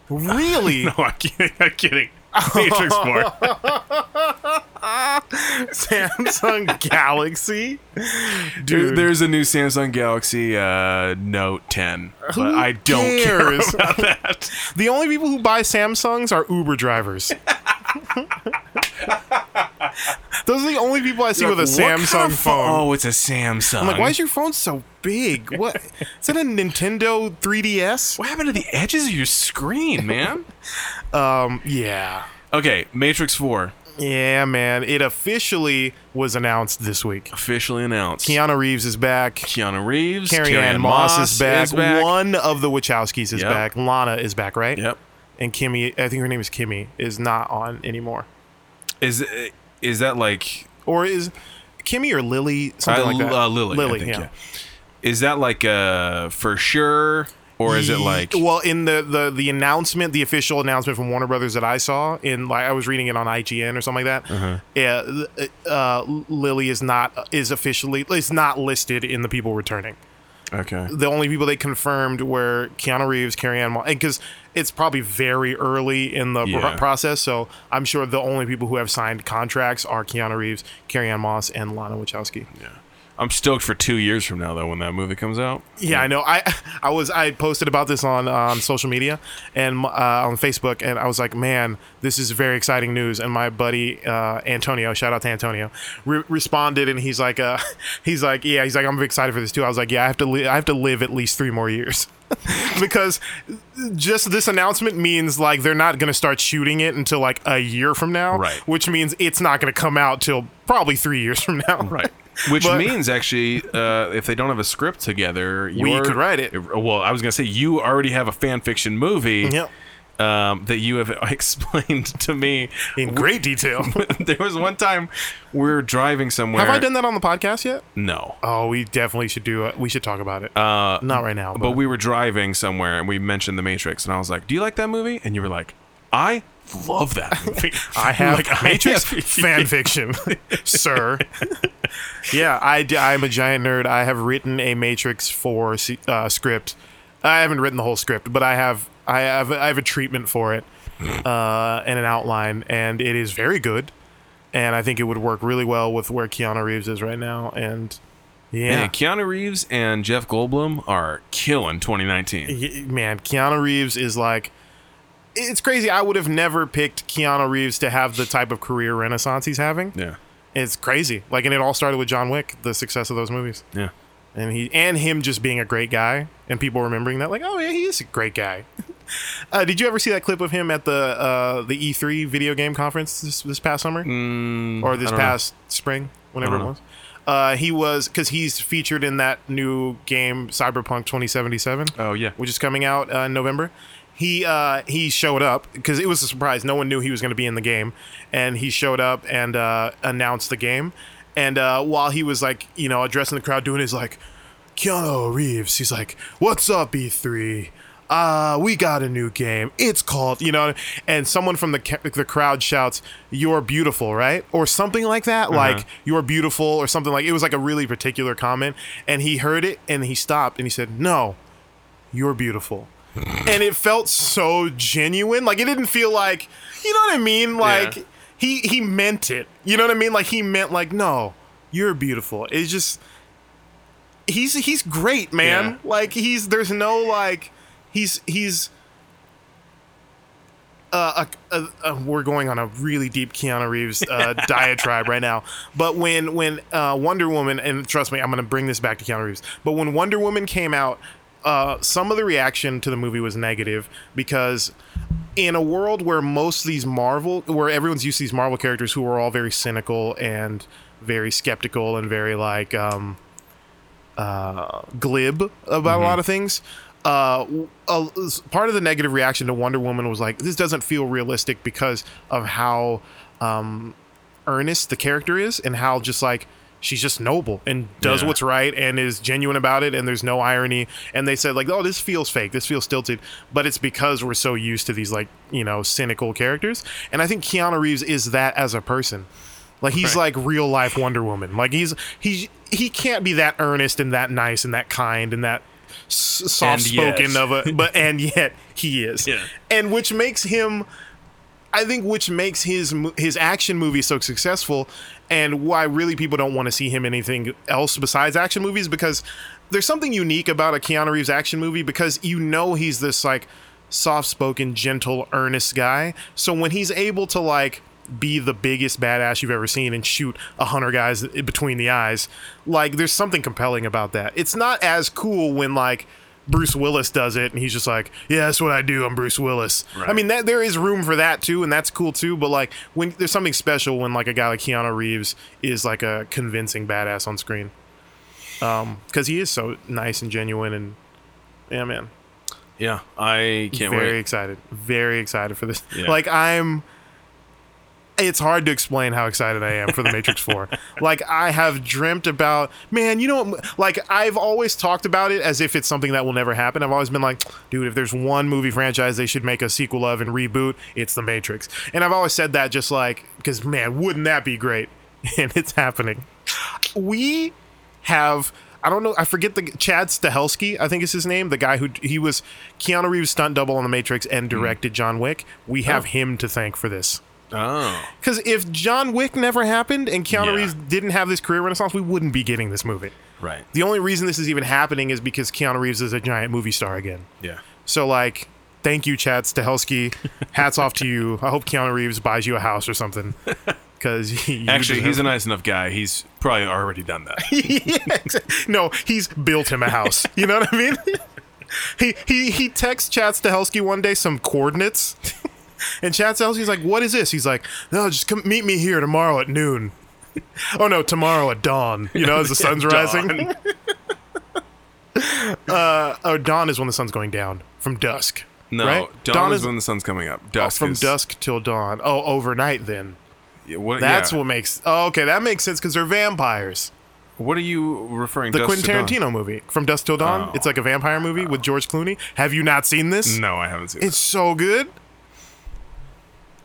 Speaker 2: Really?
Speaker 1: I'm kidding. I'm kidding. Matrix 4.
Speaker 2: Samsung Galaxy?
Speaker 1: There,
Speaker 2: Dude,
Speaker 1: there's a new Samsung Galaxy uh, Note 10, but I don't care
Speaker 2: cares?
Speaker 1: about that.
Speaker 2: The only people who buy Samsungs are Uber drivers. Those are the only people I see with a
Speaker 1: Like, what
Speaker 2: Samsung
Speaker 1: kind of pho-
Speaker 2: phone.
Speaker 1: Oh, it's a Samsung.
Speaker 2: I'm like, why is your phone so big? What? Is it a Nintendo 3DS?
Speaker 1: what happened to the edges of your screen, man?
Speaker 2: Um, yeah,
Speaker 1: okay, Matrix 4
Speaker 2: yeah, man. It officially was announced this week.
Speaker 1: officially announced.
Speaker 2: Keanu Reeves is back.
Speaker 1: Keanu Reeves,
Speaker 2: Carrie Ann Moss, is, back. One of the Wachowskis is
Speaker 1: Yep.
Speaker 2: back. Lana is back, right?
Speaker 1: Yep.
Speaker 2: And Kimmy, I think her name is Kimmy, is not on anymore.
Speaker 1: Is is that like
Speaker 2: or is Kimmy or Lily something
Speaker 1: I-
Speaker 2: like that?
Speaker 1: uh, Lily? I
Speaker 2: Lily,
Speaker 1: think,
Speaker 2: yeah.
Speaker 1: yeah. Is that like uh for sure, or is it like
Speaker 2: well in the, the the announcement the official announcement from warner brothers that i saw in like i was reading it on ign or something like that yeah
Speaker 1: Uh-huh.
Speaker 2: th- uh, lily is not is officially is not listed in the people returning
Speaker 1: okay?
Speaker 2: the only people they confirmed were keanu reeves carrie ann moss because it's probably very early in the pro-
Speaker 1: Yeah.
Speaker 2: process so i'm sure the only people who have signed contracts are keanu reeves carrie ann moss and lana wachowski
Speaker 1: I'm stoked for two years from now though when that movie comes out.
Speaker 2: Yeah, I know. I I was I posted about this on um, social media and uh, on Facebook, and I was like, man, this is very exciting news. And my buddy uh, Antonio, shout out to Antonio, re- responded, and he's like, uh, he's like, yeah, he's like, I'm excited for this too. I was like, yeah, I have to li- I have to live at least three more years. because just this announcement means like they're not going to start shooting it until like a year from now,
Speaker 1: Right.
Speaker 2: Which means it's not going to come out till probably three years from now,
Speaker 1: Which
Speaker 2: But-
Speaker 1: means actually, uh, if they don't have a script together,
Speaker 2: We
Speaker 1: you're-
Speaker 2: could write it.
Speaker 1: Well, I was gonna say you already have a fan fiction movie.
Speaker 2: Yep.
Speaker 1: Um, that you have explained to me.
Speaker 2: In great detail.
Speaker 1: there was one time we were driving somewhere.
Speaker 2: Have I done that on the podcast yet?
Speaker 1: No.
Speaker 2: Oh, we definitely should do. it. we should talk about it. Uh, not right now, but,
Speaker 1: But we were driving somewhere and we mentioned The Matrix, and I was like, "Do you like that movie?" And you were like, "I love that movie."
Speaker 2: I have
Speaker 1: Like, I
Speaker 2: Matrix
Speaker 1: have-
Speaker 2: fan fiction, sir. yeah, I am a giant nerd. I have written a Matrix four se- uh, script. I haven't written the whole script, but I have. I have. I have a treatment for it uh, and an outline, and it is very good. And I think it would work really well with where Keanu Reeves is right now. And yeah,
Speaker 1: Yeah, Keanu Reeves and Jeff Goldblum are killing 2019.
Speaker 2: He- man, Keanu Reeves is like it's crazy. I would have never picked Keanu Reeves to have the type of career renaissance he's having.
Speaker 1: Yeah,
Speaker 2: It's crazy. Like and it all started with John Wick, the success of those movies.
Speaker 1: yeah.
Speaker 2: And he and him just being a great guy and people remembering that like, "Oh yeah, he is a great guy." uh, did you ever see that clip of him at the uh, the E3 video game conference this, this past summer? or this
Speaker 1: Mm, I don't know.
Speaker 2: past spring, whenever
Speaker 1: I
Speaker 2: it
Speaker 1: don't
Speaker 2: was. Uh, he was because he's featured in that new game Cyberpunk 2077
Speaker 1: Oh yeah.
Speaker 2: which is coming out uh, in November. He uh, he showed up because it was a surprise. No one knew he was going to be in the game, and he showed up and uh, announced the game. And uh, while he was like, you know, addressing the crowd, doing his like, Keanu Reeves. He's like, "What's up, E3? Uh, we got a new game. It's called, you know." And someone from the ca- the crowd shouts, "You're beautiful, right?" or something like that, like "You're beautiful" or something like. It was like a really particular comment, and he heard it and he stopped and he said, "No, you're beautiful." and it felt so genuine. Like it didn't feel like, you know what I mean? Like
Speaker 1: Yeah.
Speaker 2: he he meant it. You know what I mean? Like he meant like, "No, you're beautiful." It's just he's he's great, man.
Speaker 1: Yeah.
Speaker 2: Like he's there's no like he's he's uh, uh, uh, we're going on a really deep Keanu Reeves uh, diatribe right now. But when when uh, Wonder Woman and trust me, I'm going to bring this back to Keanu Reeves. But when Wonder Woman came out, uh, some of the reaction to the movie was negative because in a world where most of these Marvel, where everyone's used to these Marvel characters who are all very cynical and very skeptical and very like um, uh, glib about a lot of things. Uh, w- a, s- part of the negative reaction to Wonder Woman was like, this doesn't feel realistic because of how um, earnest the character is and how just like she's just noble and does
Speaker 1: Yeah.
Speaker 2: what's right and is genuine about it and there's no irony. And they said like, oh, this feels fake, this feels stilted, but it's because we're so used to these like you know cynical characters. And I think Keanu Reeves is that as a person. Like he's like real life Wonder Woman. Like he's he he can't be that earnest and that nice and that kind and that soft spoken
Speaker 1: yes.
Speaker 2: of a but and yet he is.
Speaker 1: Yeah.
Speaker 2: And which makes him I think which makes his mo- his action movie so successful and why really people don't want to see him in anything else besides action movies because there's something unique about a Keanu Reeves action movie because you know he's this like soft-spoken, gentle, earnest guy. So when he's able to like be the biggest badass you've ever seen and shoot a hundred guys i- between the eyes. Like, there's something compelling about that. It's not as cool when like Bruce Willis does it and he's just like, "Yeah, that's what I do. I'm Bruce Willis." I mean, that there is room for that too, and that's cool too. But like, when there's something special when like a guy like Keanu Reeves is like a convincing badass on screen, um, because he is so nice and genuine and. Yeah, man.
Speaker 1: Yeah, I can't
Speaker 2: very
Speaker 1: wait.
Speaker 2: excited. Very excited for this.
Speaker 1: Yeah.
Speaker 2: Like I'm it's hard to explain how excited I am for the Matrix 4. Like I have dreamt about, man, you know, what- like I've always talked about it as if it's something that will never happen. I've always been like, dude, if there's one movie franchise they should make a sequel of and reboot, it's The Matrix. And I've always said that just like because man, wouldn't that be great? And it's happening. We have I don't know. I forget the Chad Stahelski. I think is his name. The guy who he was Keanu Reeves stunt double on The Matrix and
Speaker 1: Hmm.
Speaker 2: directed John Wick. We have him to thank for this.
Speaker 1: Oh,
Speaker 2: Because if John Wick never happened and Keanu
Speaker 1: Yeah.
Speaker 2: Reeves didn't have this career renaissance, we wouldn't be getting this movie.
Speaker 1: right.
Speaker 2: The only reason this is even happening is because Keanu Reeves is a giant movie star again.
Speaker 1: Yeah.
Speaker 2: So, like, thank you, Chad Stahelski. Hats off to you. I hope Keanu Reeves buys you a house or something. Because
Speaker 1: Actually, he's a nice enough guy. He's probably already done that.
Speaker 2: no, he's built him a house. You know what I mean? he he he texts Chad Stahelski one day some coordinates, and Chad Stahelski's like, "What is this?" He's like, "No, just come meet me here tomorrow at noon." oh no, tomorrow at dawn. You know, as the sun's rising. uh, oh, dawn is when the sun's going down from dusk.
Speaker 1: No,
Speaker 2: right?
Speaker 1: dawn, is, when the sun's coming up. Dusk
Speaker 2: Oh, from
Speaker 1: is-
Speaker 2: dusk till dawn. Oh, overnight then.
Speaker 1: Yeah, What,
Speaker 2: That's
Speaker 1: yeah.
Speaker 2: what makes. Oh, okay, that makes sense because they're vampires.
Speaker 1: What are you referring?
Speaker 2: The
Speaker 1: dusk to?
Speaker 2: Quentin
Speaker 1: dawn?
Speaker 2: Tarantino movie, From Dusk Till Dawn.
Speaker 1: Oh.
Speaker 2: It's like a vampire movie with George Clooney. Have you not seen this?
Speaker 1: No, I haven't seen
Speaker 2: It's so good.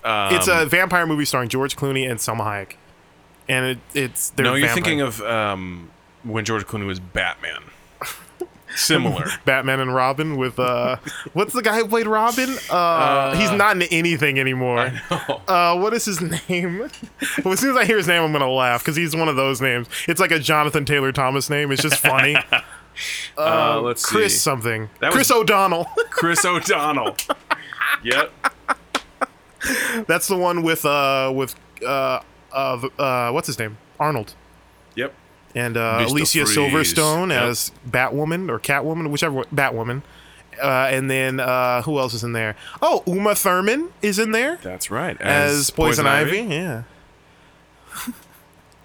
Speaker 1: Um,
Speaker 2: it's a vampire movie starring George Clooney and Selma Hayek, and it, it's
Speaker 1: it.
Speaker 2: they're
Speaker 1: No, you're
Speaker 2: vampire-
Speaker 1: thinking of um, when George Clooney was Batman. Similar.
Speaker 2: Batman and Robin with uh, what's the guy who played Robin? Uh, he's not in anything anymore. Uh, what is his name? well, as soon as I hear his name, I'm gonna laugh because he's one of those names. It's like a Jonathan Taylor Thomas name. It's just funny.
Speaker 1: uh, let's
Speaker 2: Chris
Speaker 1: see.
Speaker 2: something.
Speaker 1: That
Speaker 2: Chris
Speaker 1: was-
Speaker 2: O'Donnell.
Speaker 1: Chris O'Donnell. yep.
Speaker 2: That's the one with uh with uh of uh what's his name? Arnold.
Speaker 1: Yep.
Speaker 2: And uh
Speaker 1: Beast of
Speaker 2: Alicia
Speaker 1: Freeze.
Speaker 2: Silverstone
Speaker 1: Yep.
Speaker 2: as Batwoman or Catwoman, whichever one- Batwoman. Uh, and then uh, who else is in there? Oh, Uma Thurman is in there
Speaker 1: That's right.
Speaker 2: as, Poison, Ivy. Yeah.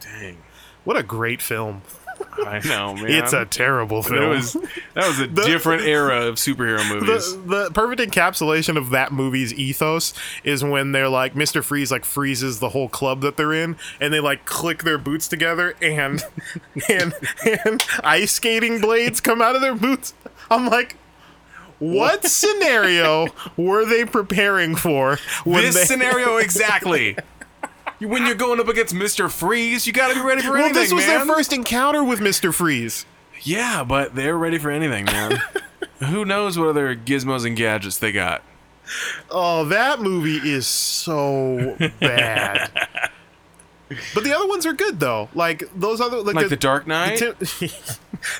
Speaker 1: Dang.
Speaker 2: What a great film.
Speaker 1: I know, man.
Speaker 2: It's a terrible
Speaker 1: That
Speaker 2: film.
Speaker 1: was that was a different era of superhero movies.
Speaker 2: the, the perfect encapsulation of that movie's ethos is when they're like Mr. Freeze like freezes the whole club that they're in and they like click their boots together and and and ice skating blades come out of their boots. I'm like what scenario were they preparing for when
Speaker 1: this
Speaker 2: they
Speaker 1: scenario exactly. when you're going up against Mister Freeze, you got to be ready for
Speaker 2: Well,
Speaker 1: anything,
Speaker 2: this was
Speaker 1: man.
Speaker 2: their first encounter with Mr. Freeze.
Speaker 1: yeah, but they're ready for anything, man. Who knows what other gizmos and gadgets they got?
Speaker 2: Oh, that movie is so bad. but the other ones are good though. Like those other like,
Speaker 1: Like the Dark Knight?
Speaker 2: Tim-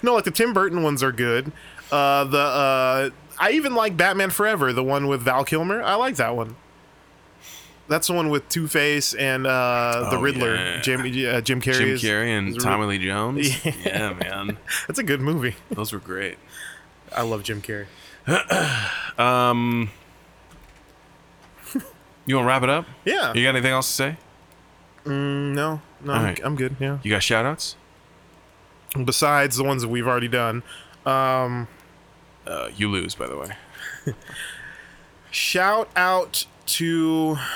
Speaker 2: no, like the Tim Burton ones are good. Uh, the uh, I even like Batman Forever, the one with Val Kilmer. I like that one. That's the one with Two Face and uh, the
Speaker 1: Oh,
Speaker 2: Riddler,
Speaker 1: yeah.
Speaker 2: Jim uh, Jim Carrey.
Speaker 1: Jim
Speaker 2: is-
Speaker 1: Carrey and
Speaker 2: is-
Speaker 1: Tommy Lee Jones.
Speaker 2: Yeah.
Speaker 1: yeah, man,
Speaker 2: That's a good movie.
Speaker 1: those were great.
Speaker 2: I love Jim Carrey.
Speaker 1: You want to wrap it up?
Speaker 2: Yeah. Mm,
Speaker 1: You got anything else to say?
Speaker 2: No, no,
Speaker 1: All
Speaker 2: I'm,
Speaker 1: right.
Speaker 2: I'm good. Yeah.
Speaker 1: You got shout outs?
Speaker 2: Besides the ones that we've already done,
Speaker 1: Uh, you lose, by the way.
Speaker 2: Shout out to.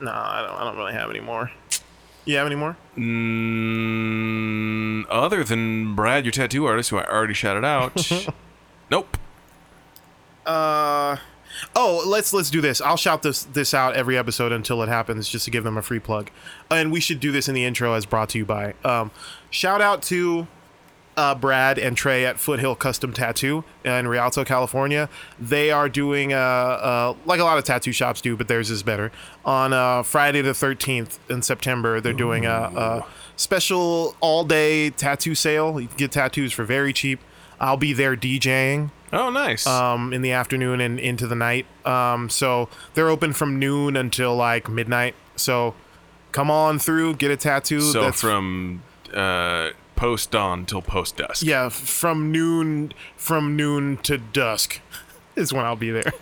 Speaker 2: No, I don't. I don't really have any more. You have any more?
Speaker 1: Mm, other than Brad, your tattoo artist, who I already shouted out. nope.
Speaker 2: Uh, oh, let's let's do this. I'll shout this this out every episode until it happens, just to give them a free plug. And we should do this in the intro as brought to you by. Um, shout out to uh, Brad and Trey at Foothill Custom Tattoo in Rialto, California. They are doing uh, uh, like a lot of tattoo shops do, but theirs is better. On uh, Friday the 13th in September, they're doing a, a special all-day tattoo sale. You can get tattoos for very cheap. I'll be there DJing
Speaker 1: Oh, nice.
Speaker 2: um, in the afternoon and into the night. Um, so they're open from noon until like midnight. So come on through, get a tattoo.
Speaker 1: so from uh, post dawn till post dusk.
Speaker 2: yeah, from noon from noon to dusk is when I'll be there.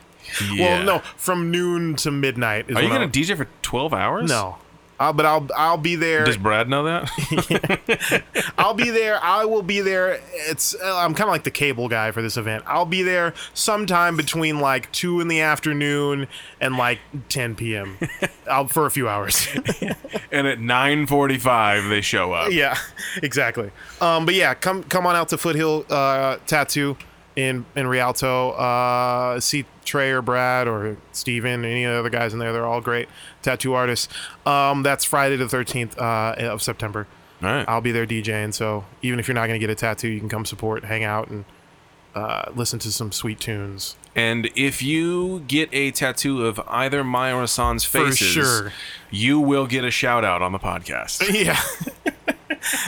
Speaker 1: Yeah.
Speaker 2: Well, no, from noon to midnight. Is
Speaker 1: Are you
Speaker 2: when
Speaker 1: gonna
Speaker 2: I'll-
Speaker 1: DJ for twelve hours?
Speaker 2: No, Uh, but I'll I'll be there.
Speaker 1: Does Brad know that?
Speaker 2: I'll be there. I will be there. It's uh, I'm kind of like the cable guy for this event. I'll be there sometime between like two in the afternoon and like 10 p.m. I'll, for a few hours.
Speaker 1: and at 9:45 they show up.
Speaker 2: yeah, exactly. Um, but yeah, come come on out to Foothill uh, Tattoo in in Rialto. Uh, see Trey or Brad or Steven, any of the other guys in there. They're all great tattoo artists. Um, that's Friday the 13th uh, of September.
Speaker 1: All right.
Speaker 2: I'll be there DJing. So even if you're not going to get a tattoo, you can come support, hang out, and uh, listen to some sweet tunes.
Speaker 1: And if you get a tattoo of either my or Hassan's
Speaker 2: For
Speaker 1: faces,
Speaker 2: sure.
Speaker 1: you will get a shout out on the podcast.
Speaker 2: Yeah.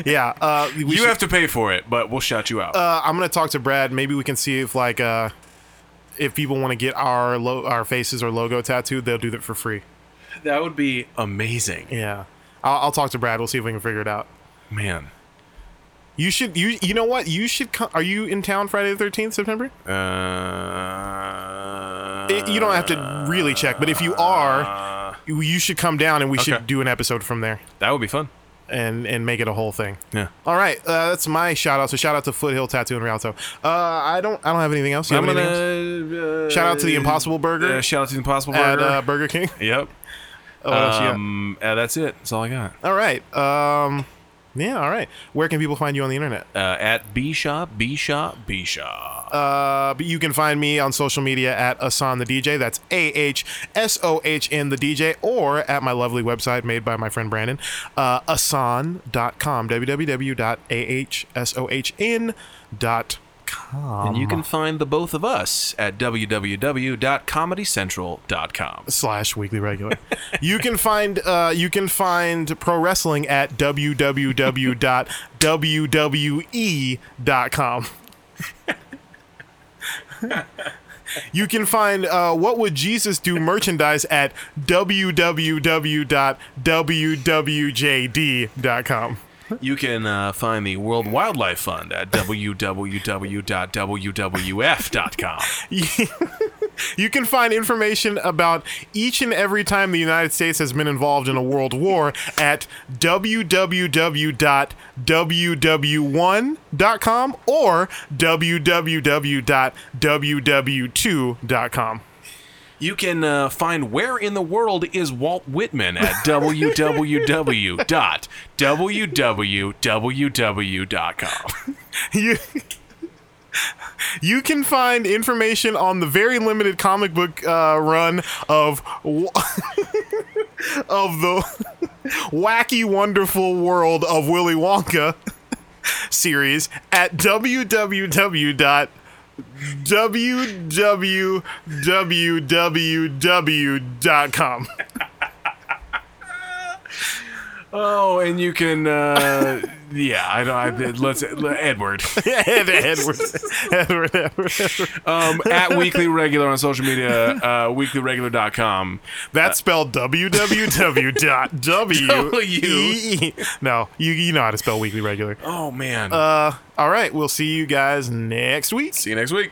Speaker 2: yeah. Uh, we
Speaker 1: you
Speaker 2: should-
Speaker 1: have to pay for it, but we'll shout you out.
Speaker 2: uh, I'm gonna talk to Brad. Maybe we can see if like uh, if people want to get our lo- our faces or logo tattooed, they'll do that for free.
Speaker 1: that would be amazing,
Speaker 2: Yeah, I'll, I'll talk to Brad. We'll see if we can figure it out.
Speaker 1: man.
Speaker 2: You should you you know what you should come. Are you in town Friday the 13th September?
Speaker 1: Uh,
Speaker 2: It- you don't have to really check, but if you are, you- you should come down and we
Speaker 1: Okay.
Speaker 2: should do an episode from there
Speaker 1: that would be fun.
Speaker 2: and and make it a whole thing.
Speaker 1: Yeah.
Speaker 2: All right, uh, that's my shout out. So shout out to Foothill Tattoo in Rialto. Uh, I don't I don't have anything else. You have
Speaker 1: I'm
Speaker 2: anything else?
Speaker 1: gonna uh,
Speaker 2: Shout out to the Impossible Burger
Speaker 1: Uh, shout out to the Impossible
Speaker 2: at
Speaker 1: Burger. Um,
Speaker 2: uh, Burger King.
Speaker 1: yep.
Speaker 2: Oh, what else you got?
Speaker 1: Um, uh, that's it. That's all I got.
Speaker 2: All right. Um, yeah. All right. Where can people find you on the internet?
Speaker 1: Uh, at B Shop, B Shop, B Shop.
Speaker 2: Uh, but you can find me on social media at Asan the DJ. That's A H S O H N the DJ, or at my lovely website made by my friend Brandon, uh, Asan.com. www.ahsohn.com.
Speaker 1: And you can find the both of us at www.comedycentral.com.
Speaker 2: slash weekly regular. you can find uh, you can find pro wrestling at E www.wwe.com. you can find uh, what would Jesus do merchandise at www.wwjd.com.
Speaker 1: You can uh, find the World Wildlife Fund at www.wwf.com.
Speaker 2: You can find information about each and every time the United States has been involved in a world war at www.ww1.com or www.ww2.com.
Speaker 1: You can uh, find Where in the World is Walt Whitman at www.www.com.
Speaker 2: You, you can find information on the very limited comic book uh, run of w- of the wacky wonderful world of Willy Wonka series at www www.www.com
Speaker 1: Oh, and you can, uh, yeah, I don't, I, let's, Edward.
Speaker 2: Ed, Edward, Edward, Edward.
Speaker 1: Um, at Weekly Regular on social media, uh, weeklyregular.com.
Speaker 2: That's spelled
Speaker 1: W.
Speaker 2: www.w. E no, you, you know how to spell weekly regular.
Speaker 1: Oh, man.
Speaker 2: Uh, all right, we'll see you guys next week.
Speaker 1: See you next week.